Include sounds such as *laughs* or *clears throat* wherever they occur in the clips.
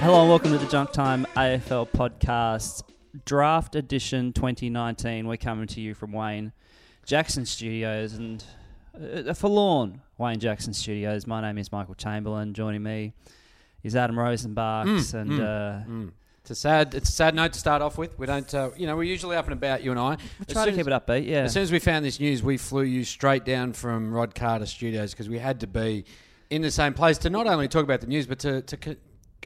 Hello and welcome to the Junk Time AFL podcast, draft edition 2019. We're coming to you from Wayne Jackson Studios and uh, a forlorn Wayne Jackson Studios. My name is Michael Chamberlain. Joining me is Adam Rosenbach Mm, and uh, It's a sad. It's a sad note to start off with. We don't. Uh, you know, we're usually up and about. You and I. We try to keep it upbeat. Yeah, As soon as we found this news, we flew you straight down from Rod Carter Studios because we had to be in the same place to not only talk about the news but to to co-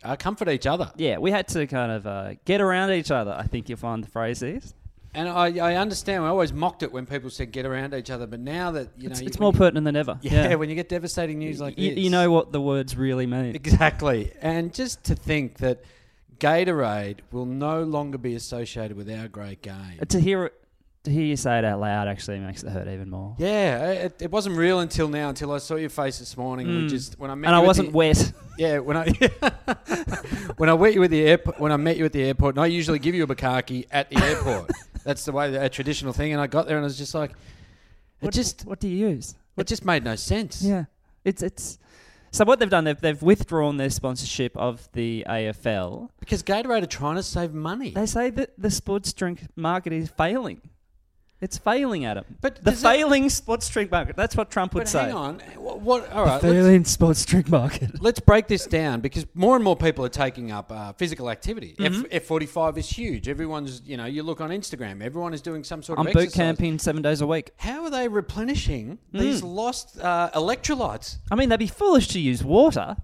uh, comfort each other. yeah. We had to kind of uh, get around each other. I think you'll find the phrase is. And I, I understand. I always mocked it when people said get around each other, but now that you know, It's, you- it's when more you- *laughs* pertinent than ever. Yeah, when you get devastating news like you, this, you know what the words really mean. Exactly. And just to think that Gatorade will no longer be associated with our great game. To hear it, to hear you say it out loud actually makes it hurt even more. Yeah, it, it wasn't real until now. Until I saw your face this morning, which is when I met. Hmm. And you I at wasn't the, wet. Yeah, when I *laughs* when I met you at the airport. When I met you at the airport, and I usually give you a bukkake at the *laughs* airport. That's the way a traditional thing. And I got there, and I was just like, it just what do you use? it just made no sense. Yeah, it's it's. So what they've done, they've they've withdrawn their sponsorship of the AFL. because Gatorade are trying to save money. They say that the sports drink market is failing. It's failing, Adam. But the does that- failing sports drink market. That's what Trump would but say. hang on, what? what all right, let's- Failing sports drink market. Let's break this down because more and more people are taking up uh, physical activity. Mm-hmm. F forty five is huge. Everyone's, you know, you look on Instagram, everyone is doing some sort I'm of boot exercise. camping seven days a week. How are they replenishing Hmm. these lost uh, electrolytes? I mean, they'd be foolish to use water.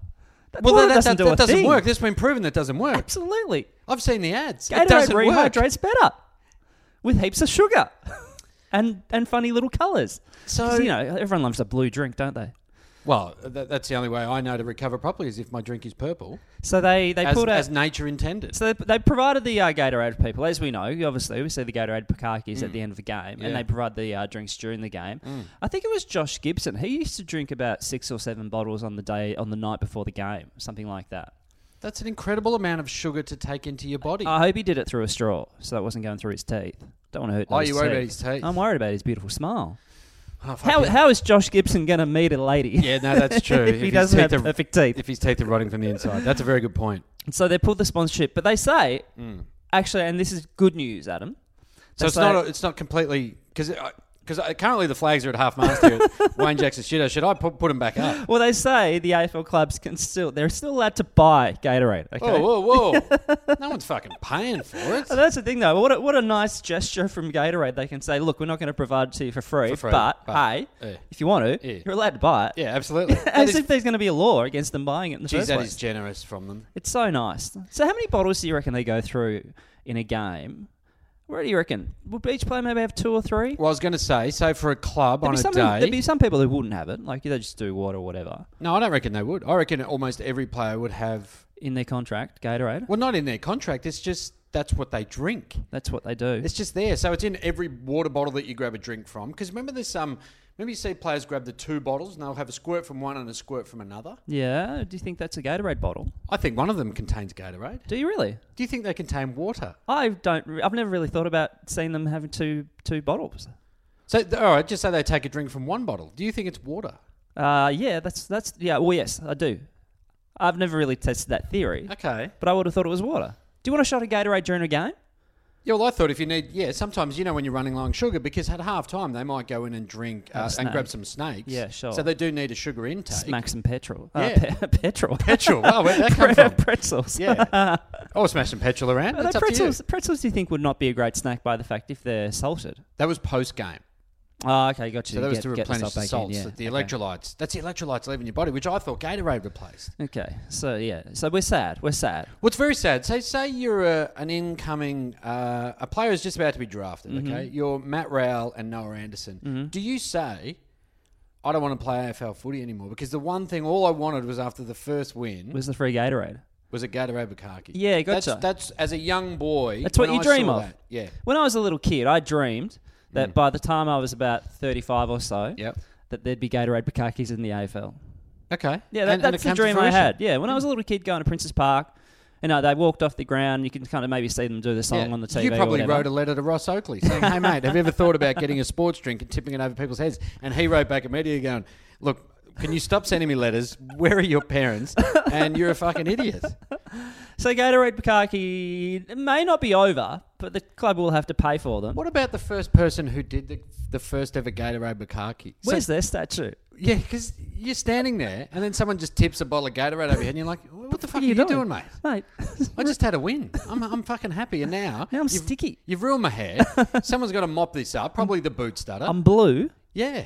That, Well, water that, doesn't that, do that a doesn't thing. work. That's been proven that doesn't work. Absolutely, I've seen the ads. it Gatorade doesn't work. rehydrates better with heaps of sugar *laughs* and and funny little colours. So, 'Cause, you know, everyone loves a blue drink, don't they? well, that, that's the only way I know to recover properly is if my drink is purple, So they they as, pulled out. as nature intended. so they, they provided the uh, Gatorade people, as we know, obviously we see the Gatorade Pakakis Mm. at the end of the game, and they provide the uh, drinks during the game. I think it was Josh Gibson. He used to drink about six or seven bottles on the day on the night before the game, something like that. That's an incredible amount of sugar to take into your body. I hope he did it through a straw, so it wasn't going through his teeth. Don't want to hurt. Oh, those you worried about his teeth? I'm worried about his beautiful smile. Oh, fuck How, yeah. how is Josh Gibson going to meet a lady? *laughs* *laughs* Yeah, no, that's true. if, he his doesn't have teeth are- perfect teeth. if his teeth are rotting from the inside. That's a very good point. So they pulled the sponsorship, but they say actually, and this is good news, Adam. Mm. So They it's say- not it's not completely because because uh, currently the flags are at half mast *laughs* here. at Wayne Jackson Studio. Should I put, put them back up? Well, they say the AFL clubs can still they're still allowed to buy Gatorade. Okay. Whoa, Oh, *laughs* whoa, whoa! no one's fucking paying for it. So that's the thing, though. What a, what a nice gesture from Gatorade. They can say, "Look, we're not going to provide it to you for free, For free, but, but, hey, yeah. if you want to, Yeah. you're allowed to buy it." *laughs* Yeah, absolutely. That As is, if there's going to be a law against them buying it in the geez, first that place. is generous from them. It's so nice. So, how many bottles do you reckon they go through in a game? What do you reckon? Would each player maybe have two or three? Well, I was going to say, so for a club there'd, be some who- on a there'd be day, some people who wouldn't have it, like they just do water or whatever no, I don't reckon they would. I reckon almost every player would have. in their contract. Gatorade. Well, not in their contract. It's just that's what they drink. That's what they do. It's just there. So it's in every water bottle that you grab a drink from. Because remember, there's some. Remember, you see players grab the two bottles and they'll have a squirt from one and a squirt from another. Yeah. Do you think that's a Gatorade bottle? I think one of them contains Gatorade. Do you really? Do you think they contain water? I don't. re- I've never really thought about seeing them having two two bottles. So, th- all right, just say they take a drink from one bottle. Do you think it's water? Uh, yeah, that's that's yeah. Well, yes, I do. I've never really tested that theory, Okay. but I would have thought it was water. Do you want a shot of Gatorade during a game? Yeah, well, I thought if you need, yeah, sometimes you know when you're running low on sugar because at half time they might go in and drink uh, Have a and grab snack. some snakes. Yeah, sure. So they do need a sugar intake. Smack some petrol. Uh, Yeah. pe- *laughs* petrol. *laughs* Petrol. Wow, where'd that Pre- come from? pretzels. *laughs* Yeah. Or smash some petrol around. Are they It's up to you. pretzels, pretzels, do you think would not be a great snack by the fact if they're salted? That was post game. Oh, okay, got you. So that was Get- to get replenish yourself the back in, salts, yeah. that the Okay. electrolytes. That's the electrolytes leaving your body, which I thought Gatorade replaced. Okay, so yeah, so we're sad. We're sad. What's very sad, say say you're a, an incoming uh, a player who's just about to be drafted, Mm-hmm. okay? You're Matt Rowell and Noah Anderson. Do you say I don't want to play AFL footy anymore because the one thing all I wanted was after the first win was, Where's the free Gatorade? a Gatorade Bukkake. Yeah, gotcha. That's, that's as a young boy. That's what when you I dream saw of. that- Yeah. When I was a little kid, I dreamed that by the time I was about 35 or so, Mm. Yep. that there'd be Gatorade Bukakis in the AFL. Okay. Yeah, that, And- and it that's came the to dream I fruition. had. Yeah, when I was a little kid going to Princess Park, you know, they walked off the ground. You can kind of maybe see them do the song Yeah. on the TV. You or probably whatever. wrote a letter to Ross Oakley saying, "Hey mate, have you ever thought about getting a sports drink and tipping it over people's heads?" And he wrote back immediately, going, "Look, can you stop sending me letters? Where are your parents? And you're a fucking idiot." So Gatorade Bukaki it may not be over, but the club will have to pay for them. What about the first person who did the, the first ever Gatorade Bukkake? So- Where's their statue? yeah, because you're standing there, and then someone just tips a bottle of Gatorade over your head, and you're like, "What the fuck are you doing, mate?" Mate, *laughs* I just had a win. I'm, I'm fucking happy, and now now I'm you've, sticky. you've ruined *laughs* my hair. Someone's got to mop this up. Probably the boot stutter. I'm blue. yeah.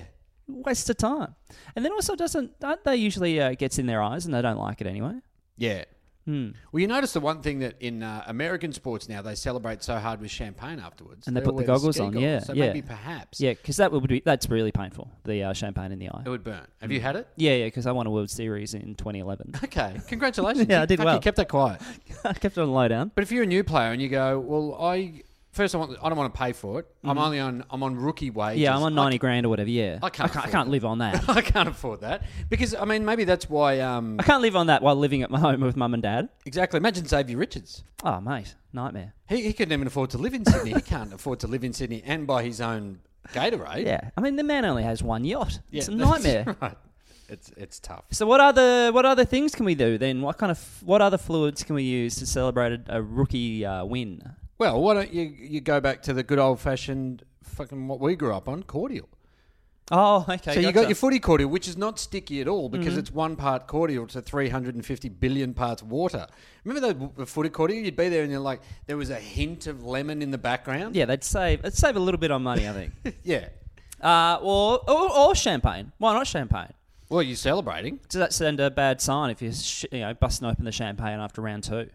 Waste of time. And then also doesn't aren't they usually uh, gets in their eyes and they don't like it anyway. Yeah. Hmm. Well, you notice the one thing that in uh, American sports now they celebrate so hard with champagne afterwards, And they all put the wear goggles ski on, yeah, so yeah. maybe perhaps Yeah, because that would be that's really painful. The uh, champagne in the eye. it would burn. Have you had it? Yeah, yeah, because I won a World Series in *laughs* 2011. Okay, congratulations. Yeah, I You- did fuck, well. You kept that quiet. I kept it on low down. But if you're a new player and you go, well, I first I want I don't want to pay for it. I'm only on I'm on rookie wages. Mm-hmm. Yeah, I'm on I 90 grand or whatever. Yeah, I I can't can't, I afford can't that. live on that. *laughs* I can't afford that because I mean maybe that's why um, I can't live on that while living at my home with mum and dad. exactly. Imagine Xavier Richards. Oh, mate, nightmare. He, he couldn't even afford to live in Sydney. he can't afford to live in Sydney and buy his own Gatorade. Yeah, I mean the man only has one yacht. it's a that's nightmare. *laughs* *laughs* Right. It's it's tough. So what other what other things can we do then? What kind of what other fluids can we use to celebrate a, a rookie uh, win? Well, why don't you you go back to the good old fashioned fucking what we grew up on cordial? Oh, okay. so you gotcha. got your footy cordial, which is not sticky at all Mm-hmm. because it's one part cordial to 350 billion parts water. Remember that w- footy cordial? You'd be there and you're like, there was a hint of lemon in the background. yeah. They'd save they'd save a little bit on money, I think. *laughs* *laughs* yeah. uh, or, or or champagne. Why not champagne? Well, you're celebrating. Does that send a bad sign if you're sh- you know busting open the champagne after round two,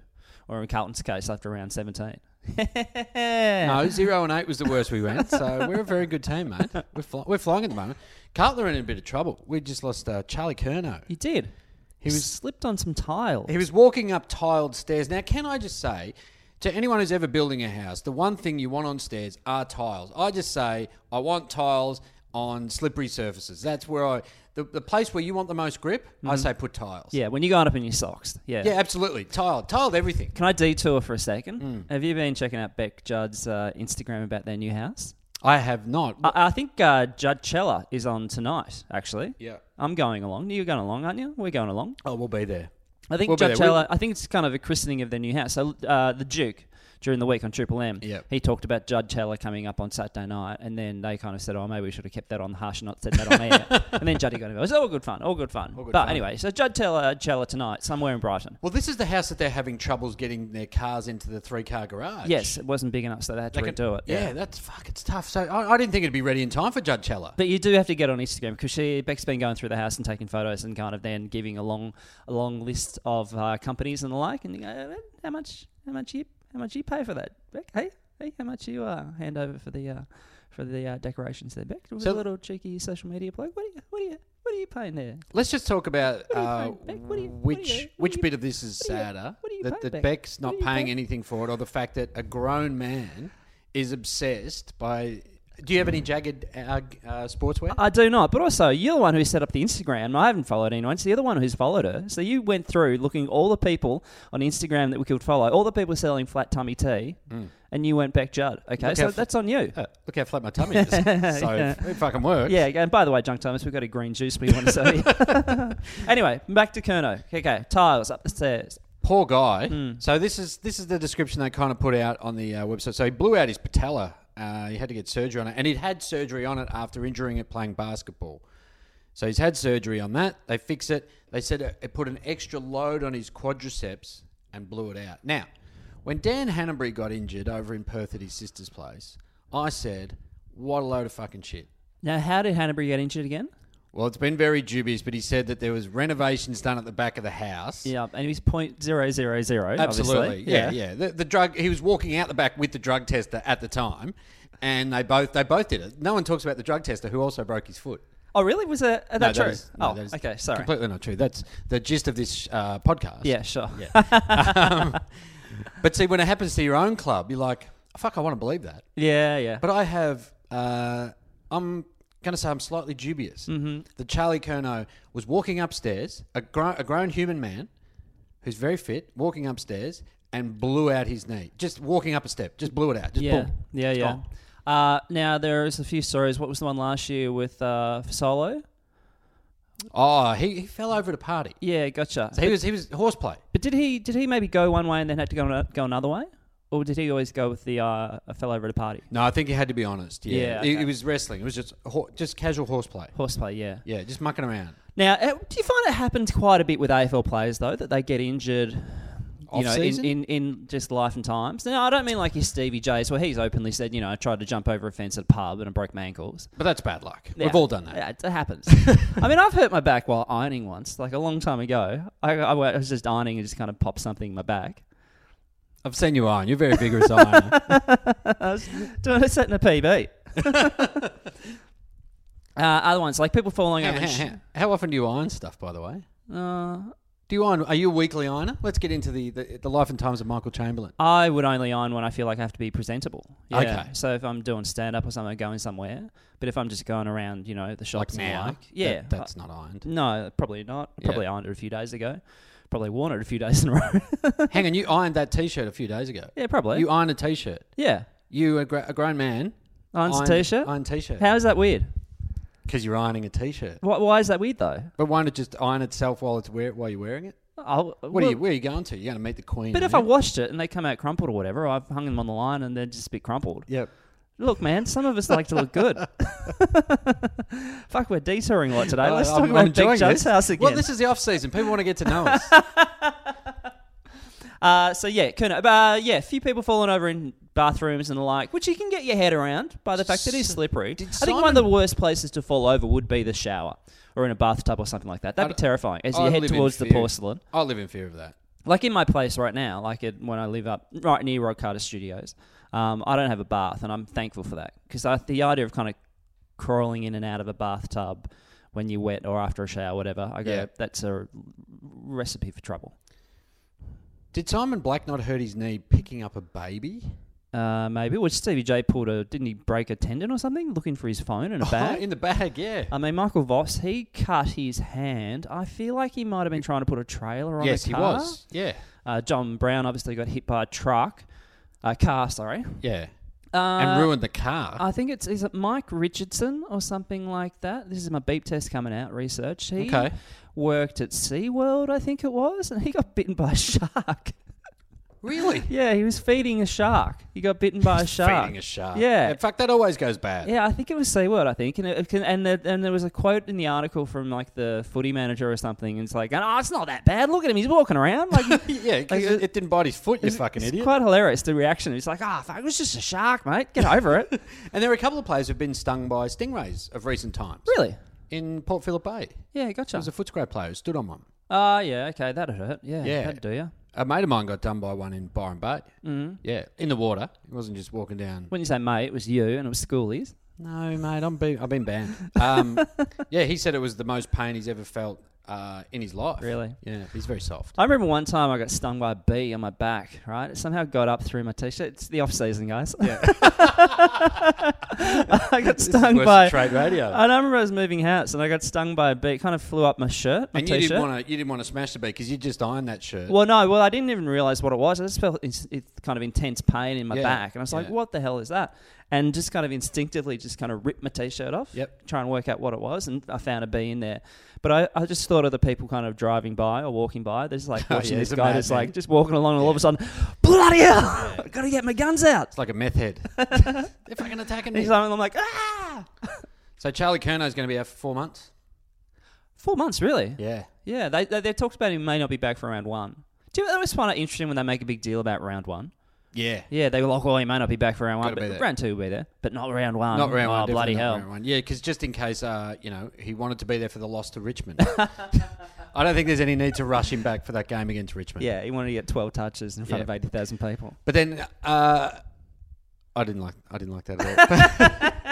or in Carlton's case after round *laughs* seventeen? No, zero and eight was the worst we went. So we're a very good team, mate. *laughs* We're, fly- we're flying at the moment. Cutler in a bit of trouble. We just lost uh, Charlie Kerno. You did. He was- slipped on some tiles. He was walking up tiled stairs. Now, can I just say to anyone who's ever building a house, the one thing you want on stairs are tiles. I just say I want tiles on slippery surfaces. That's where I the, the place where you want the most grip. I say put tiles. Mm-hmm. yeah, when you're going up in your socks. Yeah. yeah, absolutely. Tiled, tiled everything. Can I detour for a second? Mm. Have you been checking out Beck Judd's uh, Instagram about their new house? I have not. I, I think uh, Judd Chella is on tonight, actually. Yeah. I'm going along. You're going along, aren't you? We're going along. oh, we'll be there. I think We'll be Judd there. We- Chella, I think it's kind of a christening of their new house. So uh, the Duke, during the week on Triple M, Yep. he talked about Judd Chella coming up on Saturday night, and then they kind of said, oh, maybe we should have kept that on the hush and not said that on *laughs* air. and then Juddy got involved. It's all good fun, all good fun. good but fun. anyway, so Judd Chella, Chella tonight, somewhere in Brighton. Well, this is the house that they're having troubles getting their cars into the three car garage. Yes, it wasn't big enough, so they had to They can- redo it. Yeah, that's fuck. It's tough. So I, I didn't think it'd be ready in time for Judge Heller. But you do have to get on Instagram because she Beck's been going through the house and taking photos and kind of then giving a long, a long list of uh, companies and the like. And you go, "Eh, how much, how much you, how much you pay for that, Beck? Hey, hey, how much you uh, hand over for the, uh, for the uh, decorations there, Beck? It was a So- little cheeky social media plug. What are you, what are you, what are you paying there? Let's just talk about are you uh, paying Beck? What are you- what are which you- what are which you- bit of this is what are you- sadder. what are you that, paying that Beck? Beck's What not are you paying paying? anything for it, or the fact that a grown man is obsessed by. Do you have any jagged uh, uh, sportswear? I do not. But also, you're the one who set up the Instagram. I haven't followed anyone. It's the other one who's followed her. So you went through looking all the people on Instagram that we could follow, all the people selling flat tummy tea, and you went back Judd. Okay, Mm. Look so how- that's on you. Uh, look how flat my *laughs* tummy is. so it fucking works. Yeah, and by the way, Junk Thomas, we've got a green juice we want to sell you. *laughs* *laughs* anyway, back to Kerno. Okay, tiles up the stairs. Poor guy. So this is this is the description they kind of put out on the uh, website. So he blew out his patella. Uh, he had to get surgery on it, and he'd had surgery on it after injuring it playing basketball. So he's had surgery on that. They fix it. They said it, it put an extra load on his quadriceps and blew it out. Now, when Dan Hannanbury got injured over in Perth at his sister's place, I said, "What a load of fucking shit." Now, how did Hanbury get injured again? Well, it's been very dubious, but he said that there was renovations done at the back of the house. Yeah, and he was point zero zero zero. Absolutely. obviously. Yeah, yeah. The, the drug. He was walking out the back with the drug tester at the time, and they both they both did it. No one talks about the drug tester who also broke his foot. Oh, really? Was that, uh, that No, true? is- no, oh, that is okay. Sorry. completely not true. That's the gist of this uh, podcast. Yeah, sure. Yeah. um, but see, when it happens to your own club, you're like, "Fuck, I want to believe that," *laughs* Yeah, yeah. but I have. Uh, I'm going to say I'm slightly dubious. Mm-hmm. The Charlie Kerno was walking upstairs, a, gro- a grown human man who's very fit, walking upstairs and blew out his knee. Just walking up a step, just blew it out. Just yeah, boom. yeah, It's yeah. gone. Uh, now there's a few stories. What was the one last year with uh, Solo? Oh, he, he fell over at a party. Yeah, gotcha. So he was he was horseplay. But did he did he maybe go one way and then had to go ano- go another way, or did he always go with the uh, a fellow over at a party? No, I think he had to be honest. Yeah, Yeah, he, okay. he was wrestling. It was just hor just casual horseplay. Horseplay, yeah. Yeah, just mucking around. Now, uh, do you find it happens quite a bit with AFL players though that they get injured? You know, in, Off-season? in, in just life and times. No, I don't mean like your Stevie J's, where he's openly said, you know, I tried to jump over a fence at a pub and I broke my ankles. But that's bad luck. Yeah. We've all done that. Yeah, it *laughs* happens. I mean, I've hurt my back while ironing once, like a long time ago. I, I was just ironing and just kind of popped something in my back. *laughs* I've seen you on. You're very vigorous on. I was doing it setting a PB. uh, other ones, like people falling over. *laughs* how, *laughs* and sh- how- how often do you iron stuff, by the way? uh, Do you iron? Are you a weekly ironer? Let's get into the, the, the life and times of Michael Chamberlain. I would only iron when I feel like I have to be presentable. Yeah. Okay. So if I'm doing stand up or something, going somewhere. But if I'm just going around, you know, the shops and the like, yeah, Uh, That- that's not ironed. no, probably not. I Probably Yeah. ironed it a few days ago. Probably worn it a few days in a row. *laughs* Hang on, you ironed that T-shirt a few days ago. yeah, probably. You ironed a T-shirt. yeah. You a, gra- a grown man. Irons a ironed- t-shirt. Ironed T-shirt. How is that weird? Because you're ironing a T-shirt. Why, why is that weird though? But why not just iron itself while it's wear- while you're wearing it? I'll, well, What are you? Where are you going to? You're going to meet the queen. eh? but if I aren't you? washed it and they come out crumpled or whatever, I've hung them on the line and they're just a bit crumpled. Yep. Look, man, some of us like to look good. *laughs* Fuck, we're detouring a lot today. Let's Uh, talk I'm- I'm about enjoying Big Joe's this. house again. Well, this is the off season. People want to get to know *laughs* us. Uh, so yeah, Kuna, uh, yeah, a few people falling over in bathrooms and the like, which you can get your head around by the fact that it is slippery. I Did think one of the Simon- worst places to fall over would be the shower or in a bathtub or something like that. That'd be I- terrifying as I you head live in towards the fear. porcelain. I live in fear of that. Like in my place right now, like it, when I live up right near Rod Carter Studios, um, I don't have a bath, and I'm thankful for that because the idea of kind of crawling in and out of a bathtub when you're wet or after a shower, whatever, I go, Yeah. that's a recipe for trouble. Did Simon Black not hurt his knee picking up a baby? Uh, maybe. Which Stevie J pulled a didn't he break a tendon or something looking for his phone *laughs* in a bag? Uh, in the bag, yeah. I mean, Michael Voss he cut his hand. I feel like he might have been trying to put a trailer on. yes, a he car. was. Yeah, Uh, John Brown obviously got hit by a truck, a car. Sorry. yeah, Uh, and ruined the car. I think it's is it Mike Richardson or something like that. This is my beep test coming out research. He Okay. worked at SeaWorld, I think it was, and he got bitten by a shark. *laughs* really? yeah, he was feeding a shark. He got bitten by a shark. *laughs* Feeding a shark. Yeah. In fact, that always goes bad. Yeah, I think it was SeaWorld, I think. And, it, can- and, the, and there was a quote in the article from like the footy manager or something. And it's like, oh, it's not that bad. Look at him. He's walking around. *laughs* Like, *laughs* yeah. 'cause Like, it, it didn't bite his foot. You it's- fucking it's idiot. quite hilarious, the reaction. He's like, ah, fuck, it was just a shark, mate. Get over *laughs* it. and there are a couple of players who've been stung by stingrays of recent times. really? In Port Phillip Bay, Yeah, there gotcha. was a Footscray player who stood on one. Ah, yeah, okay. That'd hurt. Yeah, Yeah. that'd do you. A mate of mine got done by one in Byron Bay. Mm-hmm. Mm. Yeah, in the water. He wasn't just walking down. When you say mate, it was you and it was schoolies. No, mate, I'm be- I've been banned. Um, *laughs* yeah, he said it was the most pain he's ever felt uh, in his life. Really? Yeah, he's very soft. I remember one time I got stung by a bee on my back, right? It somehow got up through my t shirt. It's the off season, guys. *laughs* Yeah. *laughs* I got stung worse by than trade radio. I don't remember I was moving house and I got stung by a bee. It kind of flew up my shirt, my and you t-shirt. didn't want to. You didn't want to smash the bee because you just ironed that shirt. well, no, well, I didn't even realize what it was. I just felt it's, it's kind of intense pain in my Yeah, back, and I was like, yeah. "What the hell is that?" And just kind of instinctively, just kind of ripped my t-shirt off. Yep. Try and work out what it was, and I found a bee in there. But I, I just thought of the people kind of driving by or walking by. They're just like *laughs* Oh, watching yeah, this it's a guy mad just man. like just walking along, and all of a sudden, bloody hell! *laughs* Got to get my guns out. It's like a *laughs* meth head. They're fucking attacking And me. he's like, I'm like, ah! so Charlie Kerno's going to be out for four months. Four months, really? Yeah. Yeah, they, they, they've talked about he may not be back for round one. Do you know, I always find it interesting when they make a big deal about round one? Yeah. Yeah, they were like, well, he may not be back for round one, Gotta be but there. round two will be there. But not round one. Not round oh, one. bloody definitely not hell. round one. Yeah, because just in case, uh, you know, he wanted to be there for the loss *laughs* to Richmond. I don't think there's any need to rush him back for that game against Richmond. Yeah, he wanted to get 12 touches in front Yeah. of 80,000 people. But then uh, I didn't like I didn't like that at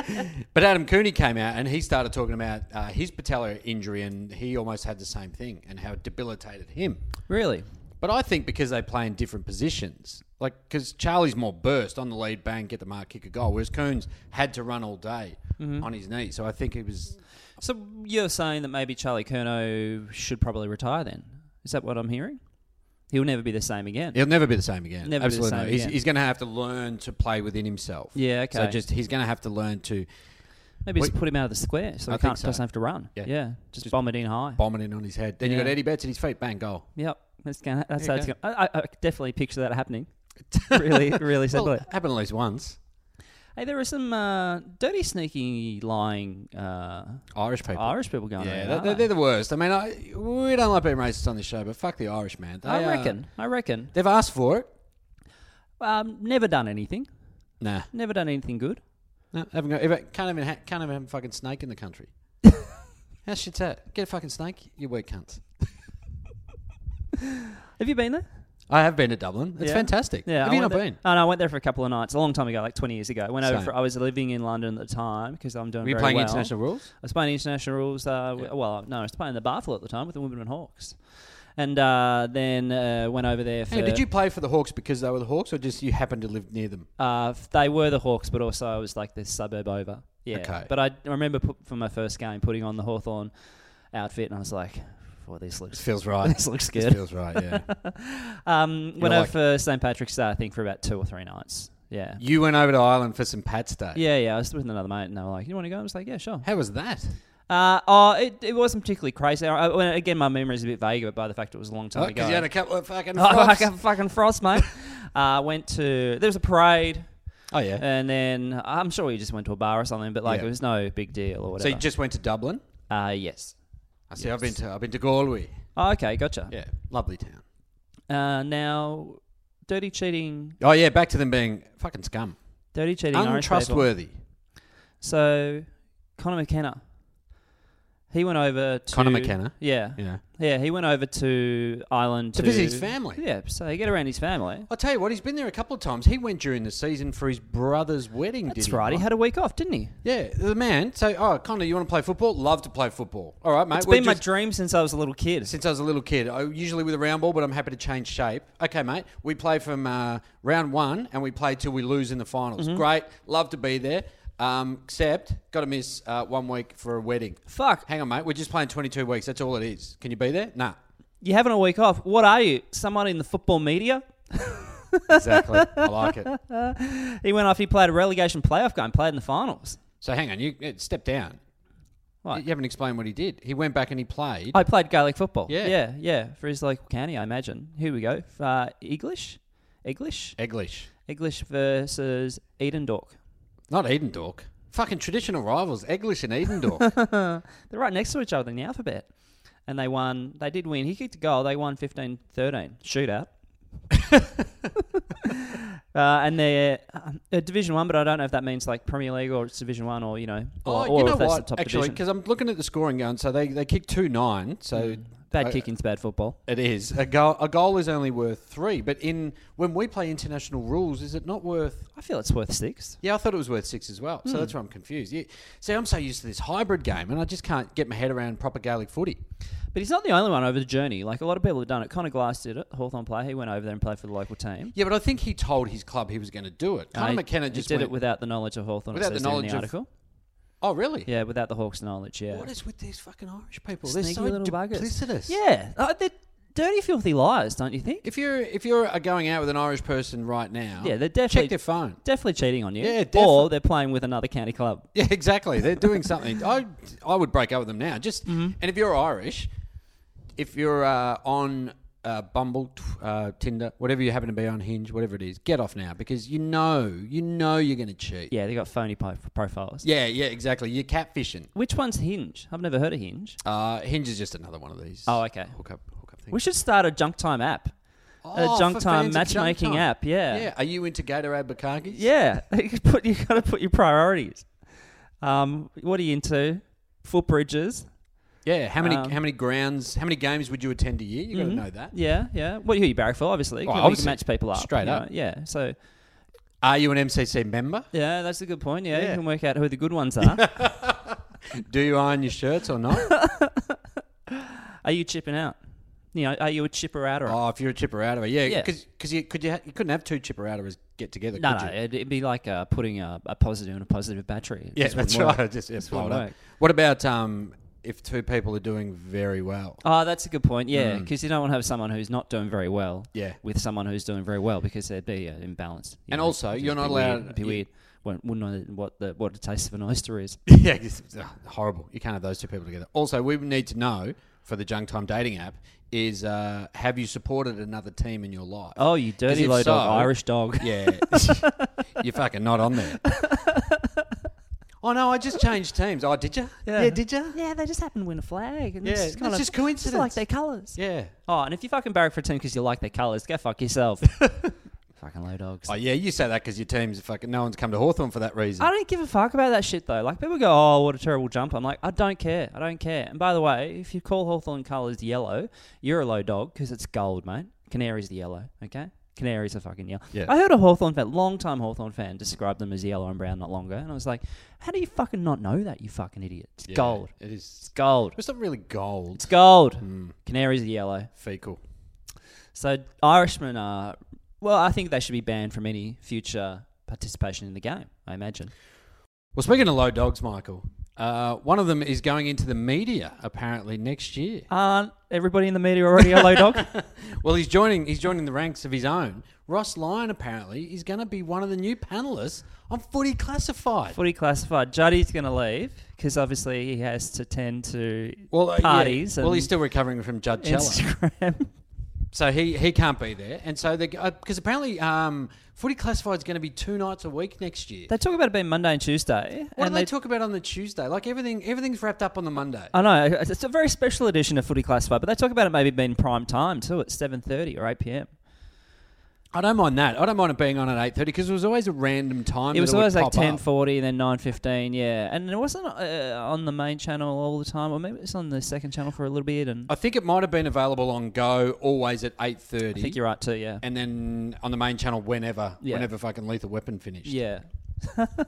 all. *laughs* but Adam Cooney came out and he started talking about uh, his patella injury and he almost had the same thing and how it debilitated him. Really? But I think because they play in different positions, like because Charlie's more burst on the lead, bang, get the mark, kick a goal, whereas Coons had to run all day Mm-hmm. on his knee. So I think it was So you're saying that maybe Charlie Kerno should probably retire then? Is that what I'm hearing? He'll never be the same again. he'll never be the same again. Never be the Absolutely same not. He's, again. he's going to have to learn to play within himself. Yeah, So okay. just he's going to have to learn to Maybe just Wait. put him out of the square so I he think can't, so. doesn't have to run. Yeah. Yeah, just, bomb it in high. bomb it in on his head. Then you Yeah. got Eddie Betts at his feet, bang, goal. Yep, that's gonna, that's There how you it's going. I, I, I definitely picture that *laughs* happening. really, really Well, simply. it happened at least once. hey, there are some uh, dirty, sneaky, lying uh, Irish people. Irish people going yeah, around. they're, aren't they're, they? the worst. I mean, I, we don't like being racist on this show, but fuck the Irish, man. They I are- reckon. I reckon. they've asked for it. Um, never done anything. Nah, Never done anything good. no, haven't got, even- can't even ha- can't even have a fucking snake in the country. *laughs* How shit's that? Get a fucking snake, you weak cunts. Have you been there? I have been to Dublin. It's Yeah. fantastic. Yeah, have I you went not there- been? Oh, no, I went there for a couple of nights, a long time ago, like 20 years ago. I went over Same. for, I was living in London at the time because I'm doing Were you very playing well. international rules? I was playing international rules. Uh, w- Well, no, I was playing the Barthel at the time with the Wimbledon Hawks. And uh, then uh, went over there for. Hey, did you play for the Hawks because they were the Hawks, or just you happened to live near them? Uh, f- they were the Hawks, but also I was like the suburb over. Yeah. Okay. But I I remember put, for my first game putting on the Hawthorn outfit, and I was like, "Well, this This looks feels *laughs* right. this looks This good." feels right. Yeah. *laughs* Um, went You're over for St Patrick's Day, I think, for about two or three nights. Yeah. you went over to Ireland for some Pat's Day. Yeah, yeah. I was with another mate, and they were like, "You want to go?" I was like, "Yeah, sure." How was that? Uh, oh, it, it wasn't particularly crazy. I, I- well, again, my memory is a bit vague, but by the fact it was a long time ago. Because Oh, you had a couple of *laughs* fucking. Oh, I flops. got fucking frost, mate. uh, went to there was a parade, oh yeah. and then I'm sure we just went to a bar or something. But like, Yeah. it was no big deal or So whatever. you just went to Dublin? uh, yes. I see. I've been to I've been to Galway. Oh, okay, gotcha. Yeah, lovely town. Uh, now, dirty cheating, Oh yeah, back to them being fucking scum, dirty cheating, Irish people. untrustworthy. So, Connor McKenna, he went over to Conor McKenna? Yeah, You know, yeah, he went over to Ireland To visit his family. Yeah, so he get around his family. I'll tell you what. He's been there a couple of times. He went during the season for his brother's wedding. did That's he right. He not? had a week off, didn't he? yeah, the man. So, oh, Connor, you want to play football? Love to play football. All right, mate. It's we'll been my just- dream since I was a little kid. since I was a little kid. I, usually with a round ball, but I'm happy to change shape. Okay, mate. We play from uh, round one and we play till we lose in the finals. Mm-hmm. Great. Love to be there. Um, except, got to miss uh, one week for a wedding. Fuck, Hang on, mate. We're just playing 22 weeks. That's all it is. Can you be there? Nah. you're having a week off. What are you? Someone in the football media? Exactly. *laughs* I like it. He went off. He played a relegation playoff game. Played in the finals. So hang on. You eh, step down. Right. You haven't explained what he did. He went back and he played. I played Gaelic football. Yeah. yeah, yeah. For his local county, I imagine. Here we go. Uh, English, English, Eglish. English versus Eden Dork. Not Edendork. Fucking traditional rivals, Eglish and *laughs* Edendork. They're right next to each other in the alphabet. And they won. They did win. He kicked a goal. They won 15 13. Shootout. *laughs* uh, and they're um, uh, Division 1, but I don't know if that means like Premier League or it's Division 1 or, you know, or, oh, or you know if that's what? the top Actually, division. because I'm looking at the scoring going, so they, they kicked 2 9. So Mm, Bad I- kicking's bad football. It is a goal. A goal is only worth three, but in when we play international rules, is it not worth? I feel it's worth six. Yeah, I thought it was worth six as well. So Hmm. that's where I'm confused. Yeah. See, I'm so used to this hybrid game, and I just can't get my head around proper Gaelic footy. But he's not the only one over the journey. Like a lot of people have done it. Connor Glass did it. Hawthorn player. He went over there and played for the local team. Yeah, but I think he told his club he was going to do it. Conor Uh, he- McKenna he just did went, it without the knowledge of Hawthorn. Without the in knowledge of- the article. Oh, really? Yeah, without the Hawks' knowledge. Yeah. What is with these fucking Irish people? Sneaky They're so little buggers. duplicitous. Yeah, uh, they're dirty, filthy liars, don't you think? If you're if you're uh, going out with an Irish person right now, Yeah, they're definitely- check their phone. *laughs* Definitely cheating on you. Yeah, Or defi- they're playing with another county club. Yeah, exactly. They're doing something. I I would break up with them now. Just Mm-hmm. and if you're Irish, if you're uh, on uh, Bumble, t- uh, Tinder, whatever you happen to be on Hinge, whatever it is, get off now because you know you know you're going to cheat. Yeah, they got phony po- profiles. yeah, yeah, exactly. You're catfishing. Which one's Hinge? I've never heard of Hinge. Uh, Hinge is just another one of these. Oh, okay. Hookup, hookup things. We should start a junk time app. a junk Oh, time for fans of junk matchmaking time. app. Yeah. Yeah. Are you into Gatorade Bukakis? Yeah, *laughs* you put you got to put your priorities. Um, what are you into? Footbridges. Yeah. How many Um, mm-hmm. how many grounds how many games would you attend a year? You got to know that. Yeah, yeah. Well, who you barrack for? Obviously, Oh, you obviously. can match people up Straight you up. know, Yeah. So Are you an MCC member? yeah, that's a good point. Yeah, Yeah. you can work out who the good *laughs* ones are. Do you iron your shirts *laughs* or not? Are you chipping out? You know, are you a chipper outer? oh, if you're a chipper out of it, yeah, Yeah. because you could you, ha- you couldn't have two chipper outers get together. no, no. could you? It'd, it'd be like uh, putting a, a positive and a positive battery. It *laughs* Yeah, just wouldn't that's work. right. *laughs* Just, yeah, blow it wouldn't up. work. What about um, if two people are doing *laughs* very well? Oh, that's a good point. Yeah, because you don't want to have someone who's not doing very well. Mm. Yeah. With someone who's doing very well, because there'd be an imbalance. you And also, it'd you're just not be weird, allowed- It'd be you- weird. Wouldn't wouldn't know what the what the taste of an oyster is. yeah, *laughs* it's, ugh, horrible. You can't have those two people together. Also, we need to know for the junk time dating app is uh, have you supported another team in your life? Oh, you 'Cause dirty if low so- dog, Irish dog. *laughs* *laughs* Yeah, you're fucking not on there. *laughs* oh no, I just changed teams. Oh, did you? Yeah. did you? Yeah, they just happen to win a flag. And Yeah, it's kinda- just coincidence. just like their colours. Yeah. Oh, and if you fucking barrack for a team because you like their colours, go fuck *laughs* yourself. fucking low dogs. Oh yeah, you say that because your team's fucking. No one's come to Hawthorn for that reason. I don't give a fuck about that shit though. Like people go, "Oh, what a terrible jump." I'm like, I don't care. I don't care. And by the way, if you call Hawthorn colours yellow, you're a low dog because it's gold, mate. Canaries the yellow, okay? Canaries are fucking yellow. Yeah. I heard a Hawthorn fan, long time Hawthorn fan, describe them as yellow and brown not long ago, and I was like, how do you fucking not know that, you fucking idiot? It's Yeah, gold. It It's is. gold. It's not really gold. It's gold. Hmm. Canaries are yellow. Fecal. So Irishmen are well, I think they should be banned from any future participation in the game. I imagine. Well, speaking of low dogs, Michael, uh, one of them is going into the media apparently next year. Aren't everybody in the media already a low dog? Well, he's joining. He's joining the ranks of his own. Ross Lyon apparently is going to be one of the new panelists on Footy *laughs* Classified. Footy classified. Juddy's going to leave because obviously he has to tend to Well, uh, yeah. parties. Well, and he's still recovering from *laughs* Judgella, Instagram. so he, he can't be there. And so they because apparently um, Footy Classified is going to be two nights a week next year. *laughs* they talk about it being Monday and Tuesday. what do and they, talk about on the Tuesday? Like everything, everything's wrapped up on the Monday. I know it's it's a very special edition of Footy Classified, but they talk about it maybe being prime time too at seven thirty or eight pm. I don't mind that. I don't mind it being on at eight thirty because it was always a random time. It was that would always like pop ten up. forty and then nine fifteen, yeah. And it wasn't uh, on the main channel all the time, or maybe it's on the second channel for a little bit. And I think it might have been available on Go always at eight I thirty, think you're right too, yeah, and then on the main channel whenever, Yeah. whenever fucking Lethal Weapon finished. yeah.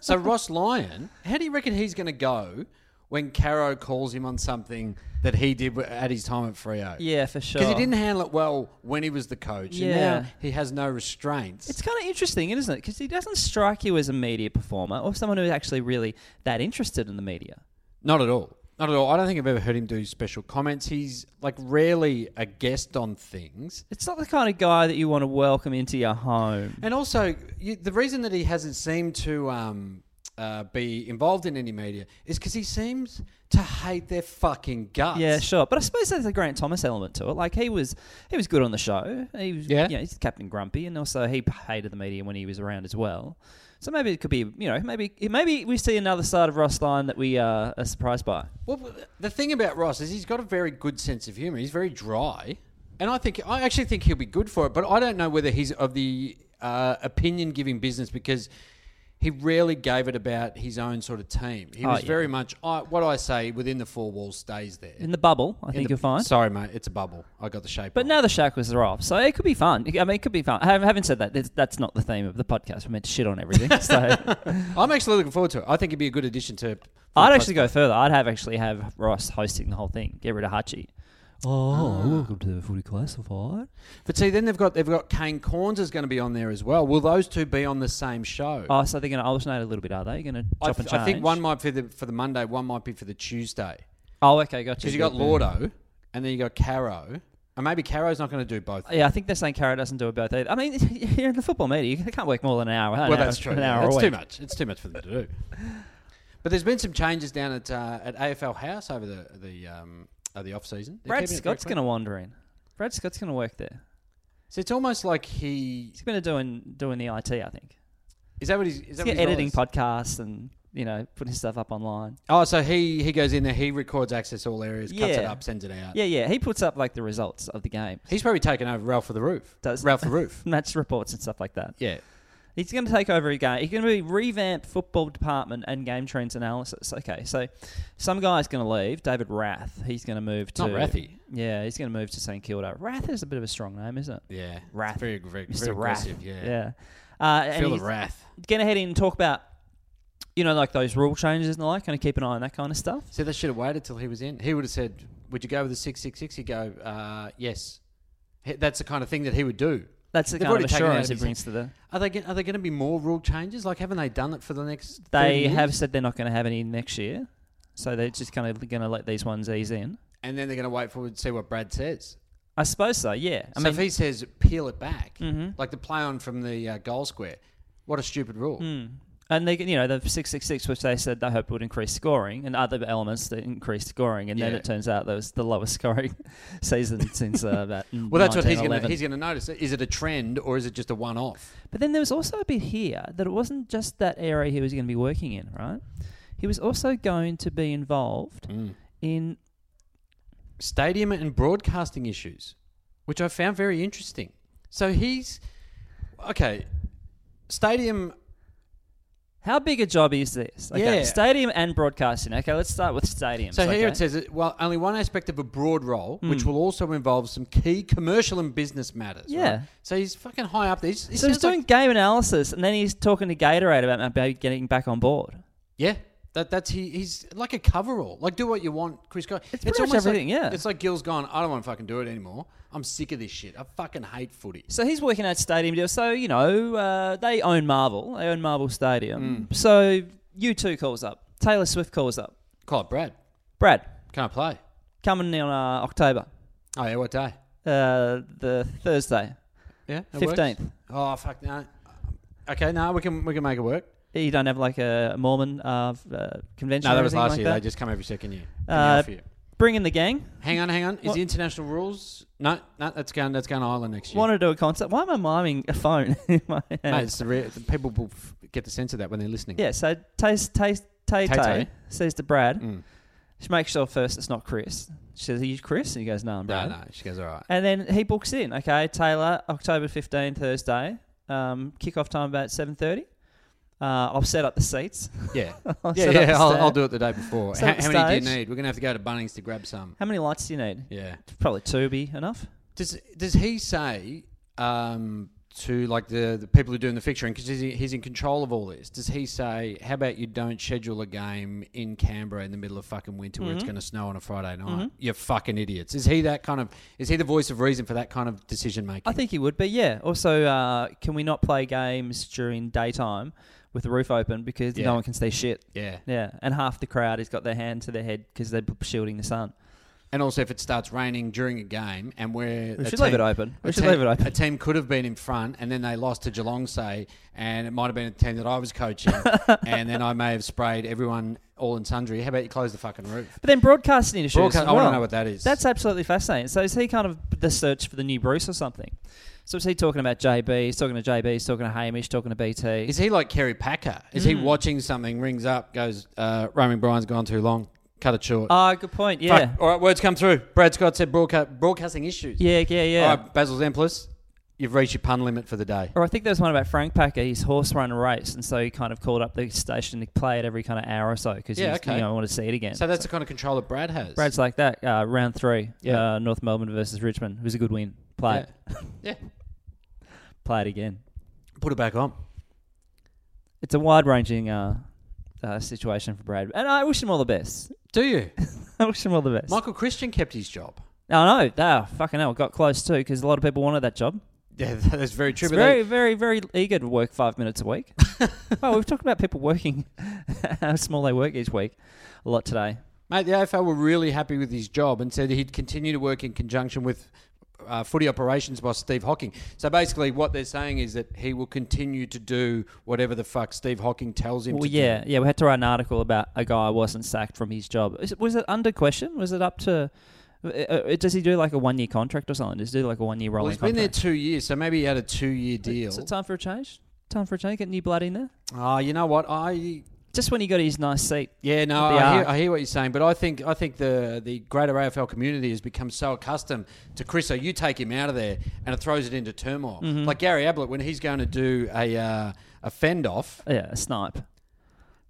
So Ross Lyon, how do you reckon he's going to go when Caro calls him on something that he did w- at his time at Frio? Yeah, for sure. Because he didn't handle it well when he was the coach, Yeah. and now he has no restraints. It's kind of interesting, isn't it? Because he doesn't strike you as a media performer or someone who's actually really that interested in the media. Not at all. Not at all. I don't think I've ever heard him do special comments. He's like rarely a guest on things. It's not the kind of guy that you want to welcome into your home. And also, you, the reason that he hasn't seemed to um, uh, be involved in any media is because he seems to hate their fucking guts. Yeah, sure. But I suppose there's a Grant Thomas element to it. Like he was, he was good on the show. He was, Yeah. you know, he's Captain Grumpy, and also he hated the media when he was around as well. So maybe it could be, you know, maybe maybe we see another side of Ross Lyon that we uh, are surprised by. Well, the thing about Ross is he's got a very good sense of humour. He's very dry, and I think I actually think he'll be good for it. But I don't know whether he's of the uh, opinion giving business because he rarely gave it about his own sort of team. He Oh, was yeah. very much I, what I say within the four walls stays there. In the bubble, I think the- you'll find. Sorry, mate, it's a bubble. I got the shape. But wrong. now the shackles are off, so it could be fun. I mean, it could be fun. I haven't said that. That's- That's not the theme of the podcast. We're meant to shit on *laughs* everything. So I'm actually looking forward to it. I think it'd be a good addition to. I'd actually go further. I'd have actually have Ross hosting the whole thing. Get rid of Hutchie. Ah. Oh, welcome to the Footy Classified. But see, then they've got they've got Kane Corns is going to be on there as well. Will those two be on the same show? Oh, so they're going to alternate a little bit, are they? You're going to I, chop and th- change. I think one might be for the, for the Monday, one might be for the Tuesday. Oh, okay, gotcha. Because you got Good, good. Lordo, and then you got Caro, and maybe Caro's not going to do both. Yeah, I think they're saying Carrot doesn't do it both either. I mean, *laughs* you're in the football media. You can't work more than an hour. an well, hour- that's true. An yeah. hour a That's too week. much. It's too much for them to do. But there's been some changes down at uh, at AFL House over the the um, uh, the off season. Brad Scott's going to wander in. Brad Scott's going to work there. So it's almost like he He's going to doing doing the IT, I think. is that what he's is He's that what gonna his role editing is? podcasts and you know, putting stuff up online. Oh, so he he goes in there, he records access all areas, cuts it Yeah. up, sends it out. Yeah, yeah. He puts up like the results of the game, Uh, He's probably taken over Ralph for the Roof. Does- Ralph *laughs* the Roof? match reports and stuff like that. Yeah. He's going to take over a game. He's going to be revamp football department and game trends analysis. Okay, so some guy's going to leave. David Rath. He's going to move to Not Rathy. Yeah, he's going to move to St Kilda. Rath is a bit of a strong name, isn't it? Yeah. It's Wrath. Very, very, Mr. very Wrath. aggressive. Yeah. Yeah. Uh, and Feel he's the wrath. going to head in and talk about, you know, like those rule changes and the like. Going to keep an eye on that kind of stuff. See, they should have waited till he was in. He would have said, "Would you go with the 666? He'd go, uh, "Yes." He- That's the kind of thing that he would do. That's the They've kind of already taken it out assurance of he his- brings to the. Are they get, are there going to be more rule changes? Like, haven't they done it for the next? 30 They years? have said they're not going to have any next year, so they're just kind of going to let these ones ease in. and then they're going to wait for to see what Brad says. I suppose so. Yeah. I so mean, Mm-hmm. if he says peel it back, like the play on from the uh, goal square, what a stupid rule! Mm. And they, you know, the six six six, which they said they hoped would increase scoring, and other elements that increased scoring, and then Yeah. it turns out that was the lowest *laughs* scoring season since uh, about. *laughs* Well, that's what he's going to 1911. he's going to notice. Is it a trend or is it just a one off? But then there was also a bit here that it wasn't just that area he was going to be working in, right? He was also going to be involved Mm. in. Stadium and broadcasting issues, which I found very interesting. So he's okay. Stadium How big a job is this? Okay, Yeah. stadium and broadcasting. Okay, let's start with stadium. So here okay? Hmm. it says, it, well, only one aspect of a broad role, which will also involve some key commercial and business matters. right? Yeah. So he's fucking high up there. He's, he So he's sounds like- doing game analysis, and then he's talking to Gatorade about maybe getting back on board. yeah. That, that's he, he's like a coverall. Like do what you want, Chris. It's, it's pretty much almost everything, like- yeah. It's like Gil's gone. I don't want to fucking do it anymore. I'm sick of this shit. I fucking hate footy. So he's working at stadium deal. So you know uh, they own Marvel. They own Marvel Stadium. Mm. So U two calls up. Taylor Swift calls up. Call it Brad. Brad Can I play? coming in uh, October, Oh yeah, what day? uh, the Thursday, Yeah, it works. fifteenth. Oh fuck no. Okay, no, we can we can make it work. You don't have like a Mormon uh, f- uh, convention. or No, that was anything last like year. That? They just come every second year. And Uh, they offer you. Bring in the gang. Hang on, hang on. Is What- the international rules? No, no, that's going. That's going to Ireland next year. Want to do a concert? Why am I miming a phone *laughs* in my hand? Mate, it's the re- the people will f- get the sense of that when they're listening. Yeah, so Taste Taste Tay Tay Tay Tay. says to Brad, Mm. she makes sure first it's not Chris. She says, Are you Chris? And he goes, No, I'm No, Brad. no, she goes, all *laughs* right. And then he books in. Okay, Taylor, October 15, Thursday. Um, kickoff time about 7.30. Uh, I'll set up the seats. *laughs* Yeah. I'll yeah, set up yeah the I'll, stand. I'll do it the day before. Set How, up the how many do you stage. need? We're going to have to go to Bunnings to grab some. How many lights do you need? Yeah. Probably two be enough. Does does he say um, to like the, the people who are doing the fixturing, because he's, he's in control of all this, does he say, how about you don't schedule a game in Canberra in the middle of fucking winter Mm-hmm. where it's going to snow on a Friday night? You fucking idiots. Is he that kind of, is he the voice of reason for that kind of decision making? I think he would, but yeah. Also, uh, can we not play games during daytime with the roof open because Yeah. no one can see shit? yeah. Yeah, and half the crowd has got their hand to their head because they're shielding the sun. And also, if it starts raining during a game and we're. We a should leave team- it open. We a should team- leave it open. A team could have been in front, and then they lost to Geelong, say, and it might have been a team that I *laughs* was coaching, and then I may have sprayed everyone all in sundry. How about you close the fucking roof? But then broadcasting issues. Broadcast- as I want to well. know what that is. That's absolutely fascinating. So is he kind of the search for the new Bruce or something? So is he talking about JB? He's talking to JB. He's talking to Hamish. Talking to BT. is he like Kerry Packer? Is Mm. he watching something, rings up, goes, uh, Roaming Brian's gone too long, cut it short. Ah, good point. Yeah, Fuck. All right, words come through. Brad Scott said broadca- broadcasting issues. yeah, yeah, yeah. All right, Basil Zemplis, you've reached your pun limit for the day. Or I think there was one about Frank Packer, his horse run race, and so he kind of called up the station to play it every kind of hour or so because Yeah, yeah, okay. you know, want to see it again. So that's the kind of control that Brad has. Brad's like that. Uh, round three, Yeah. uh, North Melbourne versus Richmond. It was a good win. Play yeah. it. yeah. *laughs* Play it again. Put it back on. It's a wide ranging uh, uh, situation for Brad, and I wish him all the best. *laughs* Do you? I wish him all the best. Michael Christian kept his job. I know. Ah, fucking hell, got close too because a lot of people wanted that job. Yeah, *laughs* that's very true. It's but very, they- very, very eager to work five minutes a *laughs* week. oh, we've talked about people working *laughs* how small they work each week a lot today. mate, the AFL were really happy with his job and said he'd continue to work in conjunction with uh, footy operations boss Steve Hocking. So basically, what they're saying is that he will continue to do whatever the fuck Steve Hocking tells him Well, to yeah, do. yeah. We had to write an article about a guy wasn't sacked from his job. Is, it- was it under question? Was it up to? uh, uh, Does he do like a one year contract or something? Does he do like a one year Well, rolling he's been there contract? two years, so maybe he had a two year deal. Is it time for a change? Time for a change? Get new blood in there? Oh, you know what? I Just when he got his nice seat. Yeah, no, They I hear, are. I hear what you're saying, but I think I think the the greater AFL community has become so accustomed to Chris. So you take him out of there, and it throws it into turmoil. Mm-hmm. Like Gary Ablett when he's going to do a uh, a fend off, Yeah, a snipe.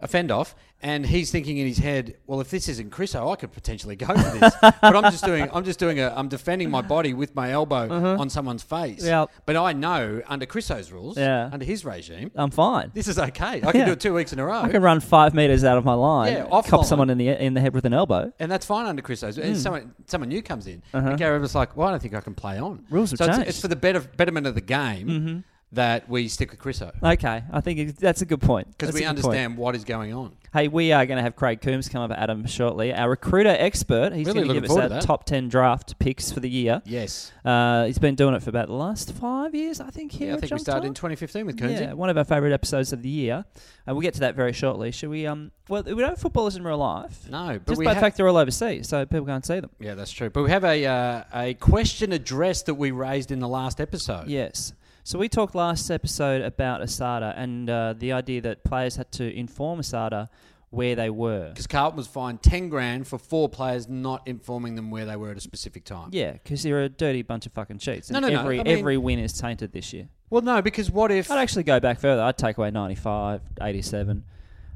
a fend off, and he's thinking in his head, well, if this isn't Chris, oh, I could potentially go *laughs* for this, but I'm just doing I'm just doing a I'm defending my body with my elbow on someone's face. Uh-huh. Yep. But I know under Chriso's rules, Yeah. under his regime, I'm fine. this is okay. I can Yeah. do it two weeks in a row. I can run five meters out of my line. Yeah, off cop line. someone in the in the head with an elbow. And that's fine under Chris O's. Hmm. And someone, someone new comes in. And Gary Abbot's like, well, I don't think I can play on. Uh-huh. Rules have so it's, changed. Mm-hmm. it's for the better, betterment of the game that we stick with Chris O. Okay, I think it- that's a good point. Because That's we a good point. understand what is going on. Hey, we are going to have Craig Coombs come up at Adam shortly, our recruiter expert. He's Really going to looking give us forward our to that. top 10 draft picks for the year. Yes. Uh, he's been doing it for about the last five years, I think, here Yeah, I at think we Junk started in Time. 2015 with Coonsy. Yeah, one of our favourite episodes of the year. And we'll get to that very shortly. Should we? Um, well, we don't have footballers in real life. No, but Just we by the have- fact they're all overseas, so people can't see them. Yeah, that's true. But we have a, uh, a question address that we raised in the last episode. Yes. So we talked last episode about Asada and uh, the idea that players had to inform Asada where they were. Because Carlton was fined 10 grand for four players not informing them where they were at a specific time. Yeah, because they're a dirty bunch of fucking cheats. No, And no, no. every I mean- every win is tainted this year. Well, no, because what if... I'd actually go back further. I'd take away 95, 87,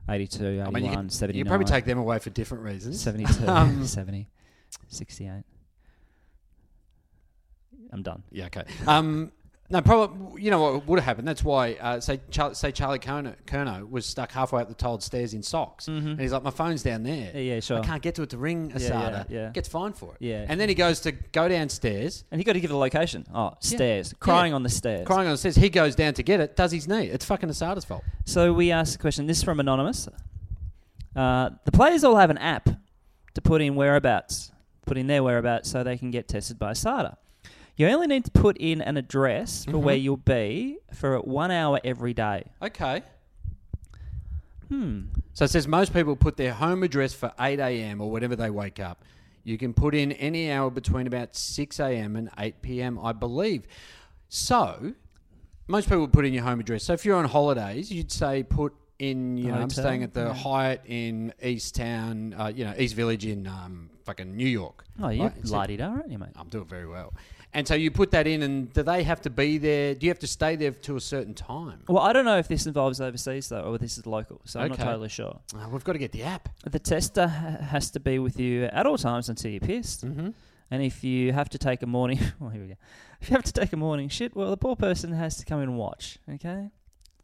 82, 81, I mean, you could- you 79. could probably take them away for different reasons. *laughs* 72, Um, 70, 68. I'm done. Yeah, okay. Um, no, probably, you know what would have happened? That's why, uh, say, Char- say Charlie Kerno, Kerno was stuck halfway up the tiled stairs in socks. And he's like, my phone's down there. Mm-hmm. Yeah, yeah, sure. I can't get to it to ring Yeah, yeah, Asada. yeah. Gets fined for it. Yeah. And then he goes to go downstairs, And he got to give the location. Oh, stairs. Crying on the stairs. crying on the stairs. He goes down to get it, does his knee. It's fucking Asada's fault. So we asked a question. This is from Anonymous. Uh, the players all have an app to put in whereabouts, put in their whereabouts so they can get tested by SADA. You only need to put in an address for where you'll be for one hour every day. Okay. Hmm. So it says most people put their home address for 8 a.m. or whenever they wake up. You can put in any hour between about 6 a.m. and 8 p.m., I believe. So most people put in your home address. So if you're on holidays, you'd say put in, you know, I'm Hotel, staying at the yeah. Hyatt in East Town, uh, you know, East Village in um, fucking New York. Oh, you're Right? So- la di da, aren't you, mate? I'm doing very well. And so you put that in, and do they have to be there? Do you have to stay there to a certain time? Well, I don't know if this involves overseas, though, or this is local, so I'm not Okay. totally sure. Uh, we've got to get the app. The tester ha- has to be with you at all times until you're pissed. Mm-hmm. And if you have to take a morning, *laughs* well, here we go. If you have to take a morning shit, well, the poor person has to come and watch. Okay.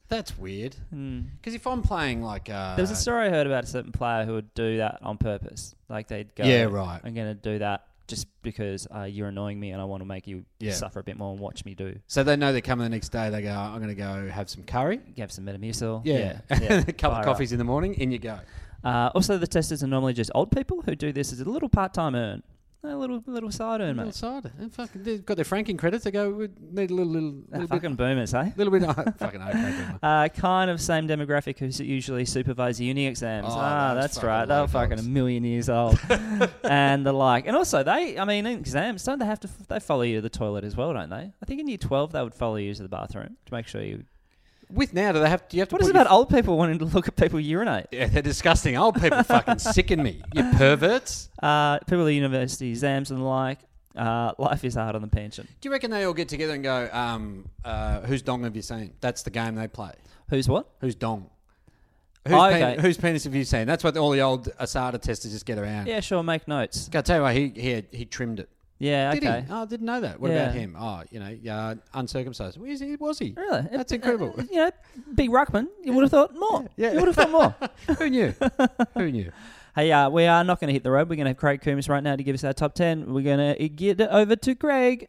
That's weird. Hmm. Because if I'm playing like. Uh, There was a story I heard about a certain player who would do that on purpose. Like they'd go, Yeah, right. I'm going to do that just because uh, you're annoying me and I want to make you Yeah. suffer a bit more and watch me do. So they know they're coming the next day. They go, I'm going to go have some curry. Give some Metamucil. *laughs* a couple fire of up. coffees in the morning, in you go. Uh, also, the testers are normally just old people who do this as a little part-time earn, a little little side earn, Little mate. cider. And fucking, they've got their franking credits. They go, we need a little, little, Ah, little bit. fucking boomers, eh? hey. Little bit. *laughs* fucking okay. boomer. Uh, kind of same demographic who s- usually supervise uni exams. Oh, ah, those that's fucking right. They're locals. fucking a million years old *laughs* and the like. And also, they, I mean, in exams, don't they have to, f- they follow you to the toilet as well, don't they? I think in year 12, they would follow you to the bathroom to make sure you. With now, do they have? Do you have to? What is it put your- about old people wanting to look at people urinate? Yeah, they're disgusting. Old people fucking *laughs* sicken me. You perverts. Uh, people at university exams and the like. Uh, life is hard on the pension. Do you reckon they all get together and go, um, uh, whose dong have you seen? That's the game they play. Who's what? Who's dong? Whose, Oh, pen- okay. whose penis have you seen? That's what all the old Asada testers just get around. Yeah, sure, make notes. I tell you what, he, he, had, he trimmed it. Yeah, Did okay. he? Oh, I didn't know that. What about Yeah. him? Oh, you know, uh, uncircumcised. Was he? Was he? Really? That's Uh, uh, *laughs* incredible. you know, big ruckman, you would have thought more. Yeah. You would have thought *laughs* more. Who knew? *laughs* Who knew? Hey, uh, we are not going to hit the road. We're going to have Craig Coombs right now to give us our top 10. We're going to get it over to Craig.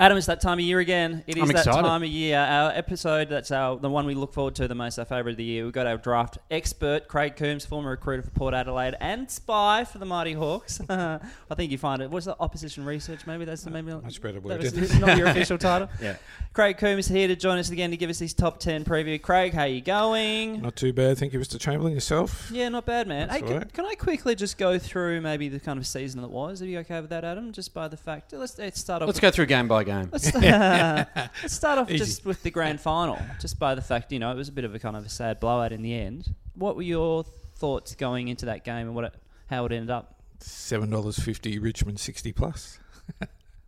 Adam, it's that time of year again. It is I'm that excited. time of year. Our episode, that's our the one we look forward to the most, our favourite of the year. We've got our draft expert, Craig Coombs, former recruiter for Port Adelaide and spy for the Mighty Hawks. *laughs* I think you find it. What's the opposition research? Maybe that's the maybe Much better that word. was- *laughs* it's not your official title. Yeah. Craig Coombs here to join us again to give us his top ten preview. Craig, how you going? Not too bad, thank you, Mr. Chamberlain. Yourself? Yeah, not bad, man. That's Hey, can, alright. can I quickly just go through maybe the kind of season that was? Are you okay with that, Adam? Just by the fact, let's, let's start off. Let's with- go through game by by game. *laughs* *laughs* Let's, let's start off Easy. just with the grand final, just by the fact you know it was a bit of a kind of a sad blowout in the end. What were your thoughts going into that game and what it, how it ended up? Seven dollars fifty, Richmond sixty plus.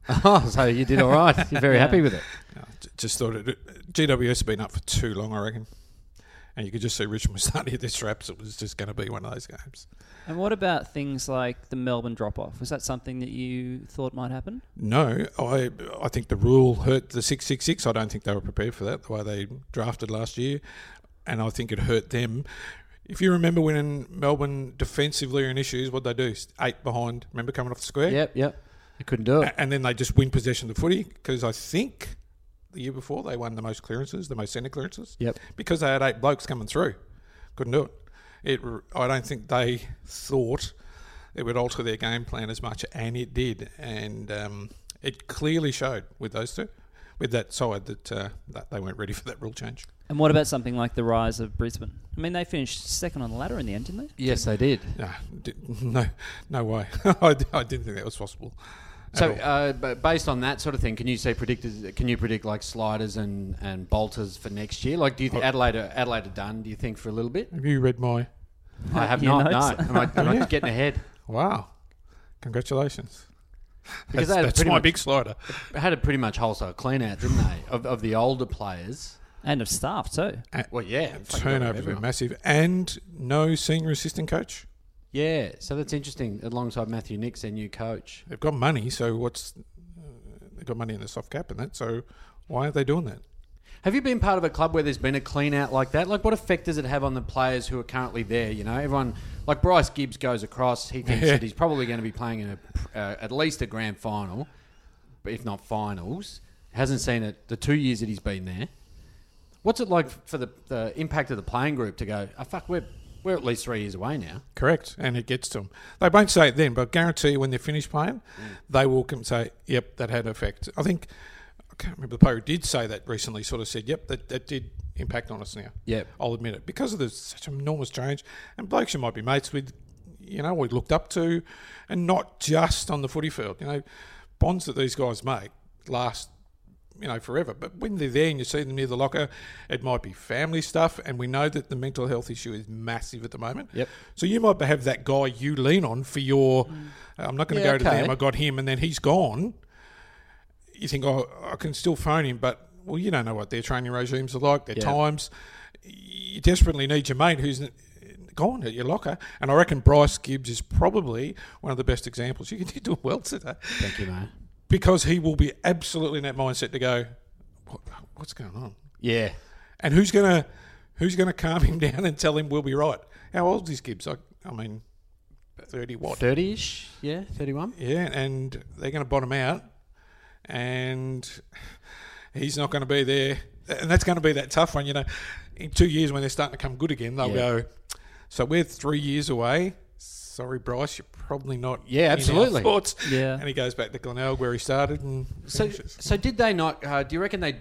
oh, so you did all right. You're very Yeah. happy with it. No, j- just thought it. GWS had been up for too long, I reckon, and you could just see Richmond *laughs* was starting to hit their straps. It was just going to be one of those games. And what about things like the Melbourne drop off? Was that something that you thought might happen? No, I I think the rule hurt the six six six. I don't think they were prepared for that the way they drafted last year, and I think it hurt them. If you remember when in Melbourne defensively are in issues, what they do eight behind. Remember coming off the square, Yep, yep. I couldn't do it. A- and then they just win possession of the footy because I think the year before they won the most clearances, the most centre clearances. Yep. because they had eight blokes coming through. Couldn't do it. It. r- I don't think they thought it would alter their game plan as much, and it did. And um, it clearly showed with those two, with that side that, uh, that they weren't ready for that rule change. And what about something like the rise of Brisbane? I mean, they finished second on the ladder in the end, didn't they? Yes, they did. No, di- *laughs* no, no way. *laughs* I, d- I didn't think that was possible. at So, all. uh, but based on that sort of thing, can you say predictors? Can you predict like sliders and, and bolters for next year? Like, do you think Oh. Adelaide are, Adelaide are done? Do you think for a little *laughs* bit? have you read my? I have Your not. notes? No, am I, *laughs* am I getting ahead? Wow, congratulations. Because That's, they had that's pretty my much- big slider. Had a pretty much wholesale clean out, didn't they? Of, of the older players. And of staff too. Well, yeah, fucking got rid of Turnovers were everyone. massive, and no senior assistant coach. Yeah, so that's interesting. Alongside Matthew Nix, their new coach. They've got money, so what's uh, they've got money in the soft cap and that. So why are they doing that? Have you been part of a club where there's been a clean out like that? Like, what effect does it have on the players who are currently there? You know, everyone, like Bryce Gibbs goes across, he thinks Yeah. that he's probably going to be playing in a, uh, at least a grand final, if not finals. Hasn't seen it the two years that he's been there. What's it like for the, the impact of the playing group to go, oh, fuck, we're, we're at least three years away now? Correct, and it gets to them. They won't say it then, but I guarantee you when they're finished playing, they will come and say, "Yep, that had an effect." I think I can't remember the player who did say that recently. Sort of said, "Yep, that, that did impact on us now." Yep. I'll admit it because of the such enormous change and blokes you might be mates with, you know, we looked up to, and not just on the footy field. You know, bonds that these guys make last you know, forever. But when they're there and you see them near the locker, it might be family stuff, and we know that the mental health issue is massive at the moment. Yep. So you might have that guy you lean on for your. uh, I'm not going to Yeah, go to okay. them. I got him, and then he's gone. You think, oh, I can still phone him, but well, you don't know what their training regimes are like, their Yeah. times. You desperately need your mate who's gone at your locker, and I reckon Bryce Gibbs is probably one of the best examples. You did *laughs* do well today Thank you, mate. because he will be absolutely in that mindset to go, what, what's going on? Yeah. And who's gonna who's gonna calm him *laughs* down and tell him we'll be right? How old is Gibbs? I, I mean, thirty what? 30 ish? Yeah, 31? Yeah, and they're going to bottom out, and he's not going to be there. And that's going to be that tough one, you know. In two years, when they're starting to come good again, they'll Yeah. go. So we're three years away. Sorry, Bryce, you're probably not. Yeah, in our absolutely. thoughts. Yeah. and he goes back to Glenelg where he started, and So, finishes. so did they not? Uh, do you reckon they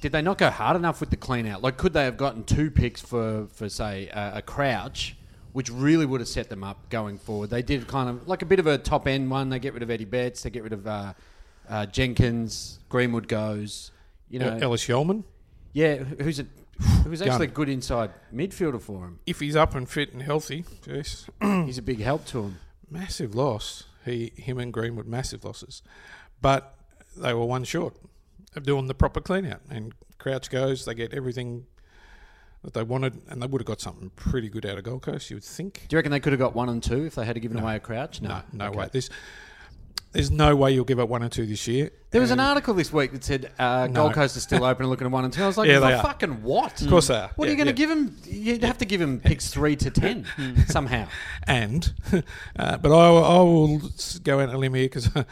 did they not go hard enough with the clean out? Like, could they have gotten two picks for for say uh, a Crouch, which really would have set them up going forward? They did kind of like a bit of a top end one. They get rid of Eddie Betts. They get rid of uh, uh, Jenkins. Greenwood goes. You know, Ellis Yeoman. yeah. Who's a who's actually a good inside midfielder for him? if he's up and fit and healthy, jeez, *clears throat* He's a big help to him. massive loss. He, him, and Greenwood massive losses, but they were one short of doing the proper clean out. And Crouch goes, they get everything that they wanted, and they would have got something pretty good out of Gold Coast. You would think. Do you reckon they could have got one and two if they had given away a Crouch? No, no way. There's, there's no way you'll give up one or two this year. There was an article this week that said uh, No. Gold Coast is still open and looking at one and two. I was like, Yeah, for they are. fucking what? Of course they are. What are Yeah, you going to yeah. Hmm. give him? You'd have to give him picks three to *laughs* ten somehow. and *laughs* uh, but I, I will s- go out on a limb here 'cause- *laughs*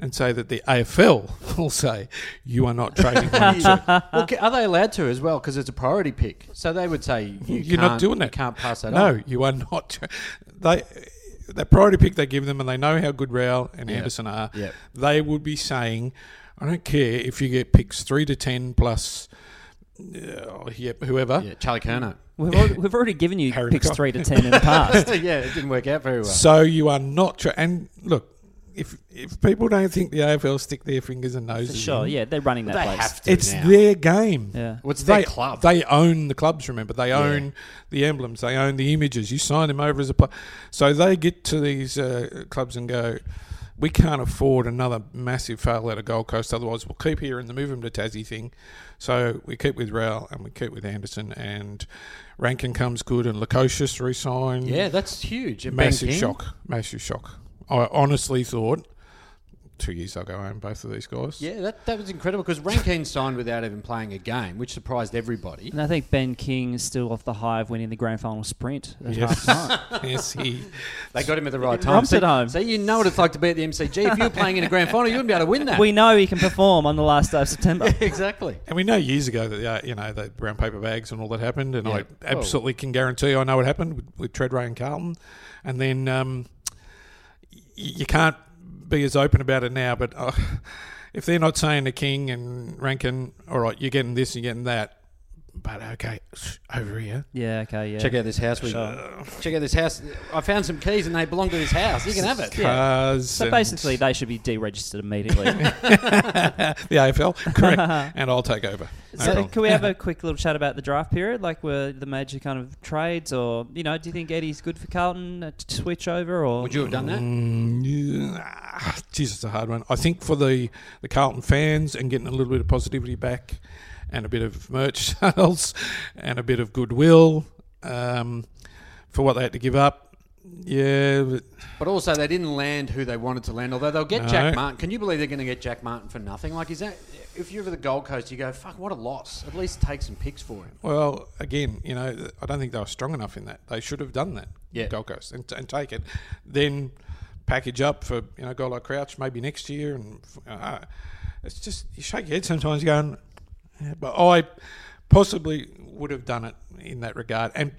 and say that the AFL *laughs* will say you are not *laughs* trading one or two. well, ca- are they allowed to as well? Because it's a priority pick. So they would say you You're not can't- doing that. You can't pass that no, on. you are not. *laughs* They that priority pick they give them, and they know how good Rowell and Anderson are. Yep. They would be saying, "I don't care if you get picks three to ten plus, uh, yep, whoever." Yeah, Charlie *laughs* Kerner. We've already, we've already given you Harry picks *laughs* Mackay. three to ten in the past. yeah, it didn't work out very well. So you are not. Tra- and look, if if people don't think the AFL stick their fingers and For noses, sure, in, yeah, they're running that They place. have to it's now. their game. Yeah. What's they, their club? They own the clubs. Remember, they own the emblems. They own the images. You sign them over as a player, so they get to these uh, clubs and go. We can't afford another massive fail out of Gold Coast. Otherwise, we'll keep here and then move him to Tassie thing. So we keep with Rowell and we keep with Anderson and Rankin comes good and Lukosius resign. yeah, that's huge. And massive Banking. shock. Massive shock. I honestly thought two years I'll go home. Both of these guys. Yeah, that, that was incredible because Rankine signed without even playing a game, which surprised everybody. And I think Ben King is still off the high of winning the grand final sprint. At *laughs* Yes. half time. yes. He. They got him at the right It time. rubs so, it home. so you know what it's like to be at the MCG. If you were playing in a grand final, you wouldn't be able to win that. we know he can perform on the last day of September. *laughs* exactly. And we know years ago that uh, you know the brown paper bags and all that happened, and Yeah. I absolutely can guarantee I know what happened with, with Treadray and Carlton. And then um, y- you can't be as open about it now, but uh, if they're not saying to King and Rankin, all right, you're getting this, you're getting that, but okay, over here. Yeah, okay, yeah. Check out this house. We, Check out this house. I found some keys and they belong to this house. You can have it. Cars So and basically, they should be deregistered immediately. *laughs* the *laughs* AFL, correct? and I'll take over. No so, problem. can we have a quick little chat about the draft period? Like, were the major kind of trades, or you know, do you think Eddie's good for Carlton uh, to switch over, or Would you have done that? Mm, yeah. Jeez, it's a hard one. I think for the the Carlton fans and getting a little bit of positivity back, and a bit of merch *laughs* sales, and a bit of goodwill um, for what they had to give up. Yeah, but But also, they didn't land who they wanted to land. Although they'll get No. Jack Martin. Can you believe they're going to get Jack Martin for nothing? Like, is that if you're over the Gold Coast, you go, "Fuck, what a loss." At least take some picks for him. Well, again, you know, th- I don't think they were strong enough in that. They should have done that. Yeah. Gold Coast and, and take it, then package up for you know a guy like Crouch maybe next year, and uh, it's just you shake your head sometimes going, "Yeah," but I possibly would have done it in that regard. And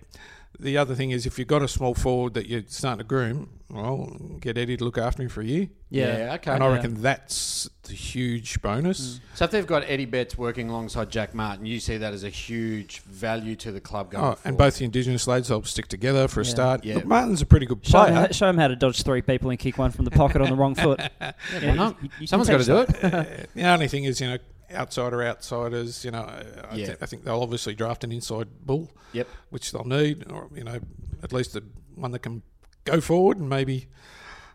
the other thing is, if you've got a small forward that you're starting to groom, well, get Eddie to look after him for a year. Yeah. okay. and I yeah. reckon that's the huge bonus. So if they've got Eddie Betts working alongside Jack Martin, you see that as a huge value to the club going Oh, forward. and both the Indigenous lads help stick together for a Yeah. start. Yeah. Look, Martin's a pretty good Show player. him, show him how to dodge three people and kick one from the pocket on the wrong foot. Yeah, Why not? you- you can Someone's got to teach do that. it. The only thing is, you know, outsider outsiders. You know, I, I Yeah. thi- I think they'll obviously draft an inside bull, Yep. which they'll need, or you know, at least the one that can go forward and maybe.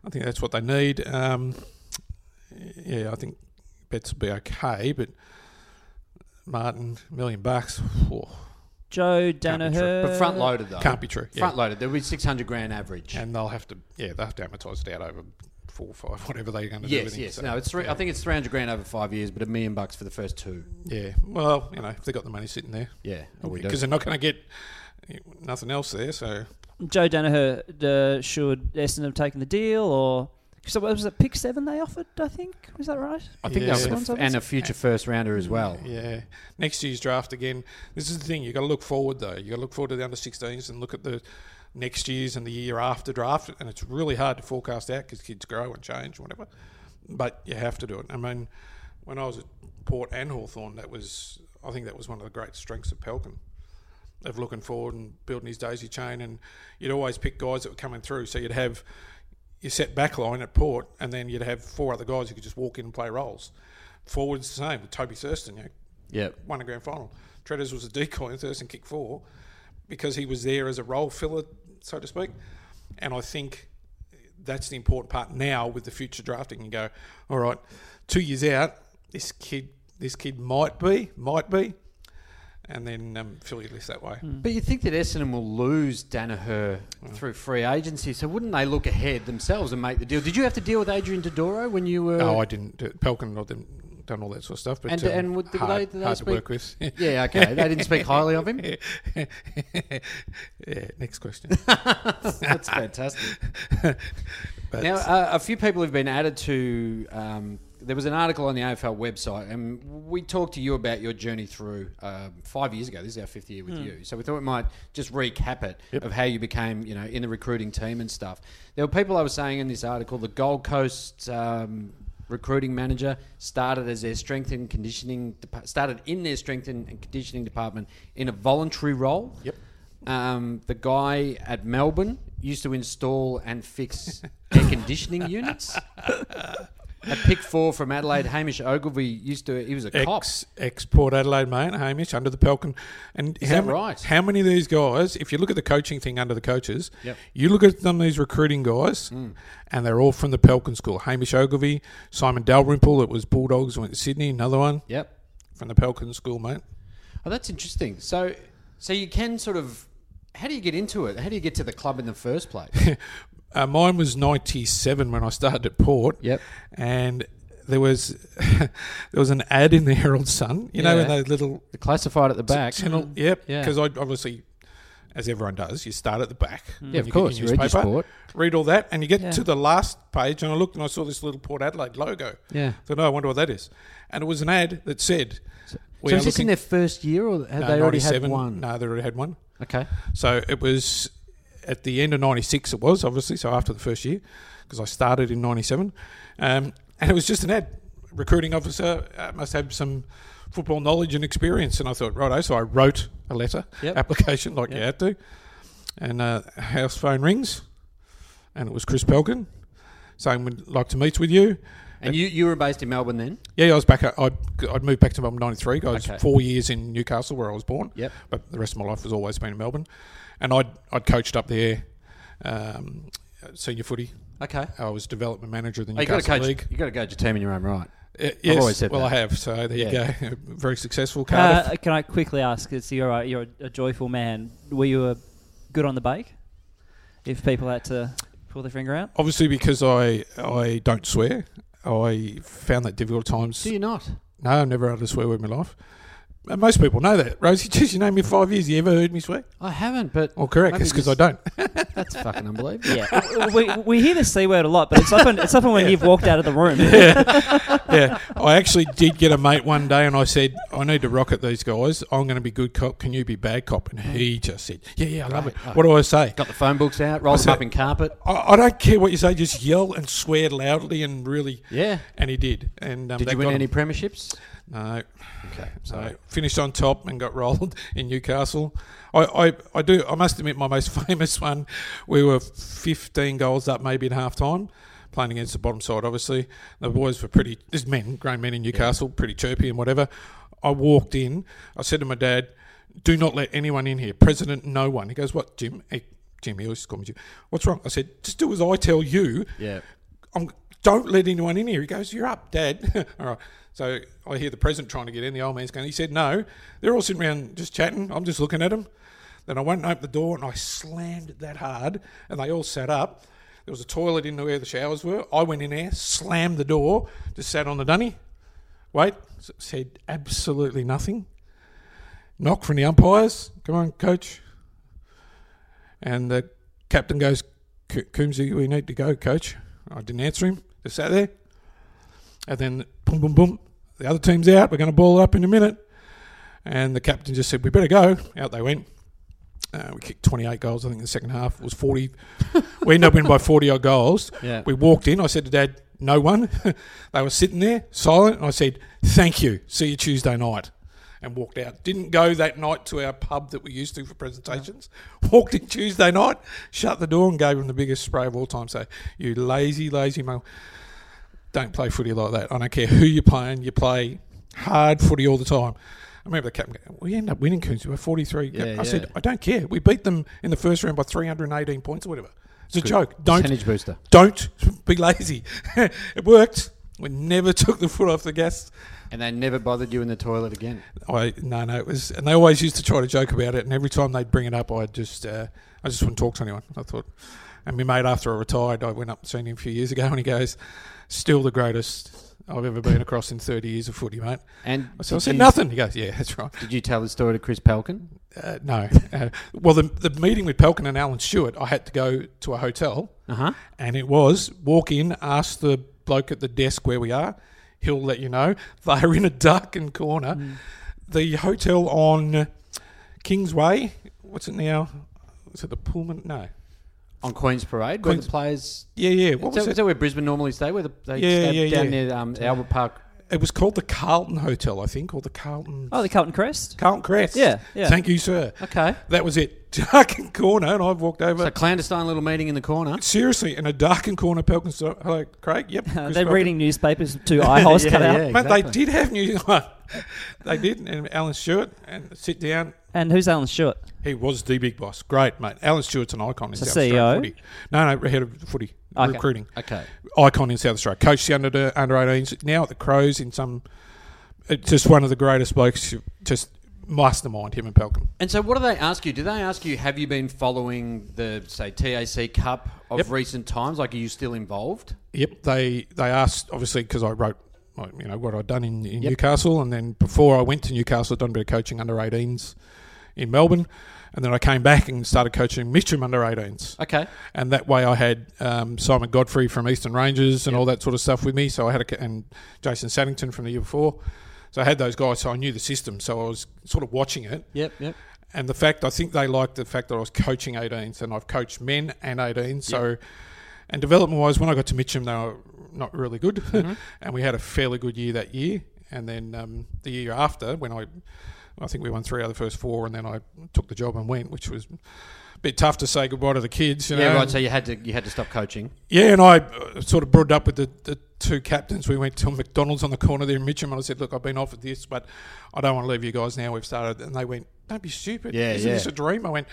I think that's what they need. Um, yeah, I think bets will be okay, but Martin million bucks whew, Joe Can't be true. Danaher. But front loaded though. can't be true. Yeah. Front loaded. There'll be six hundred grand average. and they'll have to yeah they'll have to amortise it out over four or five *laughs* whatever they're going to do. yes, with him, yes. so, no, it's three, yeah. I think it's three hundred grand over five years, but a million bucks for the first two. Yeah, well, you know, if they've got the money sitting there, Yeah, Oh, we do. because they're not going to get nothing else there. So Joe Danaher uh, should Essendon have taken the deal, or so what was it pick seven they offered? I think was that right? I think Yeah. that was a f- Someone's and a future first rounder as well. yeah, next year's draft again. This is the thing you got to look forward though. You got to look forward to the under 16s and look at the next year's and the year after draft. And it's really hard to forecast out because kids grow and change and whatever. But you have to do it. I mean, when I was at Port and Hawthorn, that was I think that was one of the great strengths of Pelkin. of looking forward and building his daisy chain. And you'd always pick guys that were coming through. So you'd have your set back line at Port, and then you'd have four other guys who could just walk in and play roles. Forwards the same with Toby Thurston. You know, Yep. won a grand final. Treaders was a decoy, and Thurston kicked four because he was there as a role filler, so to speak. And I think that's the important part now with the future drafting. You go, all right, two years out, this kid, this kid might be, might be, and then um, fill your list that way. But you think that Essendon will lose Danaher through free agency, so wouldn't they look ahead themselves and make the deal? Did you have to deal with Adrian Dodoro when you were? No, Oh, I didn't. Do it. Pelkin or them done all that sort of stuff. But And- um, and would- did hard, they- did they hard to speak- work with. yeah, okay. They didn't speak highly of *laughs* him. yeah. *laughs* Next question. That's fantastic. now, uh, a few people have been added to. Um, there was an article on the AFL website, and we talked to you about your journey through um, five years ago. This is our fifth year with you, so we thought we might just recap it of how you became, you know, in the recruiting team and stuff. There were people I was saying in this article. The Gold Coast um, recruiting manager started as their strength and conditioning depa- started in their strength and and conditioning department in a voluntary role. Yep. Um, the guy at Melbourne used to install and fix *laughs* air conditioning units. At pick four from Adelaide, Hamish Ogilvy used to. He was a cop. Ex, ex Port Adelaide mate, Hamish, under the Pelcan. And Is how, that ma- right? How many of these guys, if you look at the coaching thing under the coaches, Yep. Hmm. you look at them, these recruiting guys, and they're all from the Pelcan school. Hamish Ogilvy, Simon Dalrymple, it was Bulldogs, went to Sydney, another one Yep. from the Pelcan school, mate. *laughs* Oh, that's interesting. So, so you can sort of. How do you get into it? How do you get to the club in the first place? *laughs* Uh, mine was 97 when I started at Port. Yep. And there was *laughs* there was an ad in the Herald Sun, you know, in Yeah. those little The classified at the back. Channel, yep. Yeah. Because I obviously, as everyone does, you start at the back. when Mm. of you get course, you your read your newspaper, sport. Read all that, and you get Yeah. to the last page, and I looked and I saw this little Port Adelaide logo. Yeah. I thought, oh, I wonder what that is. And it was an ad that said, we so are is this in looking- their first year, or had No, they already had 97. one? No, they already had one. Okay. So it was at the end of 96, it was obviously, so after the first year, because I started in 97. Um, and it was just an ad. Recruiting officer uh, must have some football knowledge and experience. And I thought, righto. So I wrote a letter Yep. application like you had to. And uh, house phone rings. And it was Chris Pelkin saying, we'd like to meet with you. And you, you were based in Melbourne then? Yeah, I was back. I'd, I'd moved back to Melbourne in 93. I was Okay. four years in Newcastle where I was born. Yep. But the rest of my life has always been in Melbourne. And I'd, I'd coached up there, um, senior footy. Okay. I was development manager of the Oh, you got to Newcastle coach. League. You got to coach your team in your own right. Uh, yes, always said well, that. I have. So there Yeah. you go. *laughs* Very successful. Cardiff. Uh, can I quickly ask? It's you're a, you're a joyful man. Were you a good on the bake? If people had to pull their finger out, Obviously, because I I don't swear, I found that difficult at times. Do you not? No, I've never had a swear word in my life. And most people know that. Rosie, *laughs* geez, you know me five years. You ever heard me swear? I haven't, but Well, correct. Maybe It's because I just- don't. that's fucking *laughs* unbelievable. yeah, *laughs* we, we hear the c word a lot, but it's often it's often when you've walked out of the room. yeah, I actually did get a mate one day, and I said, "I need to rocket these guys. I'm going to be good cop. Can you be bad cop?" And he just said, "Yeah, yeah, I love it. What do I say? Got the phone books out, rolled them up in carpet. I, I don't care what you say. Just yell and swear loudly and really." Yeah. And he did. And um, Did that you win got any him. premierships? No. Okay. So finished on top and got *laughs* rolled in Newcastle. I, I, I do. I must admit, my most *laughs* famous one. We were 15 goals up, maybe at half time, playing against the bottom side. Obviously, the boys were pretty. There's men, grown men in Newcastle, pretty chirpy and whatever. I walked in. I said to my dad, "Do not let anyone in here. President, no one." He goes, "What, Jim?" Hey, Jim, he always called me Jim. What's wrong? I said, "Just do as I tell you." Yeah. I'm, don't let anyone in here. He goes, You're up, Dad. *laughs* all right. So I hear the president trying to get in. The old man's going, He said, No. They're all sitting around just chatting. I'm just looking at them. Then I went and opened the door and I slammed that hard and they all sat up. There was a toilet in where the showers were. I went in there, slammed the door, just sat on the dunny. Wait, s- said absolutely nothing. Knock from the umpires. Come on, coach. And the captain goes, "Co- Coombsy, we need to go, coach. I didn't answer him. Just sat there. And then, boom, boom, boom. The other team's out. We're going to ball it up in a minute. And the captain just said, we better go. Out they went. Uh, we kicked 28 goals, I think, in the second half. It was 40. *laughs* we ended up winning by 40 odd goals. Yeah. We walked in. I said to Dad, no one. *laughs* they were sitting there, silent. And I said, thank you. See you Tuesday night. And walked out. Didn't go that night to our pub that we used to for presentations. Walked in Tuesday night, shut the door, and gave him the biggest spray of all time. So, you lazy, lazy mug. Don't play footy like that. I don't care who you're playing. You play hard footy all the time. I remember the captain going, we end up winning, Coons. We were 43. I Yeah, yeah. said, I don't care. We beat them in the first round by 318 points or whatever. It's a joke. Don't Percentage booster. don't be lazy. *laughs* it worked. We never *laughs* took the foot off the gas. And they never bothered you in the toilet again. I no no it was, and they always used to try to joke about it. And every time they'd bring it up, I just uh, I just wouldn't talk to anyone. I thought, and my mate after I retired, I went up and seen him a few years ago, and he goes, "Still the greatest I've ever been across in thirty years of footy, mate." And I said, I did said you- nothing. He goes, "Yeah, that's right." Did you tell the story to Chris Pelkin? Uh, no, uh, well the the meeting with Pelkin and Alan Stewart, I had to go to a hotel. Uh Uh-huh. huh. And it was walk in, ask the bloke at the desk where we are. He'll let you know. *laughs* They're in a darkened corner. Hmm. The hotel on Kingsway, what's it now? Is it the Pullman? No. On Queen's Parade, where Queen's- the players. Yeah, yeah. What Is was that, is it? that where Brisbane normally stay? Where the, they Yeah, stay yeah, down yeah. near um, Albert Park. It was called the Carlton Hotel, I think, or the Carlton. Oh, the Carlton Crest. Uh, Carlton Crest. Yeah, yeah. Thank you, sir. Okay. That was it. *laughs* darkened corner, and I've walked over. It's a clandestine little meeting in the corner. Seriously, in a darkened corner, Pelicans. Hello, Craig. *laughs* Yep. Chris They're Pelkin. reading newspapers to eye holes cut out. Mate, they did have New *laughs* they did, and Alan Stewart and sit down. And who's Alan Stewart? He was the big boss. Great, mate. Alan Stewart's an icon in So South CEO? Australia. Footy. No, no, head of footy E Okay. recruiting. Okay. Icon in South Australia. Coached the under under 18s. Now at the Crows in some. it's Just one of the greatest blokes. Just mastermind him and Pelcom. And so, what do they ask you? Do they ask you, have you been following the, say, TAC Cup of Yep. recent times? Like, are you still involved? Yep, they they asked obviously because I wrote my- you know what I'd done in, in Newcastle, and then before I went to Newcastle, I'd done a bit of coaching under 18s in Melbourne, and then I came back and started coaching Mitcham under 18s, Okay. and that way I had um, Simon Godfrey from Eastern Rangers and all that sort of stuff with me. So I had a, ca- and Jason Saddington from the year before, so I had those guys, so I knew the system, so I was sort of watching it. Yep, yep. And the fact I think they liked the fact that I was coaching 18s and I've coached men and 18s. So, and development wise, when I got to Mitcham, they were not really good, *laughs* Mm-hmm. and we had a fairly good year that year. And then um, the year after, when I, I think we won three out of the first four, and then I took the job and went, which was a bit tough to say goodbye to the kids. You Yeah, know? right. So you had to you had to stop coaching. Yeah, and I uh, sort of brought it up with the, the two captains. We went to McDonald's on the corner there in Mitcham, and I said, "Look, I've been offered this, but I don't want to leave you guys now. We've started." And they went, "Don't be stupid. Yeah, Isn't yeah. this a dream?" I went,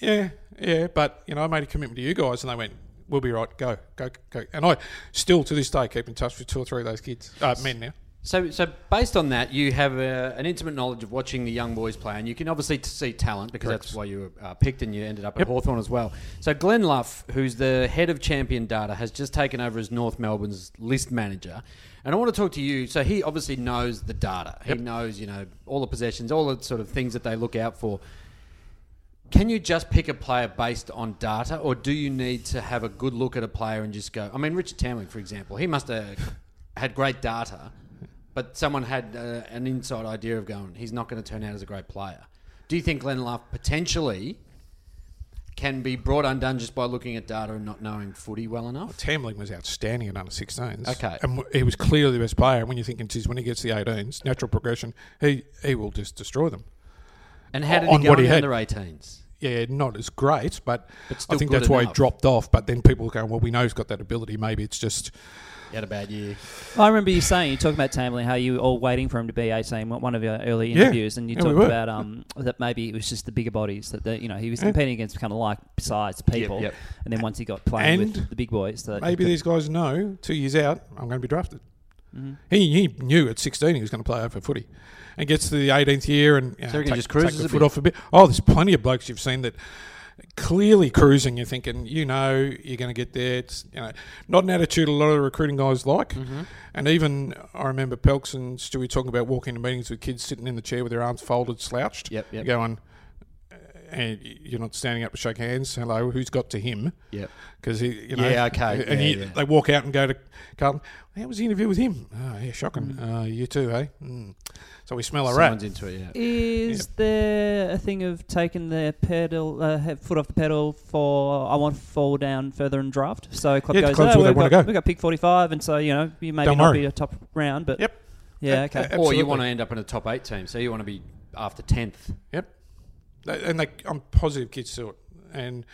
"Yeah, yeah, but you know, I made a commitment to you guys," and they went. We'll be right. Go, go, go. And I still to this day keep in touch with two or three of those kids, uh, men now. So, so based on that, you have a, an intimate knowledge of watching the young boys play, and you can obviously t- see talent because that's why you were uh, picked and you ended up at Hawthorn as well. So, Glenn Luff, who's the head of Champion Data, has just taken over as North Melbourne's list manager, and I want to talk to you. So, he obviously knows the data. He knows, you know, all the possessions, all the sort of things that they look out for. Can you just pick a player based on data, or do you need to have a good look at a player and just go? I mean, Richard Tamling, for example, he must have had great data, but someone had uh, an inside idea of going, he's not going to turn out as a great player. Do you think Glenn Luff potentially can be brought undone just by looking at data and not knowing footy well enough? Tamling was outstanding at under 16s. Okay. And w- he was clearly the best player. And when you're thinking, geez, when he gets the 18s, natural progression, he, he will just destroy them. And how did On he go what in he the had. under 18s? yeah, not as great, but, But I still think good that's why he enough. dropped off. But then people go, well, we know he's got that ability. Maybe it's just He had a bad year. I remember you saying you talking about Tamlin, how you were all waiting for him to be eighteen. One of your early Yeah. interviews, and you Yeah, we talked were. about um, that maybe it was just the bigger bodies that they, you know he was competing against kind of like sized people, yep. and then once he got playing with And the big boys, that he maybe could- these guys know two years out I'm going to be drafted. Mm-hmm. He, he knew at 16 he was going to play over footy, and gets to the 18th year and you So he know, can take, just cruise take us a the foot bit. off a bit. Oh, there's plenty of blokes you've seen that clearly cruising. You're thinking, you know, you're going to get there. It's you know not an attitude a lot of the recruiting guys like. Mm-hmm. And even I remember Pelks and Stewie talking about walking to meetings with kids sitting in the chair with their arms folded, slouched. Yep, yep. Going, uh, and you're not standing up to shake hands. Hello, who's got to him? Yep. Because he, you know, Yeah, okay. and Yeah, he- yeah. they walk out and go to Carlton. How was the interview with him? Oh, yeah, shocking. Uh, you too, hey. Mm. So we smell a Someone's rat. into it, yeah. Is there a thing of taking the pedal, uh, ha- foot off the pedal for I want to fall down further and draft? So club Yeah, the goes, club's oh, where they we've wanna got, go." we've got pick forty-five, and so you know you maybe Don't not worry. be a top round, but Yep. yeah, okay. Uh, uh, Or Absolutely. you want to end up in a top eight team, so you want to be after 10th. Yep. They- And they, I'm positive kids do it. And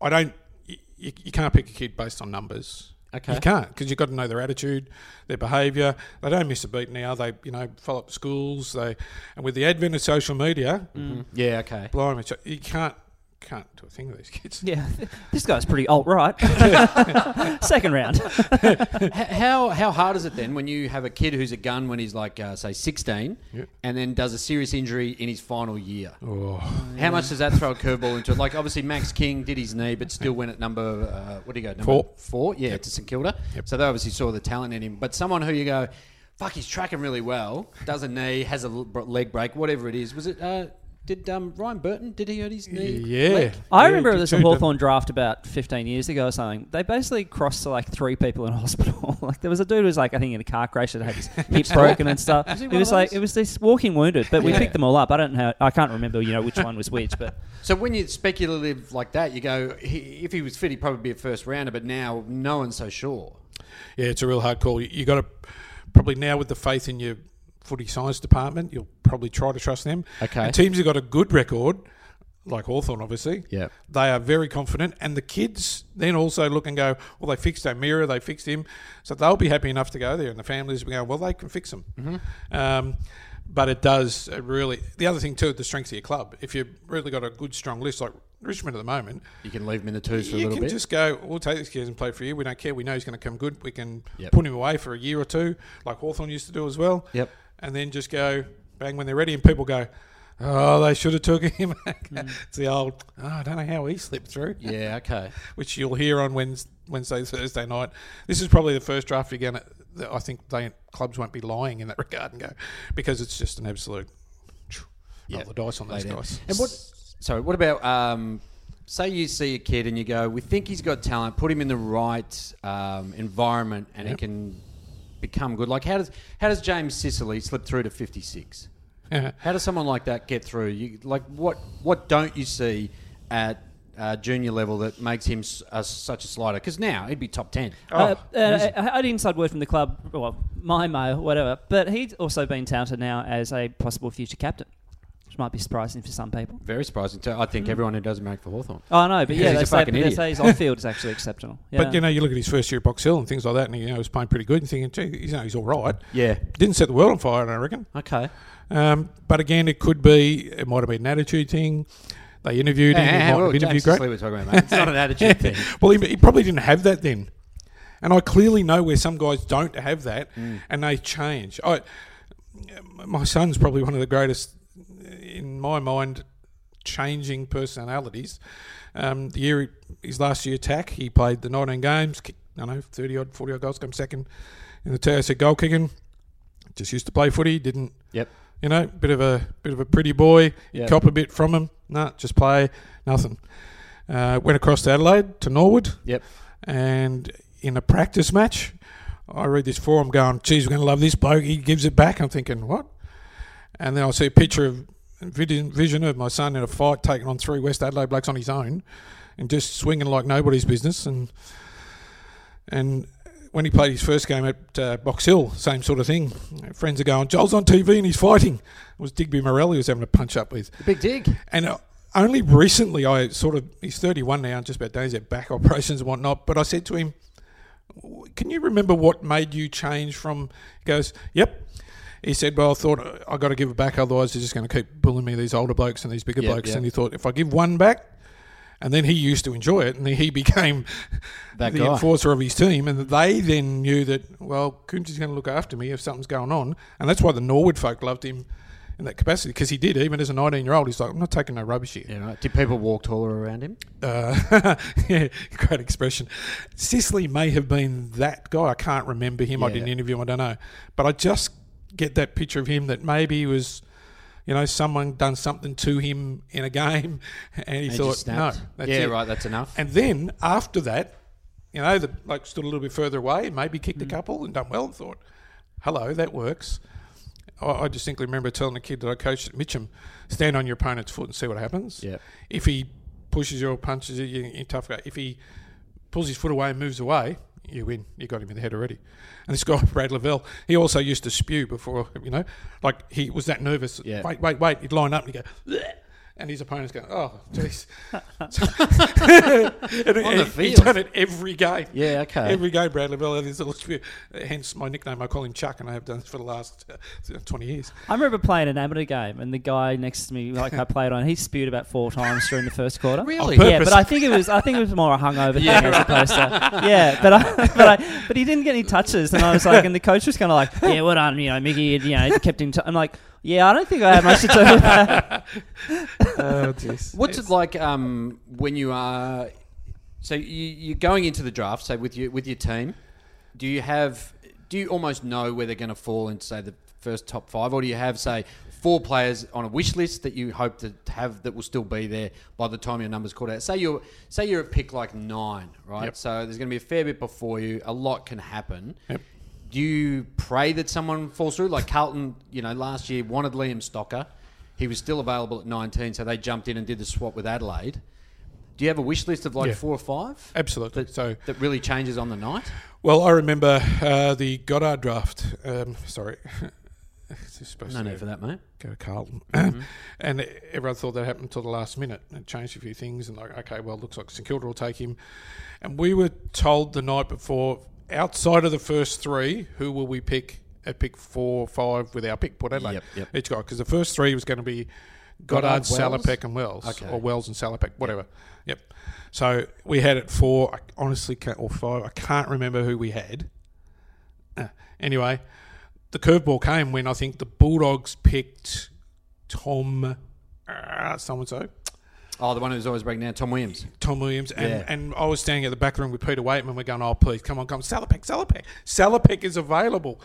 I don't. You, you can't pick a kid based on numbers. Okay. You can't because you've got to know their attitude, their behaviour. They don't miss a beat now. They, you know, follow up schools. They, and with the advent of social media, Mm. Yeah, okay. blimey, you can't can't do a thing with these kids. Yeah, *laughs* this guy's pretty alt right. *laughs* Second round. H- how how hard is it then when you have a kid who's a gun when he's like uh, say 16 Yeah. and then does a serious injury in his final year Oh. how much does that throw a curveball into it like obviously max king did his knee but still went at number uh, what do you go number Four. four yeah to st kilda so they obviously saw the talent in him but someone who you go fuck he's tracking really well does a knee has a l- br- leg break whatever it is was it uh, did um, ryan burton did he hurt his knee Yeah. leg? I Yeah, remember you there's do, a don't- Hawthorn draft about 15 years ago or something. They basically crossed to like three people in *laughs* hospital. like there was a dude who was like I think in a car crash that had *laughs* his hip broken and stuff. he It one was of like those? it was this walking wounded, but we Yeah. picked them all up. I don't know. I can't remember. You know which one was which, *laughs* but So when you're speculative like that, you go, he, if he was fit, he'd probably be a first rounder, but now no one's so sure. Yeah, it's a real hard call. You, you got to probably now with the faith in your footy science department, you'll probably try to trust them. Okay. And teams have got a good record. like Hawthorn, obviously. Yeah. They are very confident. And the kids then also look and go, well, they fixed O'Meara, they fixed him. So they'll be happy enough to go there. And the families will go, well, they can fix them. Mm-hmm. Um, but it does it really. The other thing, too, the strength of your club. If you've really got a good, strong list, like Richmond at the moment, You can leave him in the twos for a you little can bit. just go, we'll take this kid and play for a year. We don't care. We know he's going to come good. We can Yep. put him away for a year or two, like Hawthorn used to do as well. Yep. And then just go, bang, when they're ready. And people go, oh, they should have took him. *laughs* it's the old, oh, I don't know how he slipped through, yeah, okay. which you'll hear on Wednesday, Wednesday, Thursday night. This is probably the first draft you're going to, that I think they, clubs won't be lying in that regard and go, because it's just an absolute roll Yeah. the dice on those Lay down. guys. And what? Sorry, what about? Um, say you see a kid and you go, "We think he's got talent. Put him in the right um, environment, and he can become good." Like how does how does James Sicily slip through to fifty six? *laughs* How does someone like that get through? You like what what don't you see at uh, junior level that makes him s- uh, such a slider? Because now he'd be top ten. Oh. Uh, uh, I I had an inside word from the club, well, my mail, whatever. But he's also been touted now as a possible future captain, which might be surprising for some people. Very surprising. To, I think Mm. everyone who doesn't make for Hawthorn. Oh, I know, but yeah, He's they a say, fucking they idiot. say his on field is *laughs* actually exceptional. Yeah. But you know, you look at his first year at Box Hill and things like that, and you know, he's playing pretty good, and thinking, gee, you know, he's all right. Yeah. Didn't set the world on fire, I don't reckon. Okay. Um, but again, it could be, it might have been an attitude thing. They interviewed him. he Yeah, *laughs* might well, have interviewed James great. Sicily we're talking about, mate. It's not an attitude *laughs* thing. Well, he, he probably didn't have that then. And I clearly know where some guys don't have that and they change. I, my son's probably one of the greatest, in my mind, changing personalities. Um, the year, he- his last year attack, he played the 19 games, kicked, I don't know, 30 odd, 40 odd goals, come second in the TSC goal kicking. Just used to play footy, didn't Yep. you know, bit of a bit of a pretty boy. You Yeah. cop a bit from him. Nah, just play nothing. Uh, went across to Adelaide to Norwood, Yep. and in a practice match, I read this forum going, "Geez, we're going to love this bloke. He gives it back." I'm thinking, what? And then I see a picture of vid- vision of my son in a fight, taking on three West Adelaide blokes on his own, and just swinging like nobody's business. And and when he played his first game at uh, Box Hill, same sort of thing. Friends are going, Joel's on TV and he's fighting. It was Digby Morell he was having a punch up with. The big dig. And uh, only recently, I sort of, he's 31 now, just about days at back operations and whatnot. But I said to him, "W- Can you remember what made you change from? He goes, Yep. He said, Well, I thought uh, I got to give it back, otherwise they're just going to keep bullying me, these older blokes and these bigger Yeah, blokes. yeah. And he thought, If I give one back, and then he used to enjoy it, and then he *laughs* became That the guy. enforcer of his team. And they then knew that, well, Coombs is going to look after me if something's going on. And that's why the Norwood folk loved him in that capacity, because he did, even as a 19 year old, he's like, I'm not taking no rubbish here. Yeah, right. Did people walk taller around him? Uh, *laughs* yeah, great expression. Sicily may have been that guy. I can't remember him. I Yeah. didn't interview him. I don't know. But I just get that picture of him that maybe he was, you know, someone done something to him in a game *laughs* and he And thought, just no, snapped. that's yeah, it. right. That's enough. And then after that, you know, the bloke stood a little bit further away, maybe kicked a couple and done well and thought, hello, that works. I, I distinctly remember telling a kid that I coached at Mitcham, stand on your opponent's foot and see what happens. Yep. If he pushes you or punches you, you you're tough guy. If he pulls his foot away and moves away, you win. You got him in the head already. And this guy, *laughs* Brad Lavelle, he also used to spew before, you know, like he was that nervous. Yeah. Wait, wait, wait. He'd line up and he'd go, "Bleh," and his opponent's going, oh, *laughs* jeez. *laughs* And On the he- He's field. done it every game. Yeah, okay. Every game, Brad Lavelle had his little spear. Hence my nickname. I call him Chuck, and I have done this for the last uh, 20 years. I remember playing an amateur game, and the guy next to me, like I played on, he spewed about four times during the first quarter. Really? On Yeah, purpose. but I think it was I think it was more a hungover thing as opposed to yeah. But I, *laughs* but I but he didn't get any touches, and I was like, and the coach was kind of like, yeah, what on you know, Mickey, you know, kept him. T-. I'm like, yeah, I don't think I had much to do with that. *laughs* Oh, jeez. What's it like um, when you are? So you, you're going into the draft. So with your with your team, do you have? Do you almost know where they're going to fall in say the first top five, or do you have say four players on a wish list that you hope to have that will still be there by the time your numbers called out? Say you're say you're at pick like nine, right? Yep. So there's going to be a fair bit before you. A lot can happen. Yep. Do you pray that someone falls through? Like Carlton, you know, last year wanted Liam Stocker. He was still available at 19, so they jumped in and did the swap with Adelaide. Do you have a wish list of like Yeah. four or five Absolutely. so, that really changes on the night? well, I remember uh, the Goddard draft. Um, sorry. *laughs* It's supposed No Mm-hmm. to need go- for that, mate. go to Carlton. *clears throat* and everyone thought that happened until the last minute and changed a few things and like, okay, well, looks like St Kilda will take him. And we were told the night before, outside of the first three, who will we pick at pick four, five with our pick, Port Adelaide, Yep, yep. each guy? Because the first three was going to be Goddard, Goddard, Wells? Salopek, and Wells, Okay. or Wells and Salopek, whatever. Yep. So we had it four. I honestly can't, or five. I can't remember who we had. Uh, anyway, the curveball came when I think the Bulldogs picked Tom, uh, someone so Oh, the one who's always breaking down, Tom Williams. Tom Williams, and, Yeah. and I was standing at the back room with Peter Waitman. We're going, oh please, come on, come, Salopek, Salopek, Salopek is available,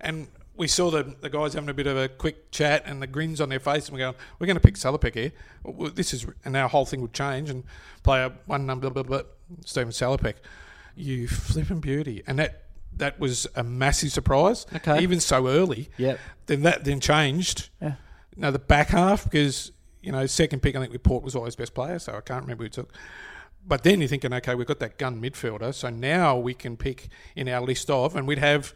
and we saw the, the guys having a bit of a quick chat and the grins on their face, and we're going, we're going to pick Salopek here. Well, This is, and our whole thing would change and play a one number, blah, blah, blah, Stephen Salopek, you flipping beauty, and that that was a massive surprise. Okay. even so early. Yep. Then that then changed. Yeah. Now the back half because you know second pick I think Port was always best player, so I can't remember who took. But then you're thinking, okay, we've got that gun midfielder, so now we can pick in our list of, and we'd have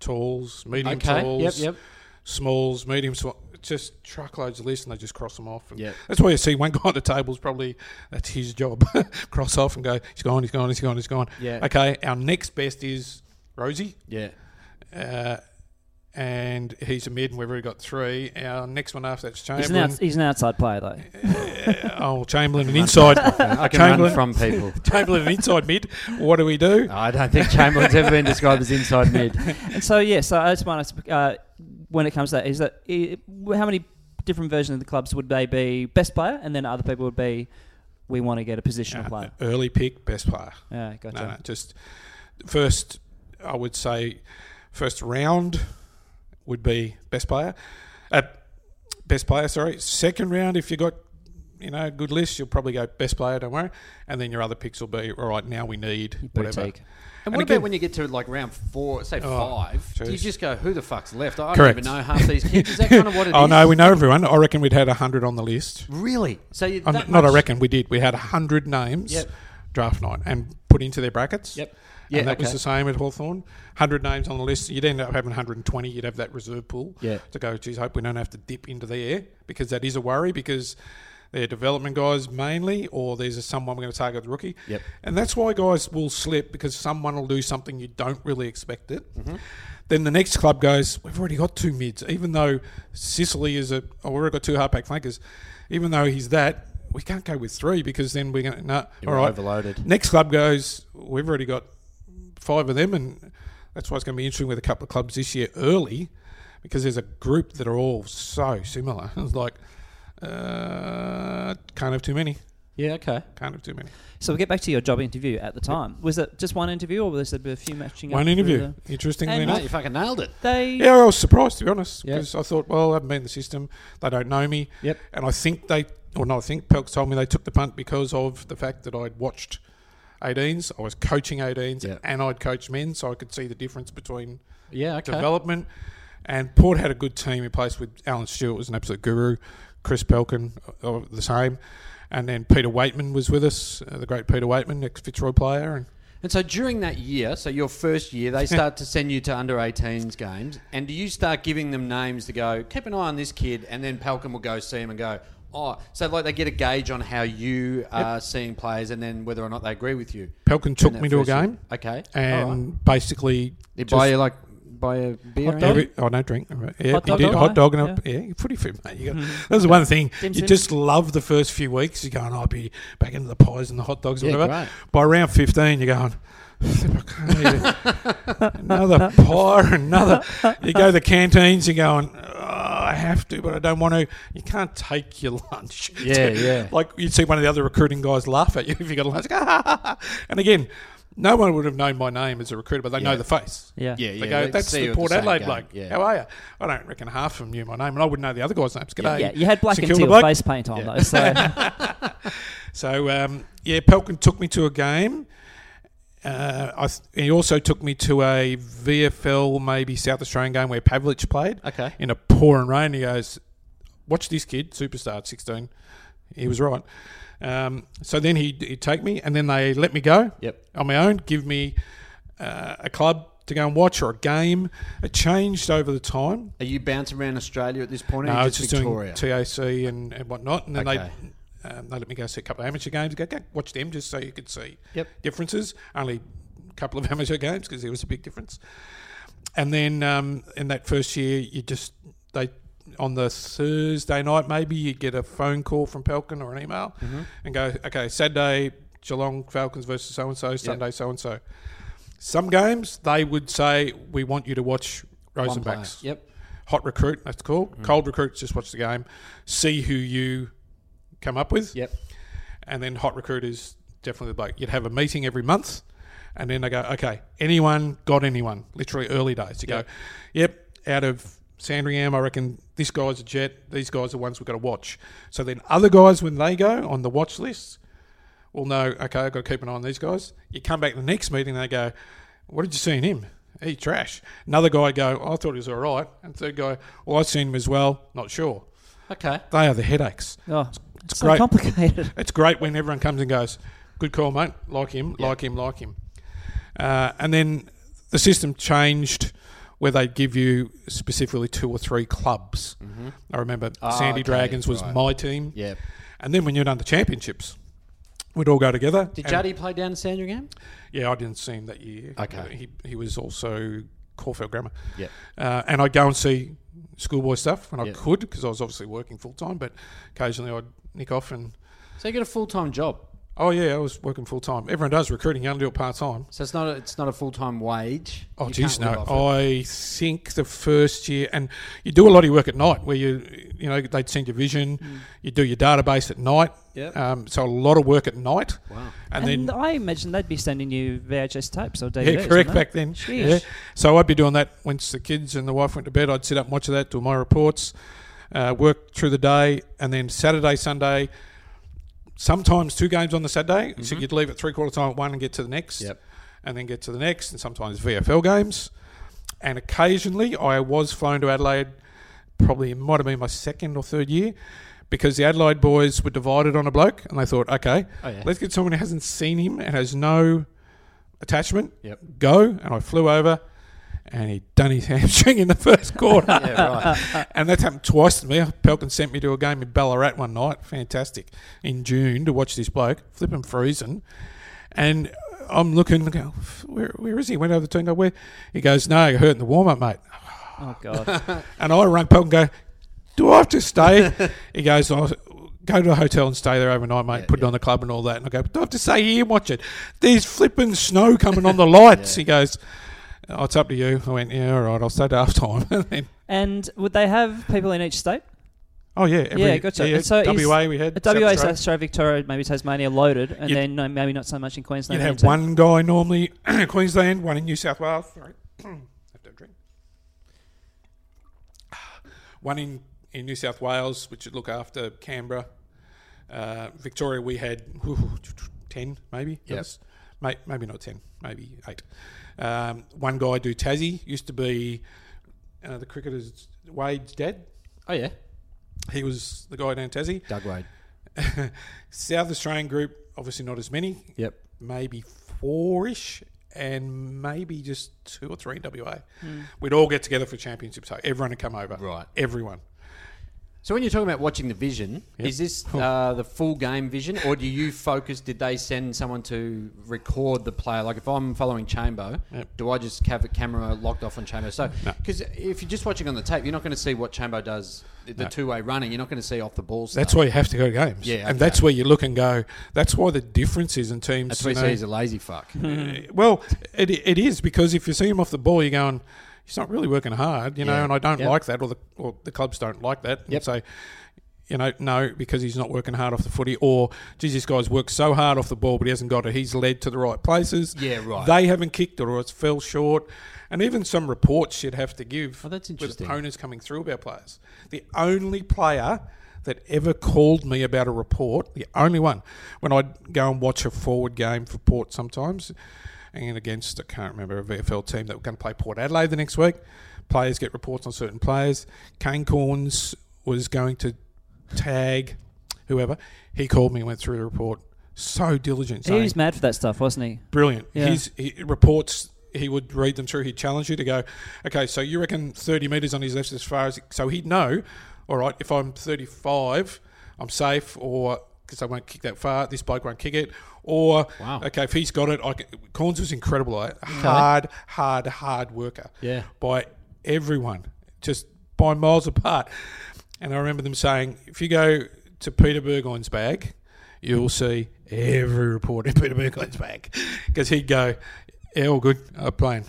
talls, medium Okay. talls, Yep, yep. smalls, medium smalls, just truckloads of lists, and they just cross them off. And Yep. That's why you see one *laughs* guy on the table's probably that's his job, *laughs* cross off and go, he's gone, he's gone, he's gone, he's gone. Yeah. Okay, our next best is Rosie Yeah. uh, and he's a mid, and we've already got three. Our next one after that's He's an, out, Chamberlain. he's an outside player, though. oh, Chamberlain, an *laughs* inside. *laughs* I can Chamberlain, run from people. Chamberlain, an inside mid. What do we do? I don't think Chamberlain's ever been described as inside mid. And so, yeah, so I just want to, uh, when it comes to that, is that i how many different versions of the clubs would they be best player, and then other people would be, we want to get a positional player? Early pick, best player. Yeah, gotcha. No, no, just first. I would say first round would be best player. Uh, best player, sorry. Second round, if you got you know a good list, you'll probably go best player. Don't worry, and then your other picks will be all right. Now we need whatever. Boutique. And And what again- about when you get to like round four, say Oh, five? Do you geez. just go, who the fuck's left? I Correct. don't even know half these kids. Is *laughs* that kind of what it is? *laughs* oh no, we know everyone. I reckon we'd had hundred on the list. Really? So you, Um, that not I much- reckon we did. We had hundred names Yep. draft night and put into their brackets. Yep. Yeah, Yeah, and that was okay. the same at Hawthorn. Hundred names on the list. You'd end up having 120. You'd have that reserve pool. Yeah. To go, geez, hope we don't have to dip into there because that is a worry because they're development guys mainly, or there's a, someone we're going to target the rookie. Yep. And that's why guys will slip because someone will do something you don't really expect it. Mm-hmm. Then the next club goes, we've already got two mids, even though Sicily is a, oh, we've already got two halfback flankers. Even though he's that, we can't go with three because then we're going to, no, all were right. overloaded. Next club goes, we've already got five of them, and that's why it's going to be interesting with a couple of clubs this year early because there's a group that are all so similar. *laughs* It's like, uh, can't have too many. Yeah, okay. Can't have too many. So we get back to your job interview at the time. Was it just one interview, or was there a few matching? up One through interview. the- Interestingly And- enough. Mate, you fucking nailed it. They Yeah, I was surprised to be honest Yeah. because I thought, well, I haven't been in the system. They don't know me. Yep. And I think they, or no, I think Pelks told me they took the punt because of the fact that I'd watched 18s. I was coaching 18s Yeah. and I'd coached men, so I could see the difference between Yeah, okay. development. And Port had a good team in place with Alan Stewart was an absolute guru, Chris Pelkin uh, the same, and then Peter Waitman was with us, uh, the great Peter Waitman, ex Fitzroy player, and And so during that year, so your first year, they start to send you to under 18s games. And do you start giving them names to go, keep an eye on this kid? And then Palcom will go see him and go, oh. So, like, they get a gauge on how you are seeing players and then whether or not they agree with you. Pelkin took that me to a first year. game, Okay. All right. and basically They just- buy you, like, buy a beer. and- Every, oh, no drink. All right. Yeah, Hot you dog did and hot pie. dog and a, yeah. you're pretty fit, mate. You got, that was the one thing. Mm-hmm. Dim you sum. just love the first few weeks. You're going, oh, I'll be back into the pies and the hot dogs or Yeah, whatever. great. By round 15, you're going, I can't even. *laughs* another pie, another. You go to the canteens, you're going, oh, I have to, but I don't want to. You can't take your lunch. *laughs* Yeah, yeah. Like you'd see one of the other recruiting guys laugh at you *laughs* if you got a lunch. and again, no one would have known my name as a recruiter, but they Yeah. know the face. Yeah. Yeah, yeah. They go, they that's see you the at Port same Adelaide game. bloke. Yeah. How are you? I don't reckon half of them knew my name, and I wouldn't know the other guy's names. G'day. Yeah, you had black St and Kilda teal bloke. face paint on though, *laughs* so So, um, yeah, Pelkin took me to a game. Uh, I th- he also took me to a VFL, maybe South Australian game where Pavlich played Okay. in a pouring rain. He goes, Watch this kid, superstar at 16. He was right. Um, so then he'd, he'd take me, and then they let me go Yep. on my own, give me uh, a club to go and watch or a game. It changed over the time. Are you bouncing around Australia at this point? or No, are I you was just just Victoria? doing TAC and, and whatnot, and then Okay. they um, they let me go see a couple of amateur games. Go, go watch them just so you could see Yep. differences. Only a couple of *laughs* amateur games because there was a big difference. And then um, in that first year, you just they on the Thursday night maybe you get a phone call from Pelkin or an email Mm-hmm. and go, okay, Saturday Geelong Falcons versus so and so, Sunday so and so. Some games they would say we want you to watch One player. Rosenbacks Yep. Mm. hot recruit, that's cool. Cold recruits, just watch the game, see who you come up with. Yep. And then hot recruit is definitely the bloke. You'd have a meeting every month, and then they go, okay, anyone got anyone? Literally early days. You go, yep, out of Sandringham, I reckon this guy's a jet. These guys are the ones we've got to watch. So then other guys, when they go on the watch list, will know, okay, I've got to keep an eye on these guys. You come back to the next meeting, they go, what did you see in him? He trash. Another guy go, I thought he was all right. And third guy, well, I've seen him as well. Not sure. Okay. They are the headaches. Oh, it's, so great. complicated. It's great when everyone comes and goes, good call, mate. Like him, like him, like him. Uh, and then the system changed where they give you specifically two or three clubs. I remember Sandy Mm-hmm. Ah, okay, Dragons was right. my team. Yep. And then when you'd done the championships, we'd all go together. Did and- Juddy play down in Sandringham? Yeah, I didn't see him that year. Okay. He, he was also Caulfield Grammar. Yep. Uh, and I'd go and see schoolboy stuff when I Yeah. could because I was obviously working full time, but occasionally I'd nick off and, So you get a full time job. oh, yeah, I was working full time. Everyone does recruiting, you only do it part time. So it's not a, it's not a full time wage. Oh, You geez, can't live no. off it. I think the first year, and you do a lot of your work at night where you, you know, they'd send your vision, you do your database at night. Hmm. Yep. Um, so a lot of work at night. Wow. And, And, then I imagine they'd be sending you VHS tapes or DVDs. Yeah, correct wouldn't back they? then. Sheesh. Yeah. So I'd be doing that once the kids and the wife went to bed. I'd sit up and watch that, do my reports, uh, work through the day, and then Saturday, Sunday, sometimes two games on the Saturday. So you'd leave at three quarter time at one and get to the next, Mm-hmm. Yep. and then get to the next, and sometimes VFL games. And occasionally I was flown to Adelaide, probably it might have been my second or third year. Because the Adelaide boys were divided on a bloke, and they thought, okay, Oh, yeah. let's get someone who hasn't seen him and has no attachment. Yep. Go. And I flew over and he done his *laughs* hamstring in the first quarter. *laughs* Yeah, right. *laughs* and that's happened twice to me. Pelkin sent me to a game in Ballarat one night, fantastic, in June to watch this bloke, flipping freezing. And I'm looking, I go, where, where is he? Went over the team, go, where? He goes, no, you're hurting the warm up, mate. Oh god. And I rang Pelton and go, Do I have *laughs* to stay? he goes, oh, Go to a hotel and stay there overnight, mate. put it on the club and all that. And I go, Do I have to stay here and watch it? There's flipping snow coming on the lights. He goes, Oh, it's up to you. I went, Yeah, all right, I'll stay to half time. *laughs* and then, and would they have people in each state? oh, yeah. Every, Yeah, gotcha. And so is- WA we had. A WA, South Australia. South Australia, Victoria, maybe Tasmania loaded, and You'd- then no, maybe not so much in Queensland. You'd and have so- one guy normally *clears throat* Queensland, one in New South Wales. Sorry. *clears throat* have to have a drink. One in, in New South Wales, which would look after Canberra. Uh, Victoria, we had whew, 10 maybe. Yep. Yes. May, maybe not 10, maybe 8. Um, one guy do Tassie, used to be uh, the cricketer's Wade's dad. Oh yeah, He was the guy down Tassie. Doug Wade. *laughs* South Australian group, obviously not as many Yep. maybe four ish, and maybe just two or three in WA. We'd all get together for championship, so everyone would come over. Right. everyone. So when you're talking about watching the vision, is this uh, the full game vision, or do you focus? Did they send someone to record the player? Like if I'm following Chambo, Yep. do I just have a camera locked off on Chambo? So because if you're just watching on the tape, you're not going to see what Chambo does, the two way running. You're not going to see off the ball. That's stuff. why you have to go to games. Yeah, okay. and that's where you look and go. That's why the difference is in teams. That's why you you know. say he's a lazy *laughs* fuck. Uh, well, it, it is because if you see him off the ball, you're going, he's not really working hard, you know, Yeah. and I don't Yep. like that, or the or the clubs don't like that. Yep. And so, you know, no, because he's not working hard off the footy, or geez, this guy's worked so hard off the ball, but he hasn't got it. He's led to the right places. Yeah, right. They haven't kicked it, or it's fell short, and even some reports you'd have to give. Oh, that's With interesting. opponents coming through about players, the only player. That ever called me about a report, the only one, when I'd go and watch a forward game for Port sometimes, and against I can't remember a VFL team that were going to play Port Adelaide the next week. Players get reports on certain players. Kane Corns was going to tag whoever. He called me and went through the report. So diligent, He saying, was mad for that stuff, wasn't he? brilliant. Yeah. His he reports he would read them through. He'd challenge you to go, okay, so you reckon 30 metres on his left as far as. So he'd know, all right, if I'm 35, I'm safe, or because I won't kick that far, this bloke won't kick it. Or, Wow. okay, if he's got it, I can, Corns was incredible. at it. Hard, hard, hard worker. Yeah. By everyone, just by miles apart. And I remember them saying, if you go to Peter Burgoyne's bag, you'll see every report in Peter Burgoyne's bag. Because he'd go, yeah, all good, I'm playing.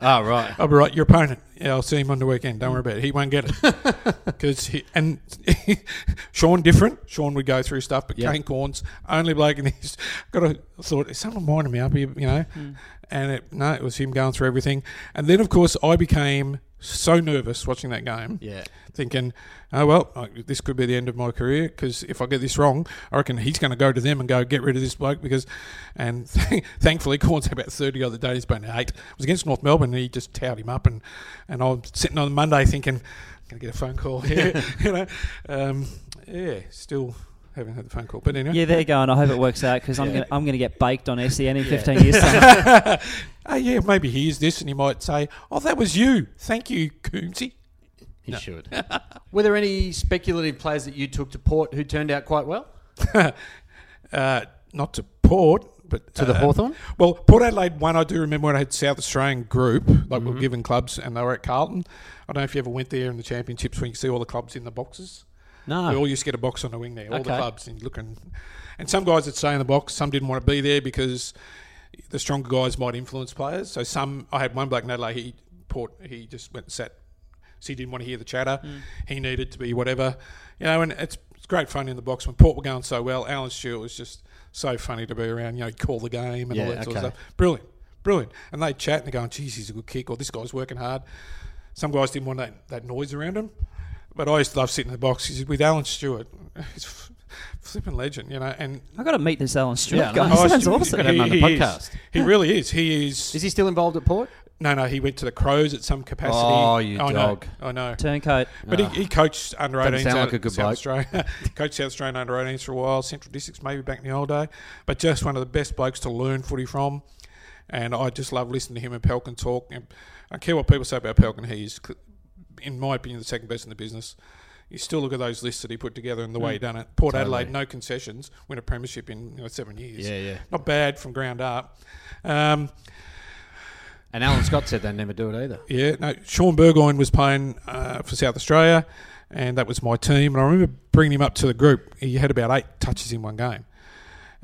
Oh, right. *laughs* I'll be right, your opponent. Yeah, I'll see him on the weekend. Don't worry about it. He won't get it. *laughs* Because he, and *laughs* Sean different. Sean would go through stuff, but Yeah. Kane Corns, only bloke in this. *laughs* Got a thought, is someone winding me up here, you know? Hmm. And it, no, it was him going through everything. And then, of course, I became so nervous watching that game Yeah. thinking, oh, well, I- this could be the end of my career because if I get this wrong, I reckon he's going to go to them and go, get rid of this bloke because, and *laughs* thankfully, Corns had about 30 the other day, he's been eight. It was against North Melbourne and he just towed him up and, and I'm sitting on Monday thinking, going to get a phone call here, *laughs* you know. Um, yeah, still haven't had the phone call. But anyway. Yeah, they're going. I hope it works out because I'm gonna I'm gonna get baked on SEN in 15 *laughs* years. time. Oh, yeah, maybe he is this and he might say, oh, that was you. Thank you, Coombsy. He should. *laughs* Were there any speculative players that you took to Port who turned out quite well? uh, not to Port, but To the uh, Hawthorn? Well, Port Adelaide one, I do remember when I had South Australian group, like we Mm-hmm. were given clubs, and they were at Carlton. I don't know if you ever went there in the championships when you see all the clubs in the boxes. No. We all used to get a box on the wing there, all the Okay. clubs, and looking. And some guys would stay in the box, some didn't want to be there because the stronger guys might influence players. So some, I had one bloke in Adelaide, he, Port, he just went and sat. So he didn't want to hear the chatter. Mm. He needed to be whatever, you know. And it's, it's great fun in the box when Port were going so well. Alan Stewart was just so funny to be around. You know, he'd call the game and all Yeah, that sort of okay. stuff. Brilliant, brilliant. And they chat and they're going, "Geez, he's a good kick," or "This guy's working hard." Some guys didn't want that, that noise around him, but I used to love sitting in the box 'cause with Alan Stewart. *laughs* He's a flipping legend, you know. And I got to meet this Alan Stewart Yeah, I guy. know. *laughs* Oh, This sounds Stewart- awesome. Gotta have him on the he is. podcast. He really is. He is. Is he still involved at Port? No, no, he went to the Crows at some capacity. Oh, you I dog. Know, I know. Turncoat. But he, he coached under Ah. Doesn't 18s. sound out like a good South bloke. Australia. *laughs* coached South Australian under 18s for a while, Central Districts maybe back in the old day. But just one of the best blokes to learn footy from. And I just love listening to him and Pelkin talk. And I don't care what people say about Pelkin, he's, cl- in my opinion, the second best in the business. You still look at those lists that he put together and the Hmm. way he done it. Port Adelaide, no concessions, win a premiership in you know, seven years. Yeah, yeah. Not bad from ground up. Um, And Alan Scott said they never do it either. yeah, no. Sean Burgoyne was playing uh, for South Australia, and that was my team. And I remember bringing him up to the group. He had about eight touches in one game,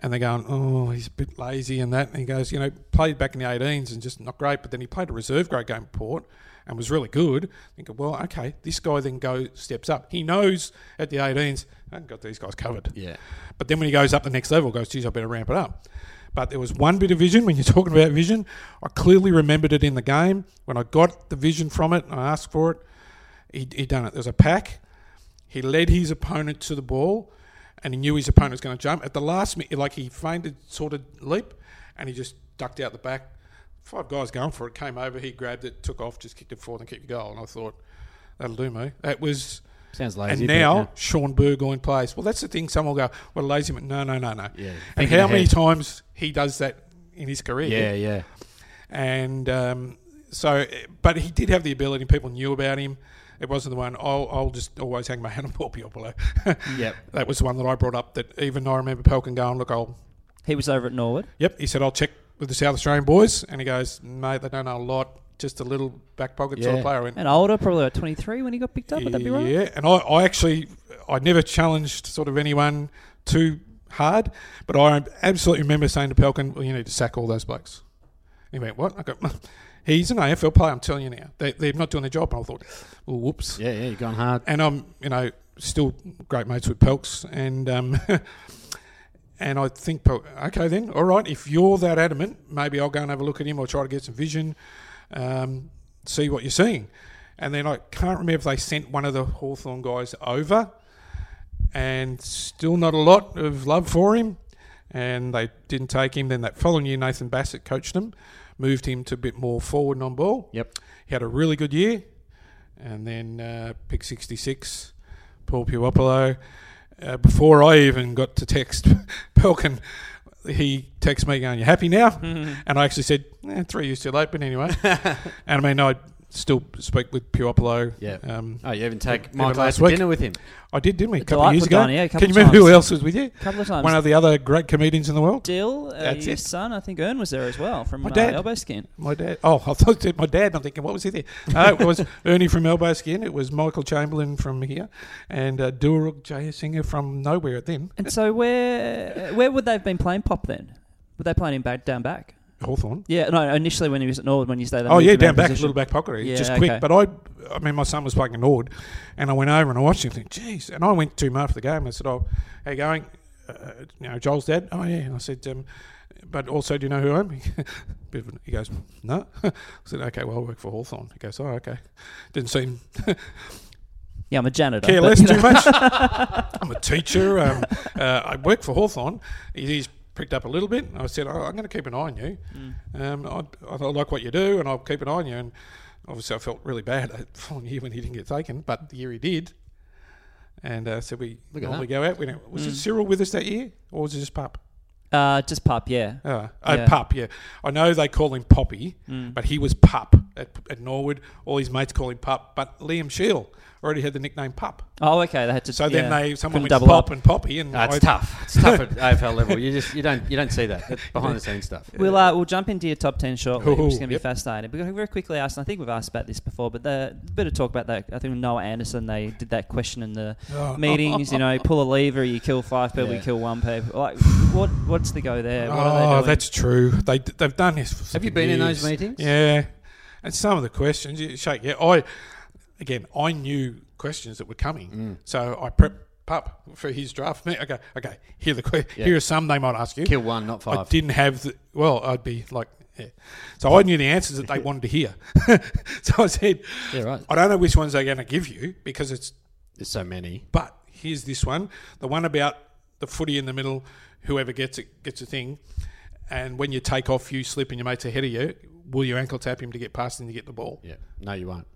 and they're going, "Oh, he's a bit lazy and that." And he goes, "You know, played back in the 18s and just not great." But then he played a reserve grade game at Port and was really good. Thinking, "Well, okay, this guy then goes steps up. He knows at the 18s, I have got these guys covered." Yeah. But then when he goes up the next level, goes, geez, I better ramp it up. But there was one bit of vision when you're *laughs* talking about vision. I clearly remembered it in the game when I got the vision from it and I asked for it. He he done it. There was a pack. He led his opponent to the ball, and he knew his opponent was going to jump. At the last minute, like he feinted, sort of leap, and he just ducked out the back. Five guys going for it came over. He grabbed it, took off, just kicked it forward and kicked the goal. And I thought that'll do me. That was Sounds and lazy. but, now yeah. Sean Burgoyne plays. Well, that's the thing. Some will go, well, lazy. man." No, no, no, no. Yeah, And thinking how many ahead. times he does that in his career. Yeah, yeah. And um, so, but he did have the ability. People knew about him. It wasn't the one, I'll, I'll just always hang my hat on Paul Piopolo. *laughs* Yep. That was the one that I brought up that even I remember Pelkin going, look, I'll, He was over at Norwood. yep. He said, I'll check with the South Australian boys. And he goes, mate, they don't know a lot. Just a little back pocket sort Yeah. of player. I went, And older, probably like 23 when he got picked up. Would that be right? Yeah, and I, I actually I never challenged sort of anyone too hard, but I absolutely remember saying to Pelkin, "Well, you need to sack all those blokes." He went, "What?" I go, *laughs* "He's an AFL player. I'm telling you now. They, they're not doing their job." And I thought, "Well, whoops." Yeah, yeah. You've gone hard. And I'm, you know, still great mates with Pelks, and um, *laughs* and I think, Pel- okay, then, all right. If you're that adamant, maybe I'll go and have a look at him or try to get some vision, um, see what you're seeing. And then I can't remember if they sent one of the Hawthorn guys over, and still not a lot of love for him. And they didn't take him. Then that following year, Nathan Bassett coached him, moved him to a bit more forward and on ball. Yep. He had a really good year, and then uh, pick 66, Paul Puopolo. Uh, before I even got to text *laughs* Pelkin, he texts me going, "You happy now?" *laughs* And I actually said, eh, three years too late." But anyway, and I mean, I still speak with Puopolo. Yeah. um, Oh, you even Even take Michael out last to week. dinner with him. I did, didn't we? A It's couple all right, of years put ago. Donny, yeah, a couple Can you remember times. who else was with you? couple of times. One of the other great comedians in the world. Dill, uh, That's your it. son, I think Ern was there as well from My uh, dad. Elbow Skin. My dad. Oh, *laughs* I thought it said my dad. and I'm thinking, what was he there? No, *laughs* it was Ernie from Elbow Skin. It was Michael Chamberlain from here, and uh, Durag Jayasinger from nowhere. Then And so where uh, where would they have been playing pop then? Were they playing him back down back? Hawthorne. Yeah, no. Initially when he was at Norwood, when you say that. Oh yeah, down back, a little back pocket, Yeah, just quick. okay. But I, I mean, my son was playing Nord, and I went over and I watched him. Think, geez, and I went to him after the game. and I said, "Oh, how you going? Uh, you know, Joel's dad. Oh yeah." And I said, um, "But also, do you know who I am?" *laughs* Bit of an- he goes, "No." *laughs* I said, "Okay, well, I work for Hawthorn." He goes, "Oh, okay." Didn't seem Yeah, I'm a janitor. care but, less you know, too much. I'm a teacher. Um, uh, I work for Hawthorn. He's picked up a little bit. I said, oh, I'm going to keep an eye on you. Um, I, I like what you do, and I'll keep an eye on you. And obviously, I felt really bad *laughs* that one year when he didn't get taken, but the year he did. And uh, so we Look at normally go out. We don't, was it Cyril with us that year, or was it just Pup? Uh, just pup, yeah. Uh, oh, Yeah. Pup, yeah. I know they call him Poppy, but he was Pup at, at Norwood. All his mates call him Pup, but Liam Sheil already had the nickname Pup. Oh, okay. They had to. So yeah. then they someone Couldn't double went pop up. and poppy and No, Ah, it's I- tough. It's tough *laughs* at AFL level. You just you don't you don't see that. That's behind the scenes stuff. We'll uh, we'll jump into your top ten shortly, Ooh, which is going to Oh, yep. be fascinating. But very quickly, asked, and I think we've asked about this before, but the bit of talk about that. I think Noah Anderson they did that question in the Oh. meetings. You *laughs* know, pull a lever, you kill five people, you Yeah. kill one people. Like, what what's the go there? What are they Oh, doing? that's true. They d- they've done this. For Have you fucking been in those years. meetings? Yeah, and some of the questions you shake. Yeah, I again I knew questions that were coming, Mm. so I prepped pup for his draft. Me, okay, okay. Here are the que- Yeah. here are some they might ask you. Kill one, not I five. didn't have the well. I'd be like. Yeah. So I knew the answers *laughs* that they wanted to hear. *laughs* so I said, Yeah, right. I don't know which ones they're going to give you because it's There's so many. But here's this one the one about the footy in the middle, whoever gets it gets a thing. And when you take off, you slip and your mate's ahead of you. Will you ankle tap him to get past him to get the ball? Yeah. No, you won't.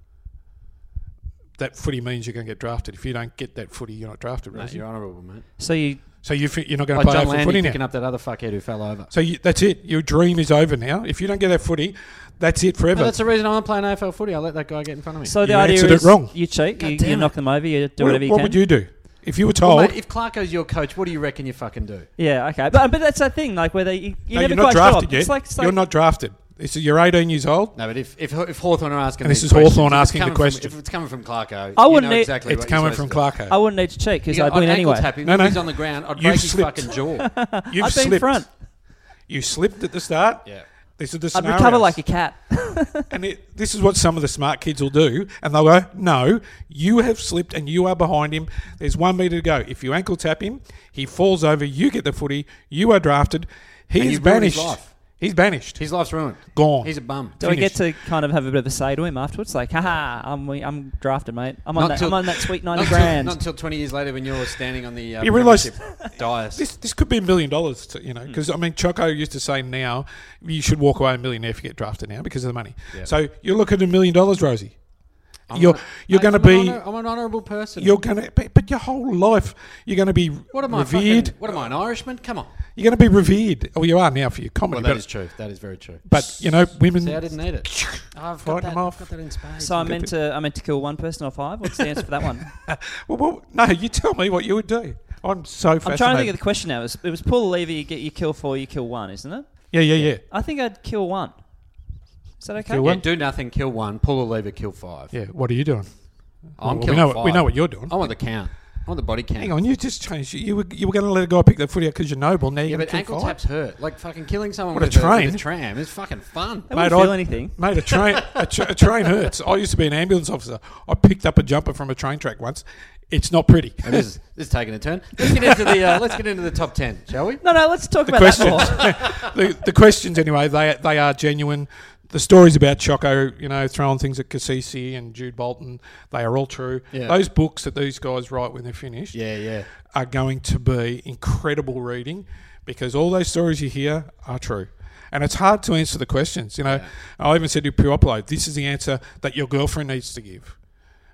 That footy means you're going to get drafted. If you don't get that footy, you're not drafted, No, right? you're honourable, mate. so you So you think you're not going Like to play John over Landy footy picking now. up that other fuckhead who fell over. So you, that's it. Your dream is over now. If you don't get that footy, that's it forever. No, that's the reason I'm playing AFL footy. I let that guy get in front of me. so the You idea answered it is wrong. you cheat, you, damn you it. knock them over, you do what whatever you what can. would you do if you were Well, told? mate, if Clarko's your coach, what do you reckon you fucking do? Yeah, okay, but but that's the thing. Like where they you, you no, never you're not quite show up. drafted yet. It's like, it's like you're not drafted. It's, you're 18 years old. No, but if if, if Hawthorne are asking, And this these is Hawthorn questions, if it's asking the coming question. From, if it's coming from Clarko, I wouldn't e- I wouldn't you know need- exactly. It's what you're coming supposed from to do. Clarko. I wouldn't need to cheat because You I do it I'd ankle anyway. tap him. No, If no. He's on the ground. I'd You've break slipped. his fucking jaw. *laughs* You've I'd be in slipped. front. You slipped at the start. Yeah. This is the I'd scenarios. recover like a cat. And it, this is what some of the smart kids will do, and they'll go, "No, you have slipped, and you are behind him. There's one meter to go. If you ankle tap him, he falls over. You get the footy. You are drafted. He And is you ruin his banished. life. He's banished. He's His life's ruined. gone. He's a bum. Do I get to kind of have a bit of a say to him afterwards? Like, haha, I'm I'm drafted, mate. I'm on that. I'm on that sweet ninety *laughs* not till- grand. not until 20 years later when you're standing on the uh, You realise- premiership dais. this this could be a million dollars, to- you Hmm. know, because I mean, Choco used to say now you should walk away a millionaire if you get drafted now because of the money. Yeah. So you're looking at a million dollars, Rosie. I'm you're not- you're mate, going to I'm an be honor- I'm an honourable person. you're going to be, but your whole life you're going to be what am I? revered. Fucking, what am I? An Irishman? Come on. You're going to be revered. Well, you are now for your comedy, Well, that but, is true. That is very true. but you know, women. See, I didn't need it. *laughs* Oh, I've Fight got, them that, off. I've got that in space. so I meant to I meant to kill one person or five. What's the answer for that *laughs* one? Well, well, no, you tell me what you would do. I'm so fascinated. I'm trying to think of the question now. It was, it was pull a lever, you get you kill four, you kill one, isn't it? yeah, yeah, yeah. I think I'd kill one. Is that okay? Kill Yeah, one? do nothing, kill one, pull a lever, kill five. Yeah. What are you doing? I'm Well, we killing know five. what- we know what you're doing. I want the count. I want the body count. Hang on, you just changed. You were you were going to let a guy pick the footy out because you're noble. Now Yeah, you're but going to ankle kill five. taps hurt. Like fucking killing someone What a with, a, with train. a tram is fucking fun. I wouldn't Mate, feel I- anything. Mate, a train a, tra- a train hurts. I used to be an ambulance officer. I picked up a jumper from a train track once. It's not pretty. And this, is, this is taking a turn. Let's get into the uh, let's get into the top ten, shall *laughs* we? No, no. Let's talk *laughs* about questions. that more. *laughs* the, the questions anyway, they they are genuine. The stories about Choco, you know, throwing things at Cassisi and Jude Bolton, they are all true. Yeah. Those books that these guys write when they're finished Yeah, yeah. are going to be incredible reading because all those stories you hear are true. And it's hard to answer the questions. You know, I even said to Puopolo, this is the answer that your girlfriend needs to give.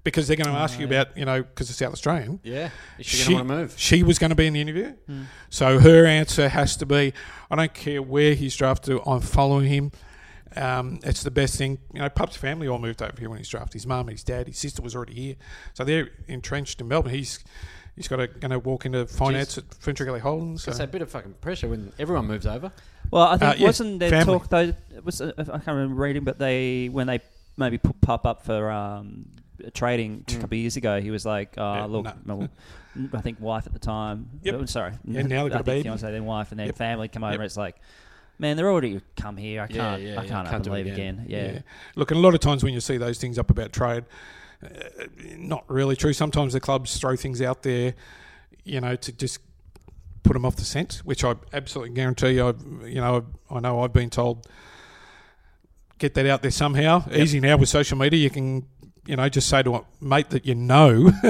because they're going to ask you about you know because it's South Australian. Yeah. Is she, going to want to move? Hmm. She was going to be in the interview. So her answer has to be, I don't care where he's drafted, I'm following him. Um, it's the best thing. You know, Pup's family all moved over here when he's drafted. His mum, his dad, his sister was already here. So they're entrenched in Melbourne. He's he's got to going to walk into finance at Fentrick Alley Holdings. It's a So. bit of fucking pressure when everyone moves over. Well, I think Uh, yes, wasn't there family. talk though? It was uh, I can't remember reading, but they when they maybe put Pup up for um, trading a couple of years ago, he was like, oh, Hmm. Yeah, "Look, no. my- I think wife at the time. Yep. Oh, sorry, Yeah, now they've got I a think baby. Fiance, then wife, and then Yep. family come over. Yep. It's like, man, they're already come here. I Yeah, can't. yeah, I yeah, can't, up can't and do it leave again. again. Yeah. Look, and a lot of times when you see those things up about trade, uh, not really true. Sometimes the clubs throw things out there, you know, to just put them off the scent, which I absolutely guarantee. I, you know, I know I've been told get that out there somehow. Easy now with social media, you can, you know, just say to a mate that you know. *laughs*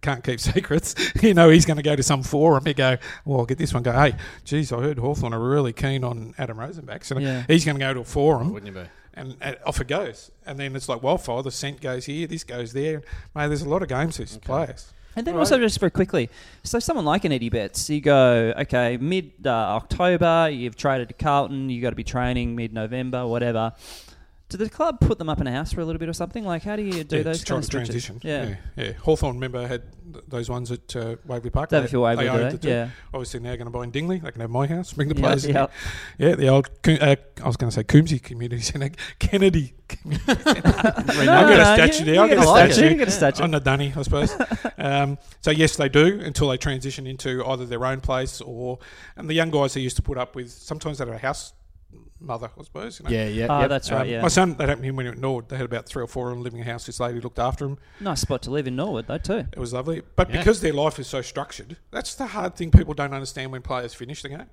Can't keep secrets. *laughs* You know, he's going to go to some forum. He go, well, I'll get this one. Go, hey, geez, I heard Hawthorn are really keen on Adam Rosenbach. So Yeah. he's going to go to a forum Wouldn't you be? and, and off it goes. And then it's like wildfire. The scent goes here, this goes there. Mate, there's a lot of games this plays. And then also just very quickly, so someone like an Eddie Betts, you go okay mid uh, October, you've traded to Carlton, you got to be training mid November, whatever. Did the club put them up in a house for a little bit or something? Like, how do you do yeah, those to try kind of to switches? transition. Yeah. yeah, yeah. Hawthorne, remember, had th- those ones at uh, Waverley Park. Davenport Waverley, do owned they? the two. Yeah. Obviously, now going to buy in Dingley. They can have my house, bring the Yeah, players in. yeah. Yeah, the old, Co- uh, I was going to say Coombsy Community Centre, Kennedy. Community Centre. I'll get no, a statue you- there. you I'll get get a a statue, statue. you get a statue. On the dunny, *laughs* I suppose. um, so, yes, they do until they transition into either their own place or, and the young guys they used to put up with, sometimes they had a house mother, I suppose. You know? Yeah, yeah. Oh, yep. that's right. Um, Yeah, My son, they happened to him when he was at Nord. They had about three or four of them living in a house. This lady looked after him. nice spot to live in Norwood though too. It was lovely. But Yeah. because their life is so structured, that's the hard thing people don't understand when players finish the game.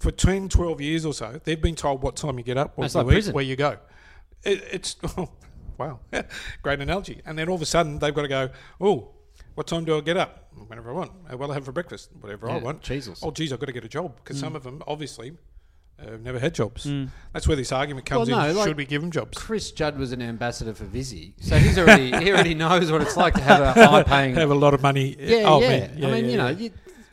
For 10, 12 years or so, they've been told what time you get up, what That's you like eat, prison. where you go. It, it's, *laughs* oh, wow, *laughs* great analogy. And then all of a sudden, they've got to go, oh, what time do I get up? Whenever I want. Uh, What do I have for breakfast? Whatever I Yeah, want. Jesus. Mm. Oh, geez, I've got to get a job. Because some of them, obviously, uh, have never had jobs. That's where this argument comes Well, no, in. like- Should we give them jobs? Chris Judd was an ambassador for Visi, so he's already he *laughs* already knows what it's like to have a high paying. have a lot of money. yeah, oh, yeah. Man. I mean, yeah, you yeah. know, you,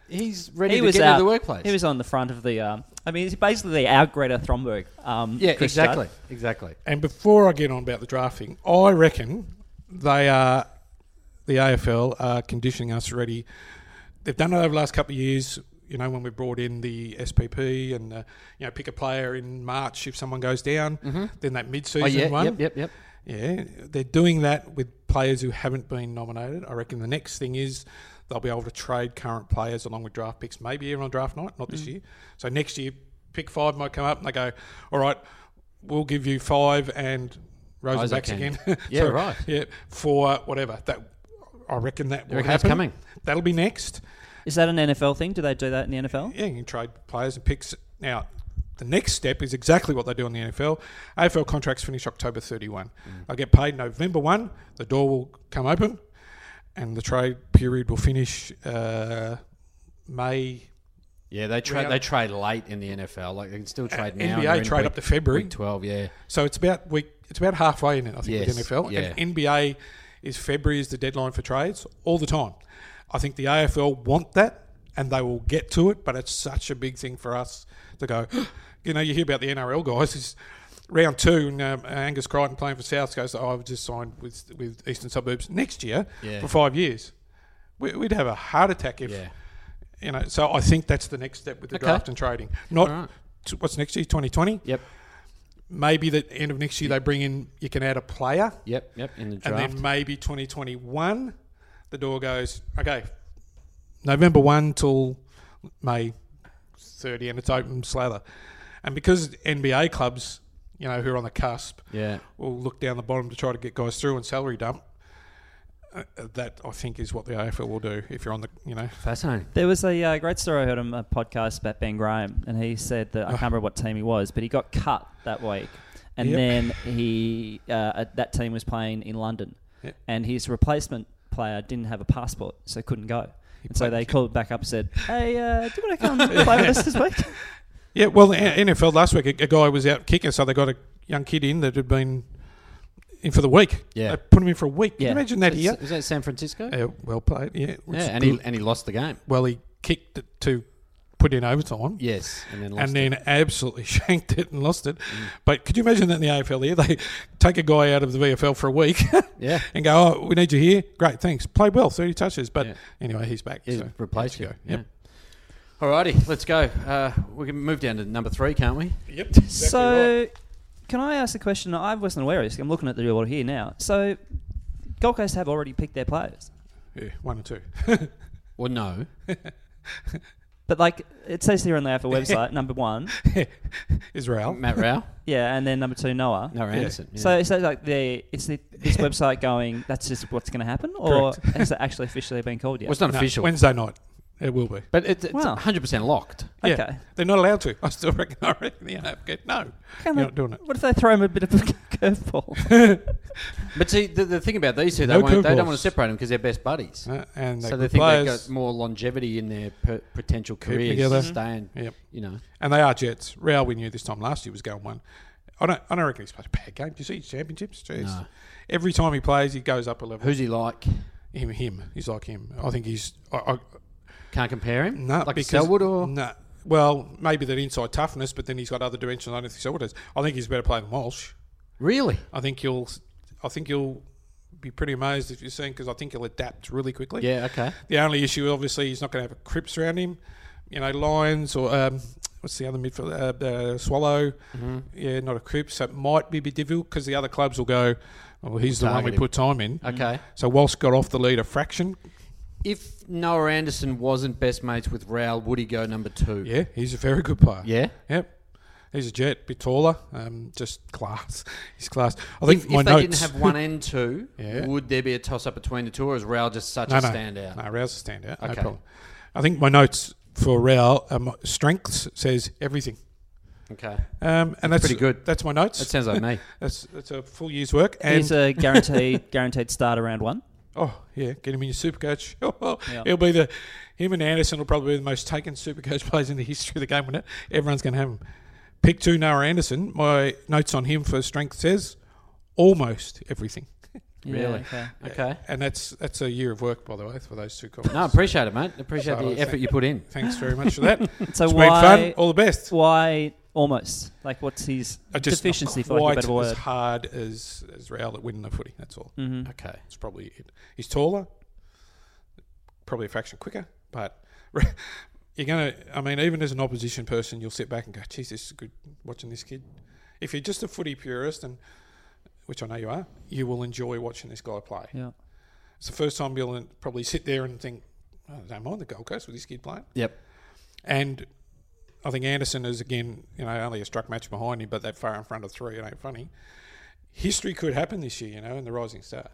he's ready He to was get out, into the workplace. He was on the front of the. Um, I mean, he's basically our Greta Thunberg. Um, yeah, Chris Judd. exactly, exactly. And before I get on about the drafting, I reckon they are the AFL are conditioning us already. They've done it over the last couple of years. You know, when we brought in the SPP and uh, you know pick a player in March if someone goes down, then that mid-season Oh yeah, one. yep, yep, yep. Yeah, they're doing that with players who haven't been nominated. I reckon the next thing is they'll be able to trade current players along with draft picks, maybe even on draft night, not Mm. this year. So next year, pick five might come up and they go, all right, we'll give you five and Rosenbacks Isaac again. *laughs* and- Yeah, right. Yeah, for whatever. That I reckon that will reckon that's happen. coming? That'll be next. Is that an NFL thing? Do they do that in the NFL? Yeah, you can trade players and picks. Now, the next step is exactly what they do in the NFL. AFL contracts finish October 31. I get paid November 1. The door will come open and the trade period will finish uh, May. Yeah, they trade Round- they trade late in the NFL. Like they can still Uh, trade now. and they're in NBA trade week- up to February. week twelve. Yeah, So it's about week. It's about halfway in it, I think, Yes, with NFL. yeah. And NBA is February is the deadline for trades all the time. I think the AFL want that, and they will get to it. But it's such a big thing for us to go. you know, you hear about the NRL guys. Is round two, and um, Angus Crichton playing for South goes. Oh, I've just signed with with Eastern Suburbs next year Yeah. for five years. We, we'd have a heart attack if. Yeah. You know, so I think that's the next step with the Okay. draft and trading. Not All right. t- what's next year, twenty twenty yep, maybe the end of next year they bring in you can add a player yep, yep. In the and draft, then maybe 2021 the door goes okay november 1 till may 30 and it's open slather and because nba clubs you know who are on the cusp yeah. will look down the bottom to try to get guys through and salary dump uh, uh, that I think is what the AFL will do if you're on the, you know, Fascinating. There was a uh, great story I heard on a podcast about Ben Graham, and he said that I can't remember what team he was, but he got cut that week, and Ah. Yep. then he uh, uh, that team was playing in London, Yep. and his replacement player didn't have a passport, so couldn't go. And so they called back up and said, "Hey, uh, do you want to *laughs* come play with us this week?" Yeah, well, the NFL last week, a, a guy was out kicking, so they got a young kid in that had been in for the week. Yeah. They put him in for a week. Can Yeah. you imagine that Is here? that- is that San Francisco? Uh, well played. Yeah. which yeah, is and good. he, and he lost the game. well, he kicked it to put in overtime. Yes, and then lost and it. Mm. then absolutely *laughs* shanked it and lost it. But could you imagine that in the AFL here? They *laughs* take a guy out of the VFL for a week *laughs* Yeah. and go, oh, we need you here. Great, thanks. Played well, 30 touches. But Yeah. anyway, he's back. He's *laughs* so replaced you. there Yeah. you go. Alrighty, let's go. Uh, we can move down to number three, can't we? Yep. Yep. exactly right. so, can I ask a question? I wasn't aware of this. I'm looking at the order here now. So, Gold Coast have already picked their players, Yeah, one or two. Well, no. but like it says here on the *laughs* AFL website, number one, Israel. Matt Rao, yeah, and then number two, Noah. no Anderson. yeah. So is that like the it's the, *laughs* this website going? That's just what's going to happen, or has it actually officially been called yet? well, it's not No, official, Wednesday night. It will be. but it, it's Wow. 100 percent locked. Yeah. Okay. They're not allowed to. *laughs* I still reckon, I reckon the AFL. No. Can You're they- not doing it. What if they throw him a bit of a *laughs* curveball? But see, the, the thing about these two, they, No won't, they curveballs. don't want to separate them because they're best buddies. Uh, and so they the think they've players, got more longevity in their per- potential careers, together. Mm-hmm. just staying. Yep. You know, and they are Jets. Real, we knew this time last year was going one. I don't, I don't reckon he's played a bad game. Do you see his championships? Jeez. No. Every time he plays, he goes up a level. who's he like? him? Him. He's like him. I think he's. I, I, Can't compare him. no, like a because, Selwood or no. Well, maybe that inside toughness, but then he's got other dimensions. I don't think Selwood has. I think he's a better player than Walsh. really? I think you'll, I think you'll be pretty amazed if you're seeing because I think he'll adapt really quickly. Yeah. Okay. The only issue, obviously, he's not going to have a Crips around him. You know, Lions or um, what's the other midfield? Uh, uh, Swallow. Mm-hmm. Yeah, not a Crips. So it might be a bit difficult because the other clubs will go, well, he's the one we Target him. put time in. Okay. So Walsh got off the lead a fraction. If Noah Anderson wasn't best mates with Rao, would he go number two? Yeah, he's a very good player. Yeah. Yep. He's a jet, bit taller, um, just *laughs* class. He's class. I think If, my if they notes. didn't have one and two, *laughs* Yeah. would there be a toss up between the two, or is Rao just such a standout? No, Rao's a standout. No Okay. problem. I think my notes for Rao, um, strengths says everything. Okay. Um, and that's, pretty good. That's my notes. That sounds like *laughs* me. that's that's a full year's work. And He's a guaranteed *laughs* guaranteed start around one. oh yeah, get him in your super coach. *laughs* Yeah. He'll be the him and Anderson will probably be the most taken super coach *laughs* players in the history of the game. When it everyone's going to have him. Pick two Noah Anderson. My notes on him for strength says almost everything. Yeah, Really? okay. Okay. And that's that's a year of work, by the way, for those two comments. No, appreciate it, mate. Appreciate Sorry, the I was effort you put in. Thanks very much for that. So it's been fun. why All the best. why almost like what's his I just deficiency not for lack of a quite better word? as hard as as Raoul at winning the footy. That's all. Mm-hmm. Okay. That's probably it. He's taller, probably a fraction quicker, but *laughs* you're gonna. I mean, even as an opposition person, you'll sit back and go, "Geez, this is good watching this kid." If you're just a footy purist, and which I know you are, you will enjoy watching this guy play. Yeah. It's the first time you'll probably sit there and think, "Oh, "I don't mind the Gold Coast with this kid playing." Yep. And I think Anderson is again, you know, only a struck match behind him, but that far in front of three, it ain't funny. History could happen this year, you know, in the Rising Star.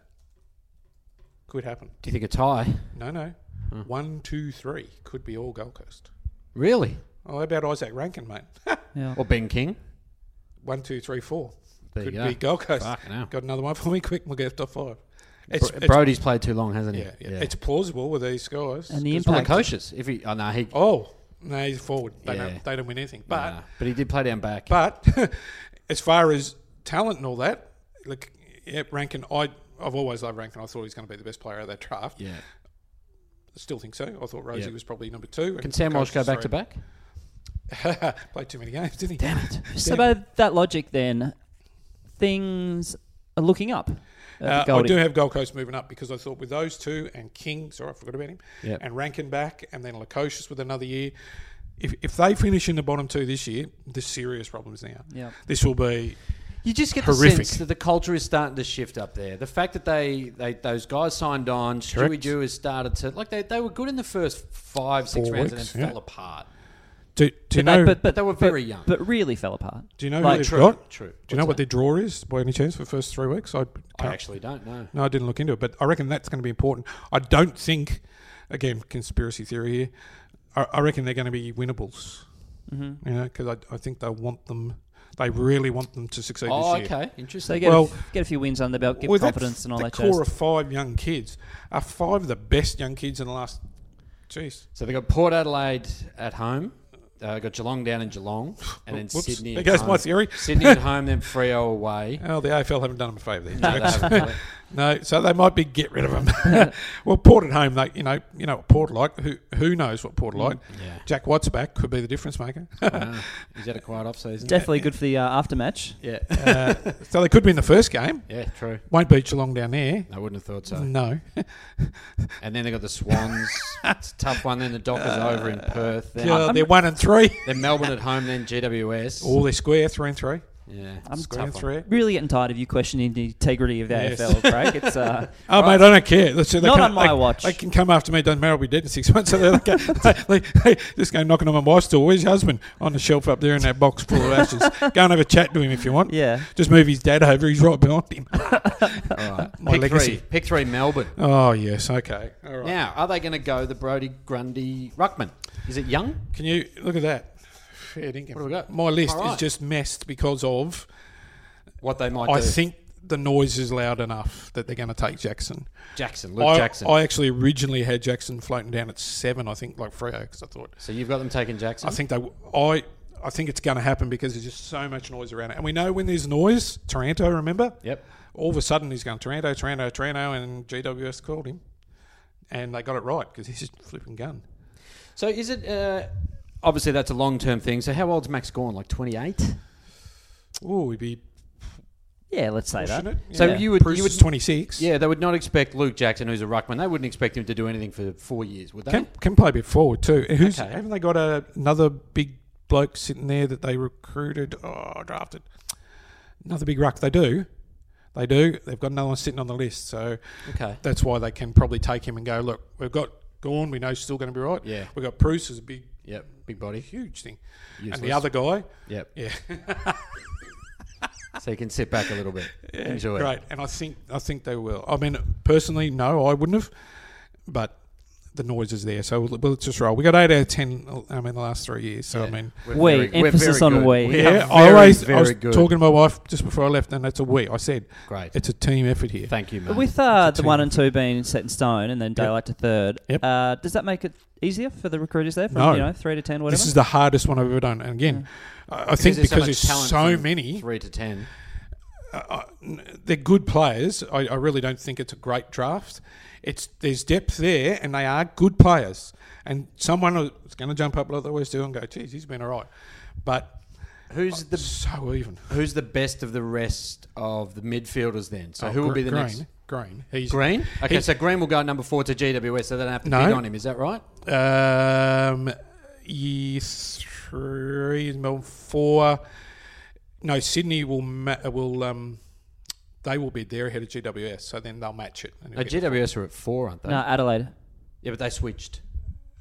Could happen. Do you think a tie? No, no. Hmm. One, two, three could be all Gold Coast. Really? Oh, how about Isaac Rankin, mate? *laughs* Yeah. Or Ben King? one, two, three, four. There could you go. be Gold Coast. Fucking hell. Got another one for me? Quick, we'll get top five. It's, Bro- it's- Brody's played too long, hasn't he? yeah, yeah, it's plausible with these guys. And the He's probably impact. cautious. If he, oh no, he. oh, no, he's a forward. They, Yeah. don't, they don't win anything. But But, but he did play down back. But *laughs* as far as talent and all that, look, yeah, Rankin, I, I've always loved Rankin. I thought he was going to be the best player of that draft. yeah. Still think so. I thought Rosie Yeah. was probably number two. Can Sam Walsh go back to back? back? Played too many games, didn't *laughs* he? Damn it. So by that logic, then things are looking up. at Uh, I Goldie. do have Gold Coast moving up because I thought with those two and King, sorry, I forgot about him, Yep. and Rankin back, and then Lacocious with another year. If, if they finish in the bottom two this year, the serious problems now. Yep. This will be You just get the Horrific. sense that the culture is starting to shift up there. The fact that they, they those guys signed on, Stewie Correct. Jew has started to like they, they were good in the first five six Four rounds weeks, and then yeah. fell apart. do, do you But they- know? but, but They were but- very young. but really fell apart. do you know like, who they've True, got? true. Do you know what their draw is by any chance for the first three weeks? I, I can't- actually don't know. No, I didn't look into it, but I reckon that's going to be important. I don't think, again, conspiracy theory here. I, I reckon they're going to be winnables. Mm-hmm. You know, because I, I think they want them. They really want them to succeed Oh, this year. okay, So they interesting. get, a Well- f- get a few wins under the belt, get Well, that's confidence and all the that core jazz. of five young kids are five of the best young kids in the last. Jeez, So they got Port Adelaide at home, Uh, got Geelong down in Geelong, and then Whoops, Sydney. there at goes home. my theory. Sydney at *laughs* home, then Freo away. Oh, the AFL haven't done them a favour there. *laughs* No, they haven't done it. *laughs* no, so they might be get rid of them. *laughs* well, Port at home, they you know you know what Port like. Who who knows what Port like? Mm, yeah. Jack White's back could be the difference maker. *laughs* Ah, he's had a quiet off season. Definitely good for the uh, aftermatch. yeah, uh, so they could win the first game. yeah, true. Won't beat Geelong down there. I wouldn't have thought so. No, And then they got the Swans. it's a tough one. Then the Dockers over in Perth. Then, *laughs* Uh, Yeah, they're one and three. then Melbourne at home. Then GWS. All they're square, three and three. Yeah, I'm it's a square tough and one. three. Really getting tired of you questioning the integrity of the Yes. AFL, *laughs* Craig. It's uh, Oh, mate, I don't care. That's it. They Not can- on my they- watch. They can come after me. Doesn't matter. I'll be dead in six months. *laughs* So they're like, they, they, just go knocking on my wife's door. Where's your husband? On the shelf up there in that box full of ashes. go and have a chat to him if you want. yeah. Just move his dad over. He's right *laughs* behind him. All right. *laughs* My pick legacy. three. Pick three. Melbourne. Oh yes. Okay. All right. Now, are they going to go the Brody Grundy Ruckman? Is it Young? Can you look at that? Fair dinkum. What have we got? My list All right. is just messed because of. What they might I do? think the noise is loud enough that they're going to take Jackson. Jackson, Luke I, Jackson. I actually originally had Jackson floating down at seven. I think like Freo because I thought so you've got them taking Jackson. I think they. w- I I think it's going to happen because there's just so much noise around it, and we know when there's noise, Toronto. Remember? Yep. All of a sudden, he's going Toronto, Toronto, Toronto, and GWS called him, and they got it right because he's just flipping gun. So is it? Uh, obviously, that's a long-term thing. So how old's Max Gorn? Like twenty-eight. Ooh, we'd be Yeah, let's say that. pushing it. So Yeah. you would- Bruce you would- is 26. Yeah, they would not expect Luke Jackson, who's a ruckman. They wouldn't expect him to do anything for four years, would they? Can can play a bit forward too. And Who's Okay. haven't they got a, another big bloke sitting there that they recruited or drafted? Another big ruck. They do. They do. They've got another one sitting on the list. So Okay. that's why they can probably take him and go, look, we've got Gorn, we know he's still going to be right. Yeah. We've got Bruce as a big, Yep. Big body. huge thing. And Useless. the other guy, Yep. yeah, *laughs* So you can sit back a little bit. Enjoy. it. great. And I think I think they will. I mean, personally, no, I wouldn't have, but the noise is there. So we'll, we'll just roll. We got 8 out of 10, I mean, the last three years. So, I mean, We're We, very- we're emphasis very on good. we. are Yeah, I very, always I very was good. talking to my wife just before I left, and that's a we. I said Great. it's a team effort here. Thank you, mate. With uh, the two. one and two being set in stone, and then daylight to third, Yep. uh, does that make it easier for the recruiters there? From No. you know three to ten, whatever. This is the hardest one I've ever done, and again, I I there's think so because much there's talent so from many, three to ten. they're good players. I, I really don't think it's a great draft. It's there's depth there, and they are good players. And someone is going to jump up like they always do and go, "Geez, he's been all right," but Who's the so even. Who's the best of the rest of the midfielders then? So Oh, who will Gr- be the Green, next? Green. He's Green. Okay, He's- so Green will go at number four to GWS, so they don't have to No. bid on him. Is that right? Um, ye three, Melbourne four. No, Sydney will ma- will um, they will bid there ahead of GWS, so then they'll match it. and No, it'll get- GWS are at four, aren't they? no, Adelaide. Yeah, but they switched.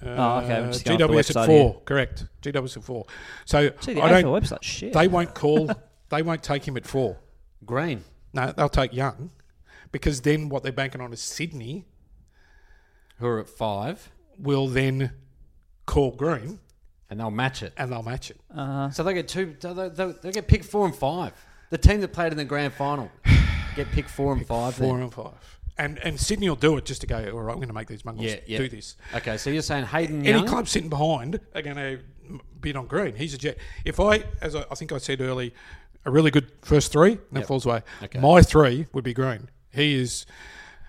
Oh, okay, Uh, I'm just going off the GWS website at four, correct? GWS at four. So See the I AFL don't. website. Shit. They won't call. they won't take him at four. Green. No, they'll take Young, because then what they're banking on is Sydney Who are at five, will then call Green and they'll match it. and they'll match it. Oh, So they get two. They, they, they- they get picked four and five. The team that played in the grand final *sighs* get picked four and five. Four then. and five. And and Sydney will do it just to go, all right, I'm going to make these mongrels Yeah, yeah. do this. Okay, so you're saying Hayden Any Young? club sitting behind are going to bid on Green. He's a jet. If I, as I, I think I said early, a really good first three, and that falls away. Okay. My three would be Green. He is.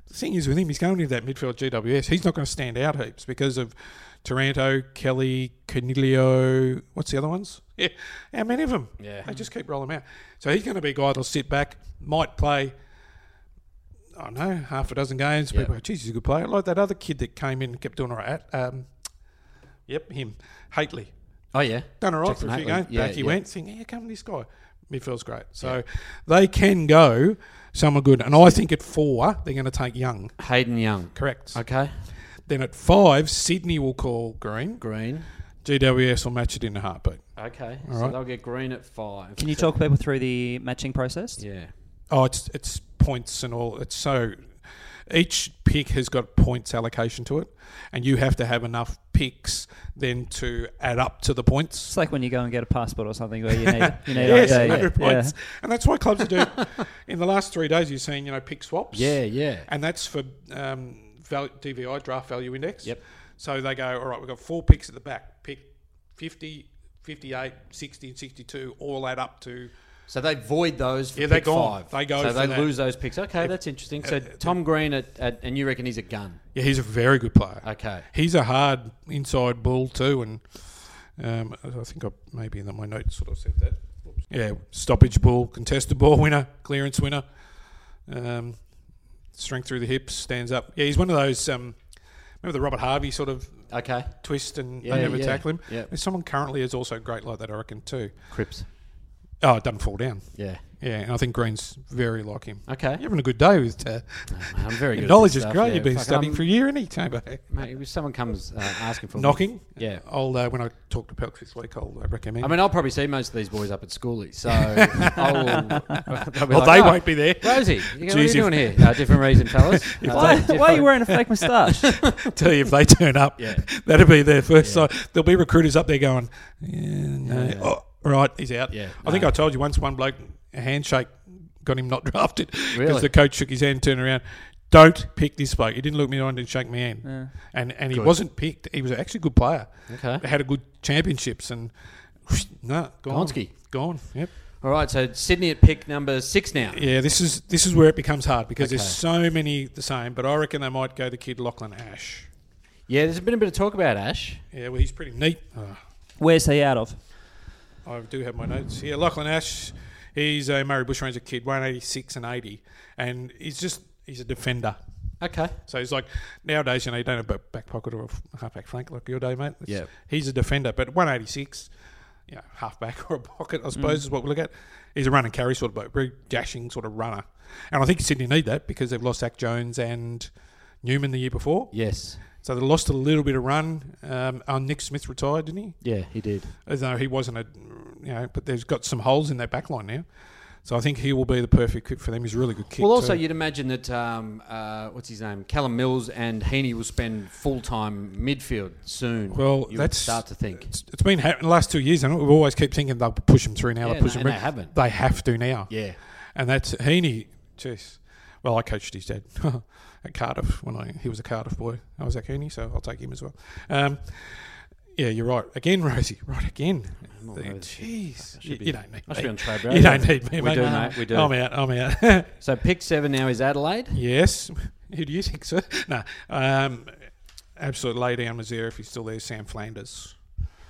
The thing is with him, he's going into that midfield GWS. He's not going to stand out heaps because of Taranto, Kelly, Cornelio. What's the other ones? *laughs* Yeah, how many of them? Yeah. they just keep rolling them out. So he's going to be a guy that'll sit back, might play. I don't know, half a dozen games. Yeah. People go, geez, he's a good player. Like that other kid that came in and kept doing all right. Um, Yep, him. Haitley. Oh yeah, Done all right Jackson for a few Haitley. games. Yeah, Back he yeah. went, thinking, yeah, come this guy. Midfield's great. So they can go somewhere good. And I think at four, they're going to take Young. Hayden Young. Correct. Okay, Uh, Then at five, Sydney will call Green. Green. GWS will match it in a heartbeat. Okay, All so right. they'll get Green at five. Can you talk people through the matching process? Yeah. Oh, it's it's points and all. It's so each pick has got points allocation to it, and you have to have enough picks then to add up to the points. It's like when you go and get a passport or something where you need *laughs* you need Yes, ID. 100 Yeah. points. And that's why clubs are doing. *laughs* in the last three days, you've seen you know pick swaps. Yeah, yeah. And that's for um, val- DVI draft value index. Yep. So they go all right. We've got four picks at the back. Pick fifty 58, 60, 62 all add up to. So they void those for Yeah, they're pick gone. five. They go So for they that. Uh, lose those picks. Okay, that's interesting. So Tom Green at, at and you reckon he's a gun? Yeah, he's a very good player. Okay. He's a hard inside bull too, and um, I think I maybe in my notes sort of said that. Oops. Yeah, stoppage ball, contested ball winner, clearance winner, um, strength through the hips, stands up. Yeah, he's one of those. Um, remember the Robert Harvey sort of Okay. twist and Yeah, they never yeah, tackle him. yeah. There's someone currently is also great like that, I reckon too. Crips. Oh, it doesn't fall down. Yeah. Yeah, and I think Green's very like him. Okay. You're having a good day with. Uh, I'm very your good. knowledge at this is stuff, great. yeah. You've been Fuck, studying I'm- for a year, any chamber. Mate, if someone comes uh, asking for Knocking. Yeah. I'll uh, when I talk to Pelks this week, I'll uh, recommend. I mean, I'll probably see most of these boys up at schoolie, *laughs* so I will. *laughs* they'll be well, like, they "Oh, won't be there. *laughs* Rosie, you go, what are you Jeez, if- doing here? Uh, different reason, *laughs* fellas. Uh, Why, diff- why are you wearing a fake moustache? *laughs* Tell you if they turn up, Yeah. *laughs* that'll be their first. sign. there'll be recruiters up there going, yeah, no, oh, right, he's out. Yeah, I think no. I told you once. One bloke, a handshake, got him not *laughs* drafted because Really? the coach shook his hand, turned around. Don't pick this bloke. He didn't look me in the eye and didn't shake my hand. And and he wasn't picked. He was actually a good player. Okay. Had a good championships and no, gone. Gonski. Gone. Yep. All right, so Sydney at pick number six now. Yeah, this is this is where it becomes hard because Okay. there's so many the same. But I reckon they might go the kid Lachlan Ash. Yeah, there's been a bit of talk about Ash. Yeah, well he's pretty neat. Oh, Where's he out of? I do have my notes. Yeah, Lachlan Ash, he's a Murray Bushranger kid, one eighty six and eighty, and he's just he's a defender. Okay. So he's like nowadays, you know, you don't have a back pocket or a halfback flank like your day, mate. It's- Yeah. he's a defender, but one eighty six, you know, halfback *laughs* or a pocket, I Mm. suppose, is what we look at. He's a run and carry sort of bloke, very dashing sort of runner, and I think Sydney need that because they've lost Zach Jones and Newman the year before, Yes. so they lost a little bit of run. Um, oh, Nick Smith retired, didn't he? Yeah, he did. As though he wasn't a, you know, but they've got some holes in their back line now. So I think he will be the perfect kick for them. He's a really good kick. Well, also too. you'd imagine that um, uh, what's his name, Callum Mills and Heaney will spend full time midfield soon. Well, you would that's- start to think. It's, it's been happening the last two years, and we always keep thinking they'll push them through now. Yeah, they'll push and them they through. haven't. They have to now. Yeah. And that's Heaney. Jeez. Well, I coached his dad *laughs* at Cardiff when I he was a Cardiff boy. I was at Heaney, so I'll take him as well. Um, yeah, you're right. Again, *laughs* Rosie. Right again. I'm all over this shit. Jeez. I You, should be- you don't need I should be me. on trade. You radio. don't need We me, mate. Oh, do, mate. We do. I'm out. I'm out. *laughs* So pick seven now is Adelaide. yes. *laughs* Who do you think, sir? *laughs* No. Um, absolute lay down was there if he's still there. Sam Flanders.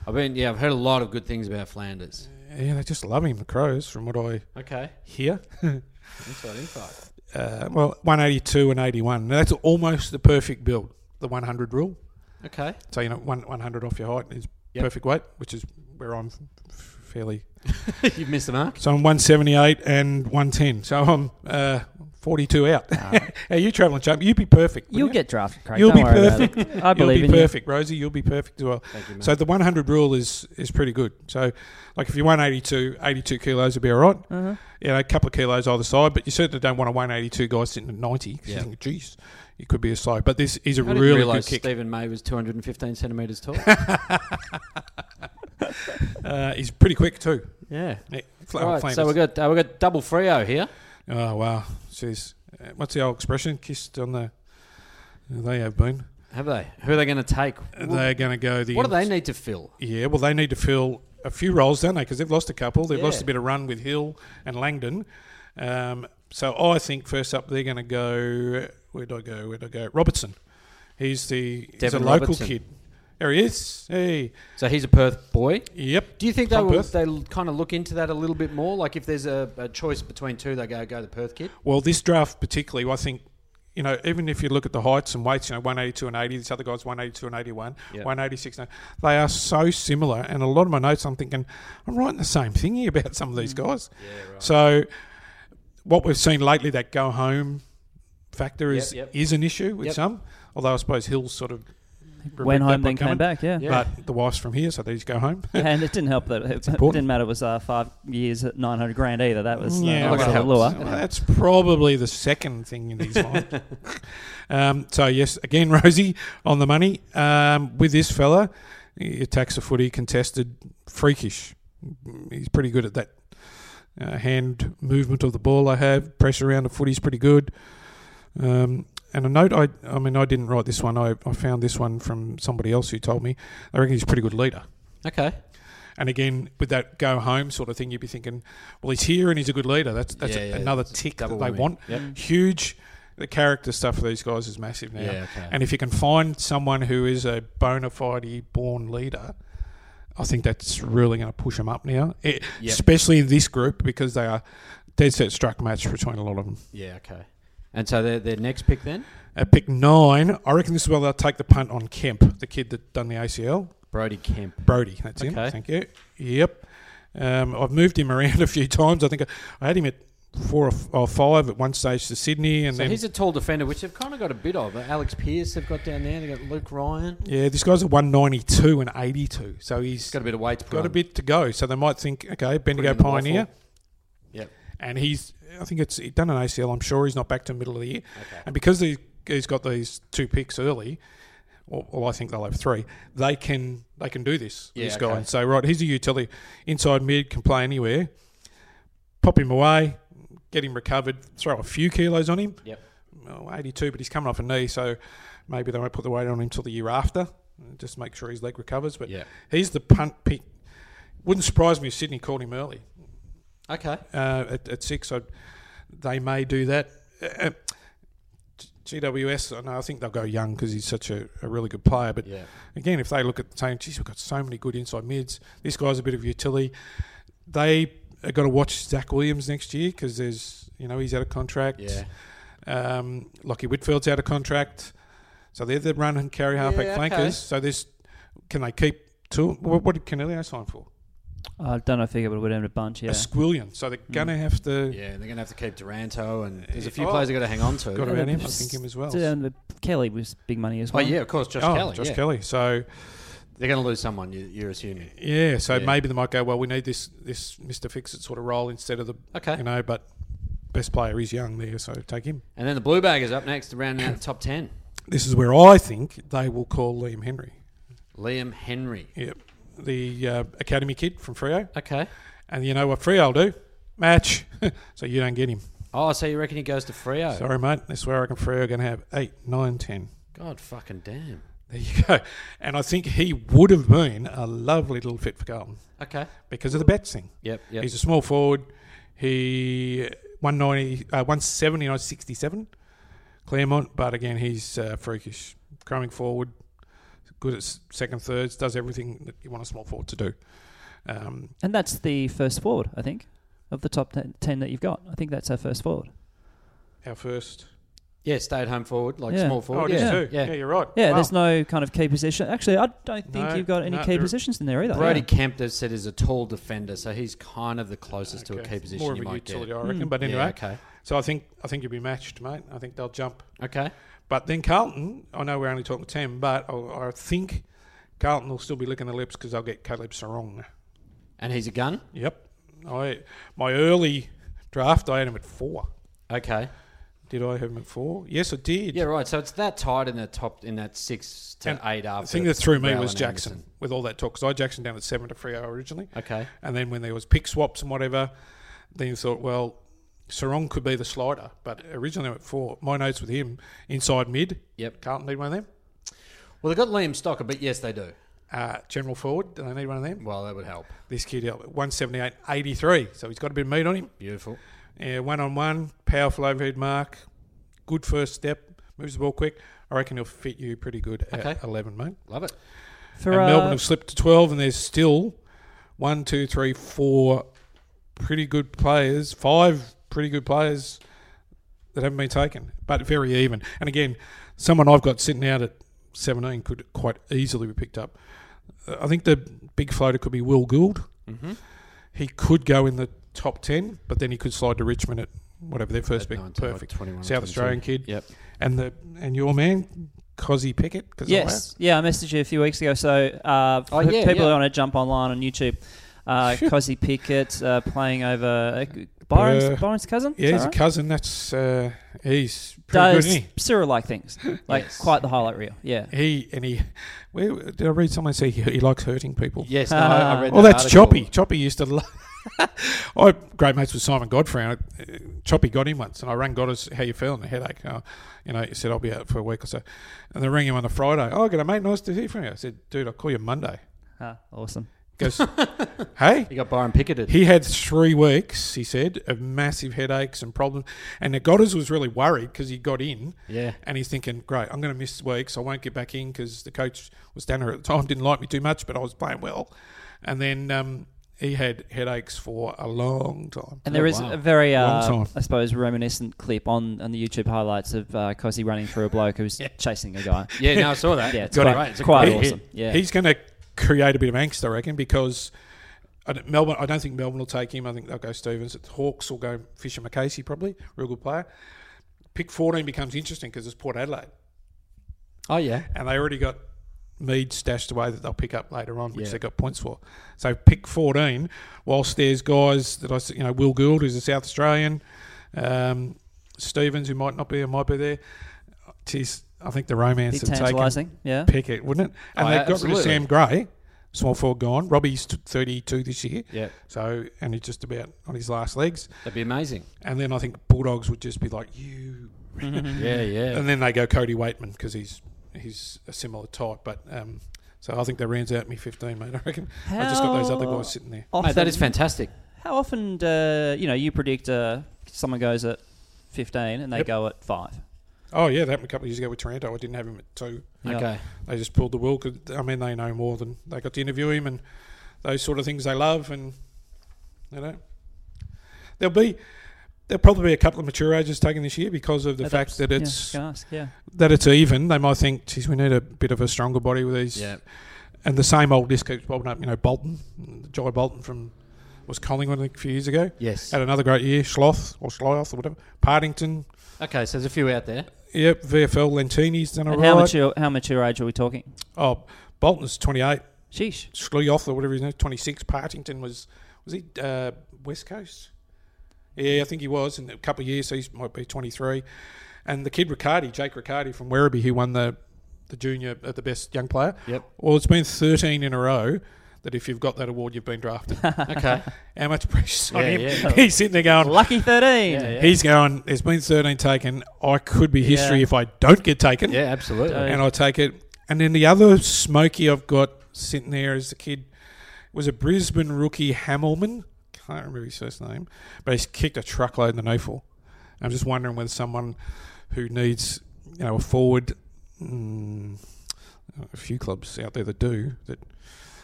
I've been yeah, I've heard a lot of good things about Flanders. Yeah, they just love him, the Crows, from what I Okay. hear. Inside info. *laughs* Uh, well, 182 and 81. Now, that's almost the perfect build, the 100 rule. Okay. So, you know, one, 100 off your height is Yep. perfect weight, which is where I'm f- fairly. *laughs* You've missed the mark. So I'm 178 and 110. So I'm uh, 42 out. *laughs* How you travelling, chump? You'd be perfect. You'll wouldn't get drafted, Craig. You'll Don't be worry about it. I you? will believe be in you. perfect, Rosie. You'll be perfect as well. Thank you, mate. So the 100 rule is is pretty good. So, like if you're 182, 82 kilos would be all right. Uh-huh. you know, a couple of kilos either side, but you certainly don't want a 182 guy sitting at 90 'cause Yeah. you think, geez, you could be a slow. But this is a I didn't really good realise kick. Stephen May was 215 centimetres *laughs* tall. Uh, he's pretty quick too. yeah. Yeah, fl- All right, flamers. so we got uh, we got double Frio here. oh wow, jeez, Uh, what's the old expression? Kissed on the. They have been. Have they? Who are they going to take? They're going to go the. what do they need to fill? Yeah, well, they need to fill a few roles, don't they? Because they've lost a couple. They've lost Yeah. a bit of run with Hill and Langdon. Um, so I think first up they're going to go. Where'd I go? Where'd I go? Robertson. He's the he's a Devin local Robertson. kid. There he is. Hey, So he's a Perth boy. yep. Do you think they From will, Perth. they kind of look into that a little bit more? Like if there's a, a choice between two, they go go the Perth kid. Well, this draft particularly, I think, you know, even if you look at the heights and weights, you know, 182 and 80, this other guy's 182 and 81, Yeah. 186, and- they are so similar. And a lot of my notes, I'm thinking, I'm writing the same thing here about some of these Mm. guys. Yeah, right. So, what we've seen lately, that go home factor is Yep, yep. is an issue with Yep. some. Although I suppose Hill's sort of Went removed home, that by then came coming. back, yeah. Yeah. But the wife's from here, so they just go home. *laughs* and it didn't help that it, it important. didn't matter. It was uh, five years at nine hundred grand either. That was uh, Yeah, that was well, a it lure. Well, that's probably the second thing in *laughs* his mind. um, so yes, again, *laughs* Rosie on the money um, with this fella. He attacks the footy, contested, freakish. He's pretty good at that uh, hand movement of the ball. I have pressure around the footy is pretty good. Um, and a note, I, I mean, I didn't write this one. I, I found this one from somebody else who told me. I reckon he's a pretty good leader. Okay. And again, with that go home sort of thing, you'd be thinking, well, he's here and he's a good leader. That's that's Yeah, yeah, another it's tick that double they whammy. want. Yep. Huge. The character stuff for these guys is massive now. Yeah, okay. And if you can find someone who is a bona fide born leader, I think that's really going to push them up now, It- Yep. especially in this group because they are dead set struck match between a lot of them. Yeah, okay. And so their, their next pick then? At pick nine, I reckon this is where they'll take the punt on Kemp, the kid that done the ACL. Brody Kemp. Brody, that's him. Okay. Thank you. Yep. Um, I've moved him around *laughs* a few times. I think I, I had him at four or, f- or five at one stage to Sydney, and So then he's a tall defender, which they've kind of got a bit of. Alex Pierce they've got down there. They've got Luke Ryan. yeah, this guy's at one ninety two and eighty two, so he's He's got a bit of weight to put got a on. bit to go. So they might think, okay, Put him Bendigo in the Pioneer, waffle. Yep. and he's I think it's he done an ACL. I'm sure he's not back to middle of the year, Okay. and because he, he's got these two picks early. Well, well, I think they'll have three. They can they can do this. Yeah, this guy okay. and say, right, he's a utility inside mid, can play anywhere. Pop him away, get him recovered, throw a few kilos on him. Yep. Well, 82, but he's coming off a knee, so maybe they won't put the weight on him till the year after. Just make sure his leg recovers. But Yeah. he's the punt pick. Wouldn't surprise me if Sydney called him early Okay. uh, at, at six. I, they may do that. Uh, GWS, I know. I think they'll go young because he's such a, a really good player. But Yeah. again, if they look at the team, geez, we've got so many good inside mids. This guy's a bit of utility. They have got to watch Zach Williams next year because there's, you know, he's out of contract. Yeah. Um, Lockie Whitfield's out of contract. So they're the run and carry halfback Yeah, okay. flankers. So this, can they keep two? What, what did Canelio sign for? I don't know if he would end a bunch. Yeah, A squillion. So they're going to have to. Hmm. Yeah, they're going to have to keep Duranto, and there's a few Oh. players they've got to hang on to. Got Yeah, around they him, I just- think him as well. Yeah, and the- Kelly was big money as Oh, well. yeah, of course, Josh oh, Kelly. Josh yeah. Kelly. So They're going to lose someone, you, you're assuming. yeah, so Yeah. maybe they might go. Well, we need this this Mister Fix It sort of role instead of the Okay. you know. But best player is young there, so take him. And then the Blue Baggers up next to round out the top 10. This is where I think they will call Liam Henry. Liam Henry. Yep, the uh, academy kid from Frio, Okay. and you know what Frio do? Match, *laughs* so you don't get him. Oh, so you reckon he goes to Frio? Sorry, mate. That's where I reckon Frio are going to have eight, nine, ten. God fucking damn. There you go. And I think he would have been a lovely little fit for Carlton Okay. because of the bets thing. Yep, yep. He's a small forward. He 190, uh, 179, 67. Claremont, but again, he's uh, freakish. Coming forward, good at s- second thirds, does everything that you want a small forward to do. Um, and that's the first forward I think of the top ten, 10 that you've got. I think that's our first forward. our first. yeah, stay at home forward, like Yeah. small Oh, forward. it is yeah. too. Yeah. Yeah. you're right. Yeah, Wow. there's no kind of key position. Actually, I don't think No, you've got any no, key there- positions in there either. Brody Oh, yeah. Kemp, they've said, is a tall defender, so he's kind of the closest to a Okay. key position More of you a might utility, get. I reckon. But anyway, Yeah, okay. so I think I think you'll be matched, mate. I think they'll jump. Okay. But then Carlton, I know we're only talking ten, but I, I think Carlton will still be licking their lips because they'll get Caleb Sarong. And he's a gun? Yep. I my early draft I had him at four. Okay. Did I have him at four? Yes, I did. Yeah, right. So it's that tight in the top, in that six to And eight after. The thing that threw me Rowell was and Jackson Anderson. with all that talk because I had Jackson down at seven to Frio originally, Okay. and then when there was pick swaps and whatever, then you thought, well, Sarong could be the slider, but originally at four. My notes with him inside mid. Yep. Carlton need one of them. Well, they've got Liam Stocker, but yes, they do. Uh, general forward, do they need one of them? Well, that would help. This kid, uh, out at 178, 83, so he's got a bit of meat on him. Beautiful. Yeah, one on one, powerful overhead mark, good first step, moves the ball quick. I reckon he'll fit you pretty good at Okay. 11, mate. Love it. For, and uh, Melbourne have slipped to 12, and there's still one, two, three, four pretty good players, five pretty good players that haven't been taken, but very even. And again, someone I've got sitting out at 17 could quite easily be picked up. Uh, I think the big floater could be Will Gould. Mm-hmm. He could go in the top 10, but then he could slide to Richmond at whatever their first At pick. 19, like Perfect. 21 or South 22. Australian kid. Yep. And the and your man, Cozzy Pickett. 'cause of Yes, yeah, I messaged you a few weeks ago. So uh, Oh, for yeah, people yeah. who want to jump online on YouTube, uh, Phew. Cosy Pickett uh, playing over uh, Byron's, Uh, Byron's cousin. that. Yeah, Is he's that a cousin. That's uh, he's pretty right? good, isn't does Cyril like things, like Yes. quite the highlight reel. Yeah, he? He and he. Where did I read someone say he, he likes hurting people? Yes, no, I, I read Well, that Oh, that's article. Choppy. Choppy used to. Lo- *laughs* I great mates with Simon Godfrey. And I, uh, Choppy got him once, and I rang God as how you feeling? A headache? Oh, you know, he said I'll be out for a week or so, and I rang him on a Friday. Oh, good mate, nice to hear from you. I said, dude, I'll call you Monday. Ah, awesome. *laughs* Goes, hey, He got by and picketed. he had three weeks, he said, of massive headaches and problems. And the Godders was really worried because he got in. Yeah. And he's thinking, great, I'm going to miss weeks. I won't get back in because the coach was down there at the time, *laughs* didn't like me too much, but I was playing well. And then um, he had headaches for a long time. And there is wow. a very, uh, Long time. I suppose, reminiscent clip on, on the YouTube highlights of uh, Cosy running through a bloke who's chasing a guy. yeah, no, I saw *laughs* that. Yeah, it's Got it. quite, It's a quite great hit. awesome. Yeah. He's going to create a bit of angst, I reckon, because I don't- Melbourne. I don't think Melbourne will take him. I think they'll go Stevens. The Hawks will go Fisher McCasey, probably real good player. Pick fourteen becomes interesting because it's Port Adelaide, Oh yeah. and they already got Mead stashed away that they'll pick up later on, which Yeah. they got points for. So pick fourteen. Whilst there's guys that I, s- you know, Will Gould, who's a South Australian, um, Stevens, who might not be, and might be there. Geez, I think the romance Bit of taken tantalising. Yeah. pick it, wouldn't it? And Oh, they got rid of absolutely. Sam Gray, small forward gone. Robbie's t- 32 this year. Yeah, So, and he's just about on his last legs. that'd be amazing. And then I think Bulldogs would just be like, you. Mm-hmm. Yeah, yeah. And then they go Cody Waitman because he's he's a similar type. But um, so I think that rounds out me 15, mate, *laughs* I reckon. I just got those other How guys sitting there. Mate, that is often- fantastic. How often, do, you know, you predict uh, someone goes at 15 and they Yep. go at 5. Oh, yeah, that happened a couple of years ago with Toronto. I didn't have him at two. Yeah. Okay. They just pulled the wool 'cause, I mean, they know more than they got to interview him and those sort of things they love. And, you know, there'll be. There'll probably be a couple of mature ages taken this year because of the Uh, fact that's- that yeah, it's can I ask, yeah. that it's even. They might think, geez, we need a bit of a stronger body with these. Yeah. And the same old list keeps popping up. You know, Bolton, Jai Bolton from was Collingwood I think, a few years ago. Yes. Had another great year. Schloth or Schloth or whatever. Partington. Okay, so there's a few out there. Yep. VFL Lentini's done all And right. how mature, how mature age are we talking? Oh, Bolton's 28. Sheesh. Schlioth or whatever his name, twenty six. Partington was was he uh, West Coast? Yeah, I think he was in a couple of years. So he might be twenty three. And the kid Riccardi, Jake Riccardi from Werribee, who won the the junior uh, the best young player. Yep. Well, it's been thirteen in a row that if you've got that award, you've been drafted. *laughs* Okay. How much pressure's on Yeah, him? yeah. *laughs* He's sitting there going. Lucky 13. Yeah, yeah. He's going. There's been thirteen taken. I could be history Yeah. if I don't get taken yeah, absolutely. Uh, and I take it. And then the other smoky I've got sitting there is the kid was a Brisbane rookie Hamelman. Can't remember his first name, but he's kicked a truckload in the no fall. I'm just wondering whether someone who needs you know a forward, mm, a few clubs out there that do that,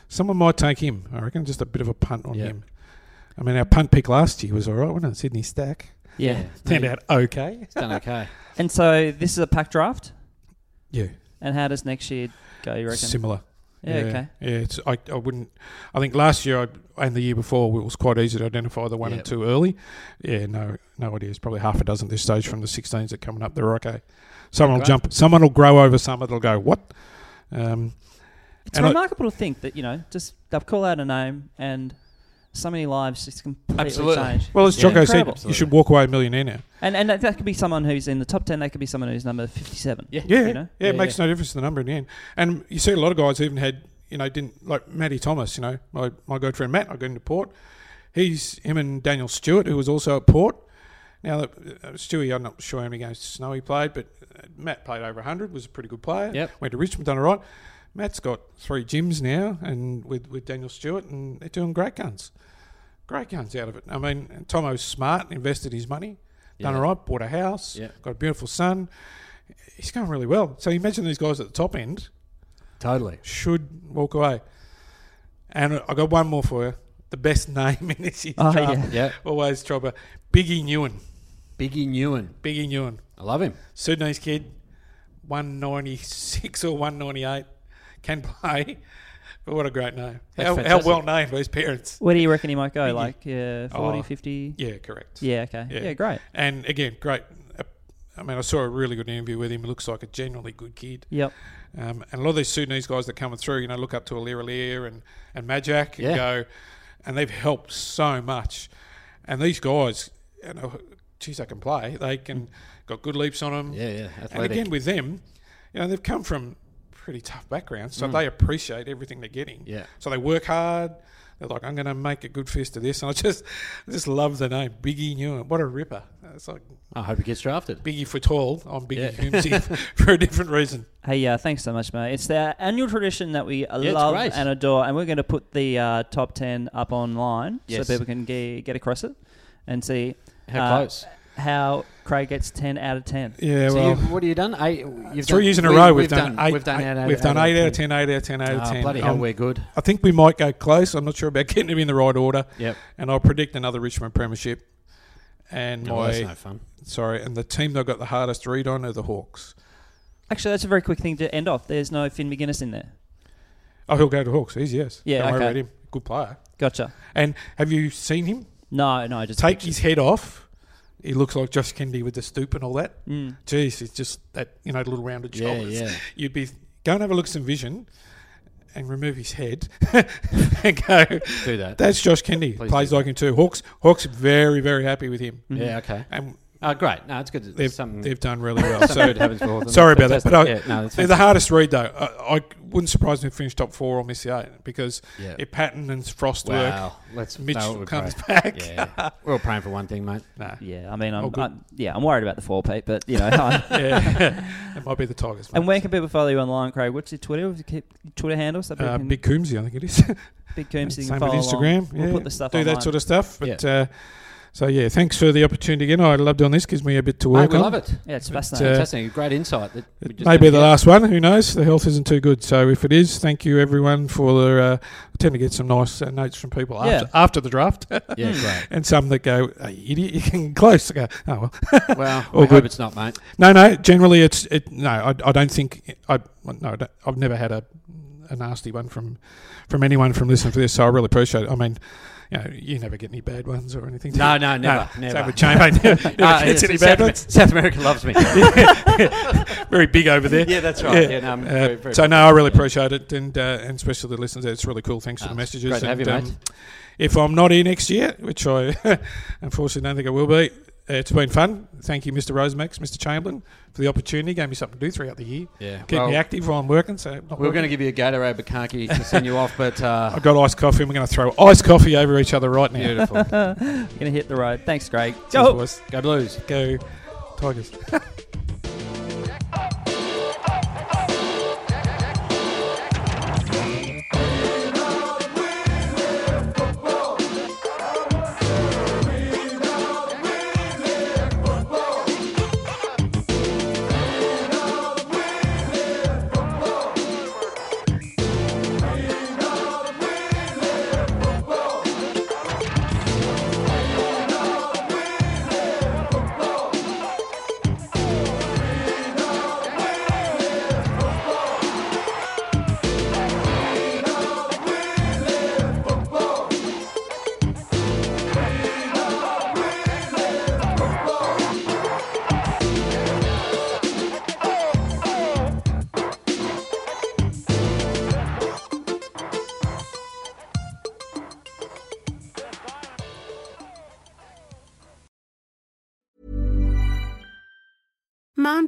someone might take him. I reckon just a bit of a punt on Yeah. him. I mean, our punt pick last year was all right, wasn't it? Sydney Stack Yeah. turned out okay. It's done okay. And so this is a pack draft. Yeah, And how does next year go, you reckon? similar. yeah, okay. Yeah, it's I, I wouldn't. I think last year I, and the year before it was quite easy to identify the one Yep. and two early. Yeah, no, no idea. It's probably half a dozen at this stage from the 16s that are coming up. They're okay. Someone will Okay. jump. Someone will grow over summer. They'll go what? Um, It's And I- remarkable to think that, you know, just they'll call out a name and so many lives just completely Absolutely. change. well, as Yeah, Jocko said, incredible. you should walk away a millionaire now. And and that, that could be someone who's in the top 10, that could be someone who's number 57. Yeah. Yeah, You know? yeah, it Yeah, makes no difference to the number in the end. And you see a lot of guys even had, you know, didn't like Matty Thomas. You know, my my good friend Matt, I got into Port. He's him and Daniel Stewart, who was also at Port. Now that uh, Stewie, I'm not sure how many games Snow he played, but uh, Matt played over 100, was a pretty good player. Yep. Went to Richmond, done all right. Matt's got three gyms now, and with, with Daniel Stewart, and they're doing great guns, great guns out of it. I mean, and Tomo's smart, invested his money, done Yeah. all right, bought a house, Yeah. got a beautiful son he's going really well. So you imagine these guys at the top end Totally. should walk away. And I got one more for you. The best *laughs* name in this year's Oh, draft. yeah. Yeah. Always trouble. Biggie Newen. Biggie Newen. Biggie Newen. I love him. Sudanese kid. 196 or 198. Can play. But what a great name. That's How, how fantastic. well named by his parents. Where do you reckon he might go? Biggie. Like, yeah, 40, Oh. 50? Yeah, correct. Yeah, okay. Yeah, Yeah. great. And again, great. I mean, I saw a really good interview with him. He looks like a genuinely good kid. Yep. Um, and a lot of these Sudanese guys that are coming through, you know, look up to Alir Alir and, and Majak and Yeah. go, and they've helped so much. And these guys, you know, geez, they can play. They can got good leaps on them. Yeah, yeah. and Athletic. again, with them, you know, they've come from pretty tough backgrounds, so they appreciate everything they're getting. Mm. Yeah. So they work hard. They're like, I'm going to make a good fist of this, and I just, I just love the name Biggie Newham. What a ripper! Uh, It's like I hope he gets drafted. Biggie for tall. I'm Biggie Yeah. Hoomsy *laughs* for a different reason. Hey, yeah, thanks so much, mate. It's our annual tradition that we it's love great. and adore, and we're going to put the uh, top 10 up online Yes. so people can ge- get across it and see How uh, close? How Craig gets 10 out of 10. Yeah, So well, you've, what have you done? Eight, you've three done- years in a we- row we've, done, eight. We've done eight- eight, out we've of, done eight out of ten. ten, eight out of ten, eight out of Ah, ten. bloody hell, Um, we're good. I think we might go close. I'm not sure about *laughs* getting them in the right order. Yep. And I'll predict another Richmond premiership. And Oh, that's my no fun. sorry, and the team they've got the hardest read on are the Hawks. Actually, that's a very quick thing to end off. There's no Finn McGuinness in there. Oh, he'll go to Hawks. He's yes. Yeah, Don't worry okay. about him. Good player. Gotcha. And have you seen him No, no, I just take his head off? He looks like Josh Kennedy with the stoop and all that. Mm. Jeez, it's just that you know little rounded Yeah, shoulders. yeah. You'd be go and have a look at some vision, and remove his head, *laughs* and go. Do that. That's Josh Kennedy. Please Plays do. like him too. Hawks. Hawks are very very happy with him, Yeah, okay. and Oh, great. No, it's good. that Mm-hmm. they've something, they've done really well. something so good happens for Hawthorn. Sorry about That's that, but I- fantastic. yeah, no, that's they're the hardest read though. I, I wouldn't surprise me if finished top four or miss the eight because Yeah. if Patton and Frost work, Wow. Let's that would Mitchell be comes great. back. Yeah. We're all praying for one thing, mate. *laughs* Nah. Yeah, I mean, I'm, Oh, good. I'm- yeah, I'm worried about the four, Pete, but *laughs* you know. I'm- Yeah. *laughs* it might be the Tigers. and where can people follow you online, Craig? What's your Twitter? If you keep- Twitter handle? So people uh, can- Big Coombsy, I think it is. *laughs* Big Coombs, you Same can with follow along. Instagram. We'll yeah. put the stuff Do online. that sort of stuff. But uh, so yeah, thanks for the opportunity again. I love doing this. Gives me a bit to Mate, work Ah, we on. love it. Yeah, it's But, fascinating. uh, Fantastic. Great insight. That we It just may didn't be the get. last one. Who knows? The health isn't too good. So if it is, thank you everyone for the. Uh, I tend to get some nice uh, notes from people Yeah. after after the draft, Yeah, great. and some that go, "Hey, idiot, you can close. I go, oh well. Well, *laughs* All we hope good. it's not, mate. No, no. Generally, it's it. No, I, I don't think I. No, I don't- I've never had a, a nasty one from from anyone from listening to this. So I really appreciate it. I mean, you know, you never get any bad ones or anything. do No, you? no, never, Same never. with Chamberlain. *laughs* never *laughs* Ah, gets yes, any South, bad Amer- ones. South America loves me. Very big over there. yeah, that's right. Yeah, *laughs* Yeah. no, I'm Uh, very, very so no, I really appreciate it, and uh, and especially the listeners. It's really cool. Thanks for Ah, the it's messages. great to have and, um, you, mate. if I'm not here next year, which I *laughs* unfortunately don't think I will be, uh, it's been fun. Thank you, Mr. Rosemax, Mr. Chamberlain, for the opportunity. Gave me something to do throughout the year. Yeah. keep Well, me active while I'm working. So not We were working. going to give you a Gatorade Bukaki to send you off, but uh, *laughs* I've got iced coffee. and We're going to throw iced coffee over each other right now. beautiful. Gonna hit the road. Thanks, Craig. Cheers, Go. boys. Go Blues. Go, Tigers. Mom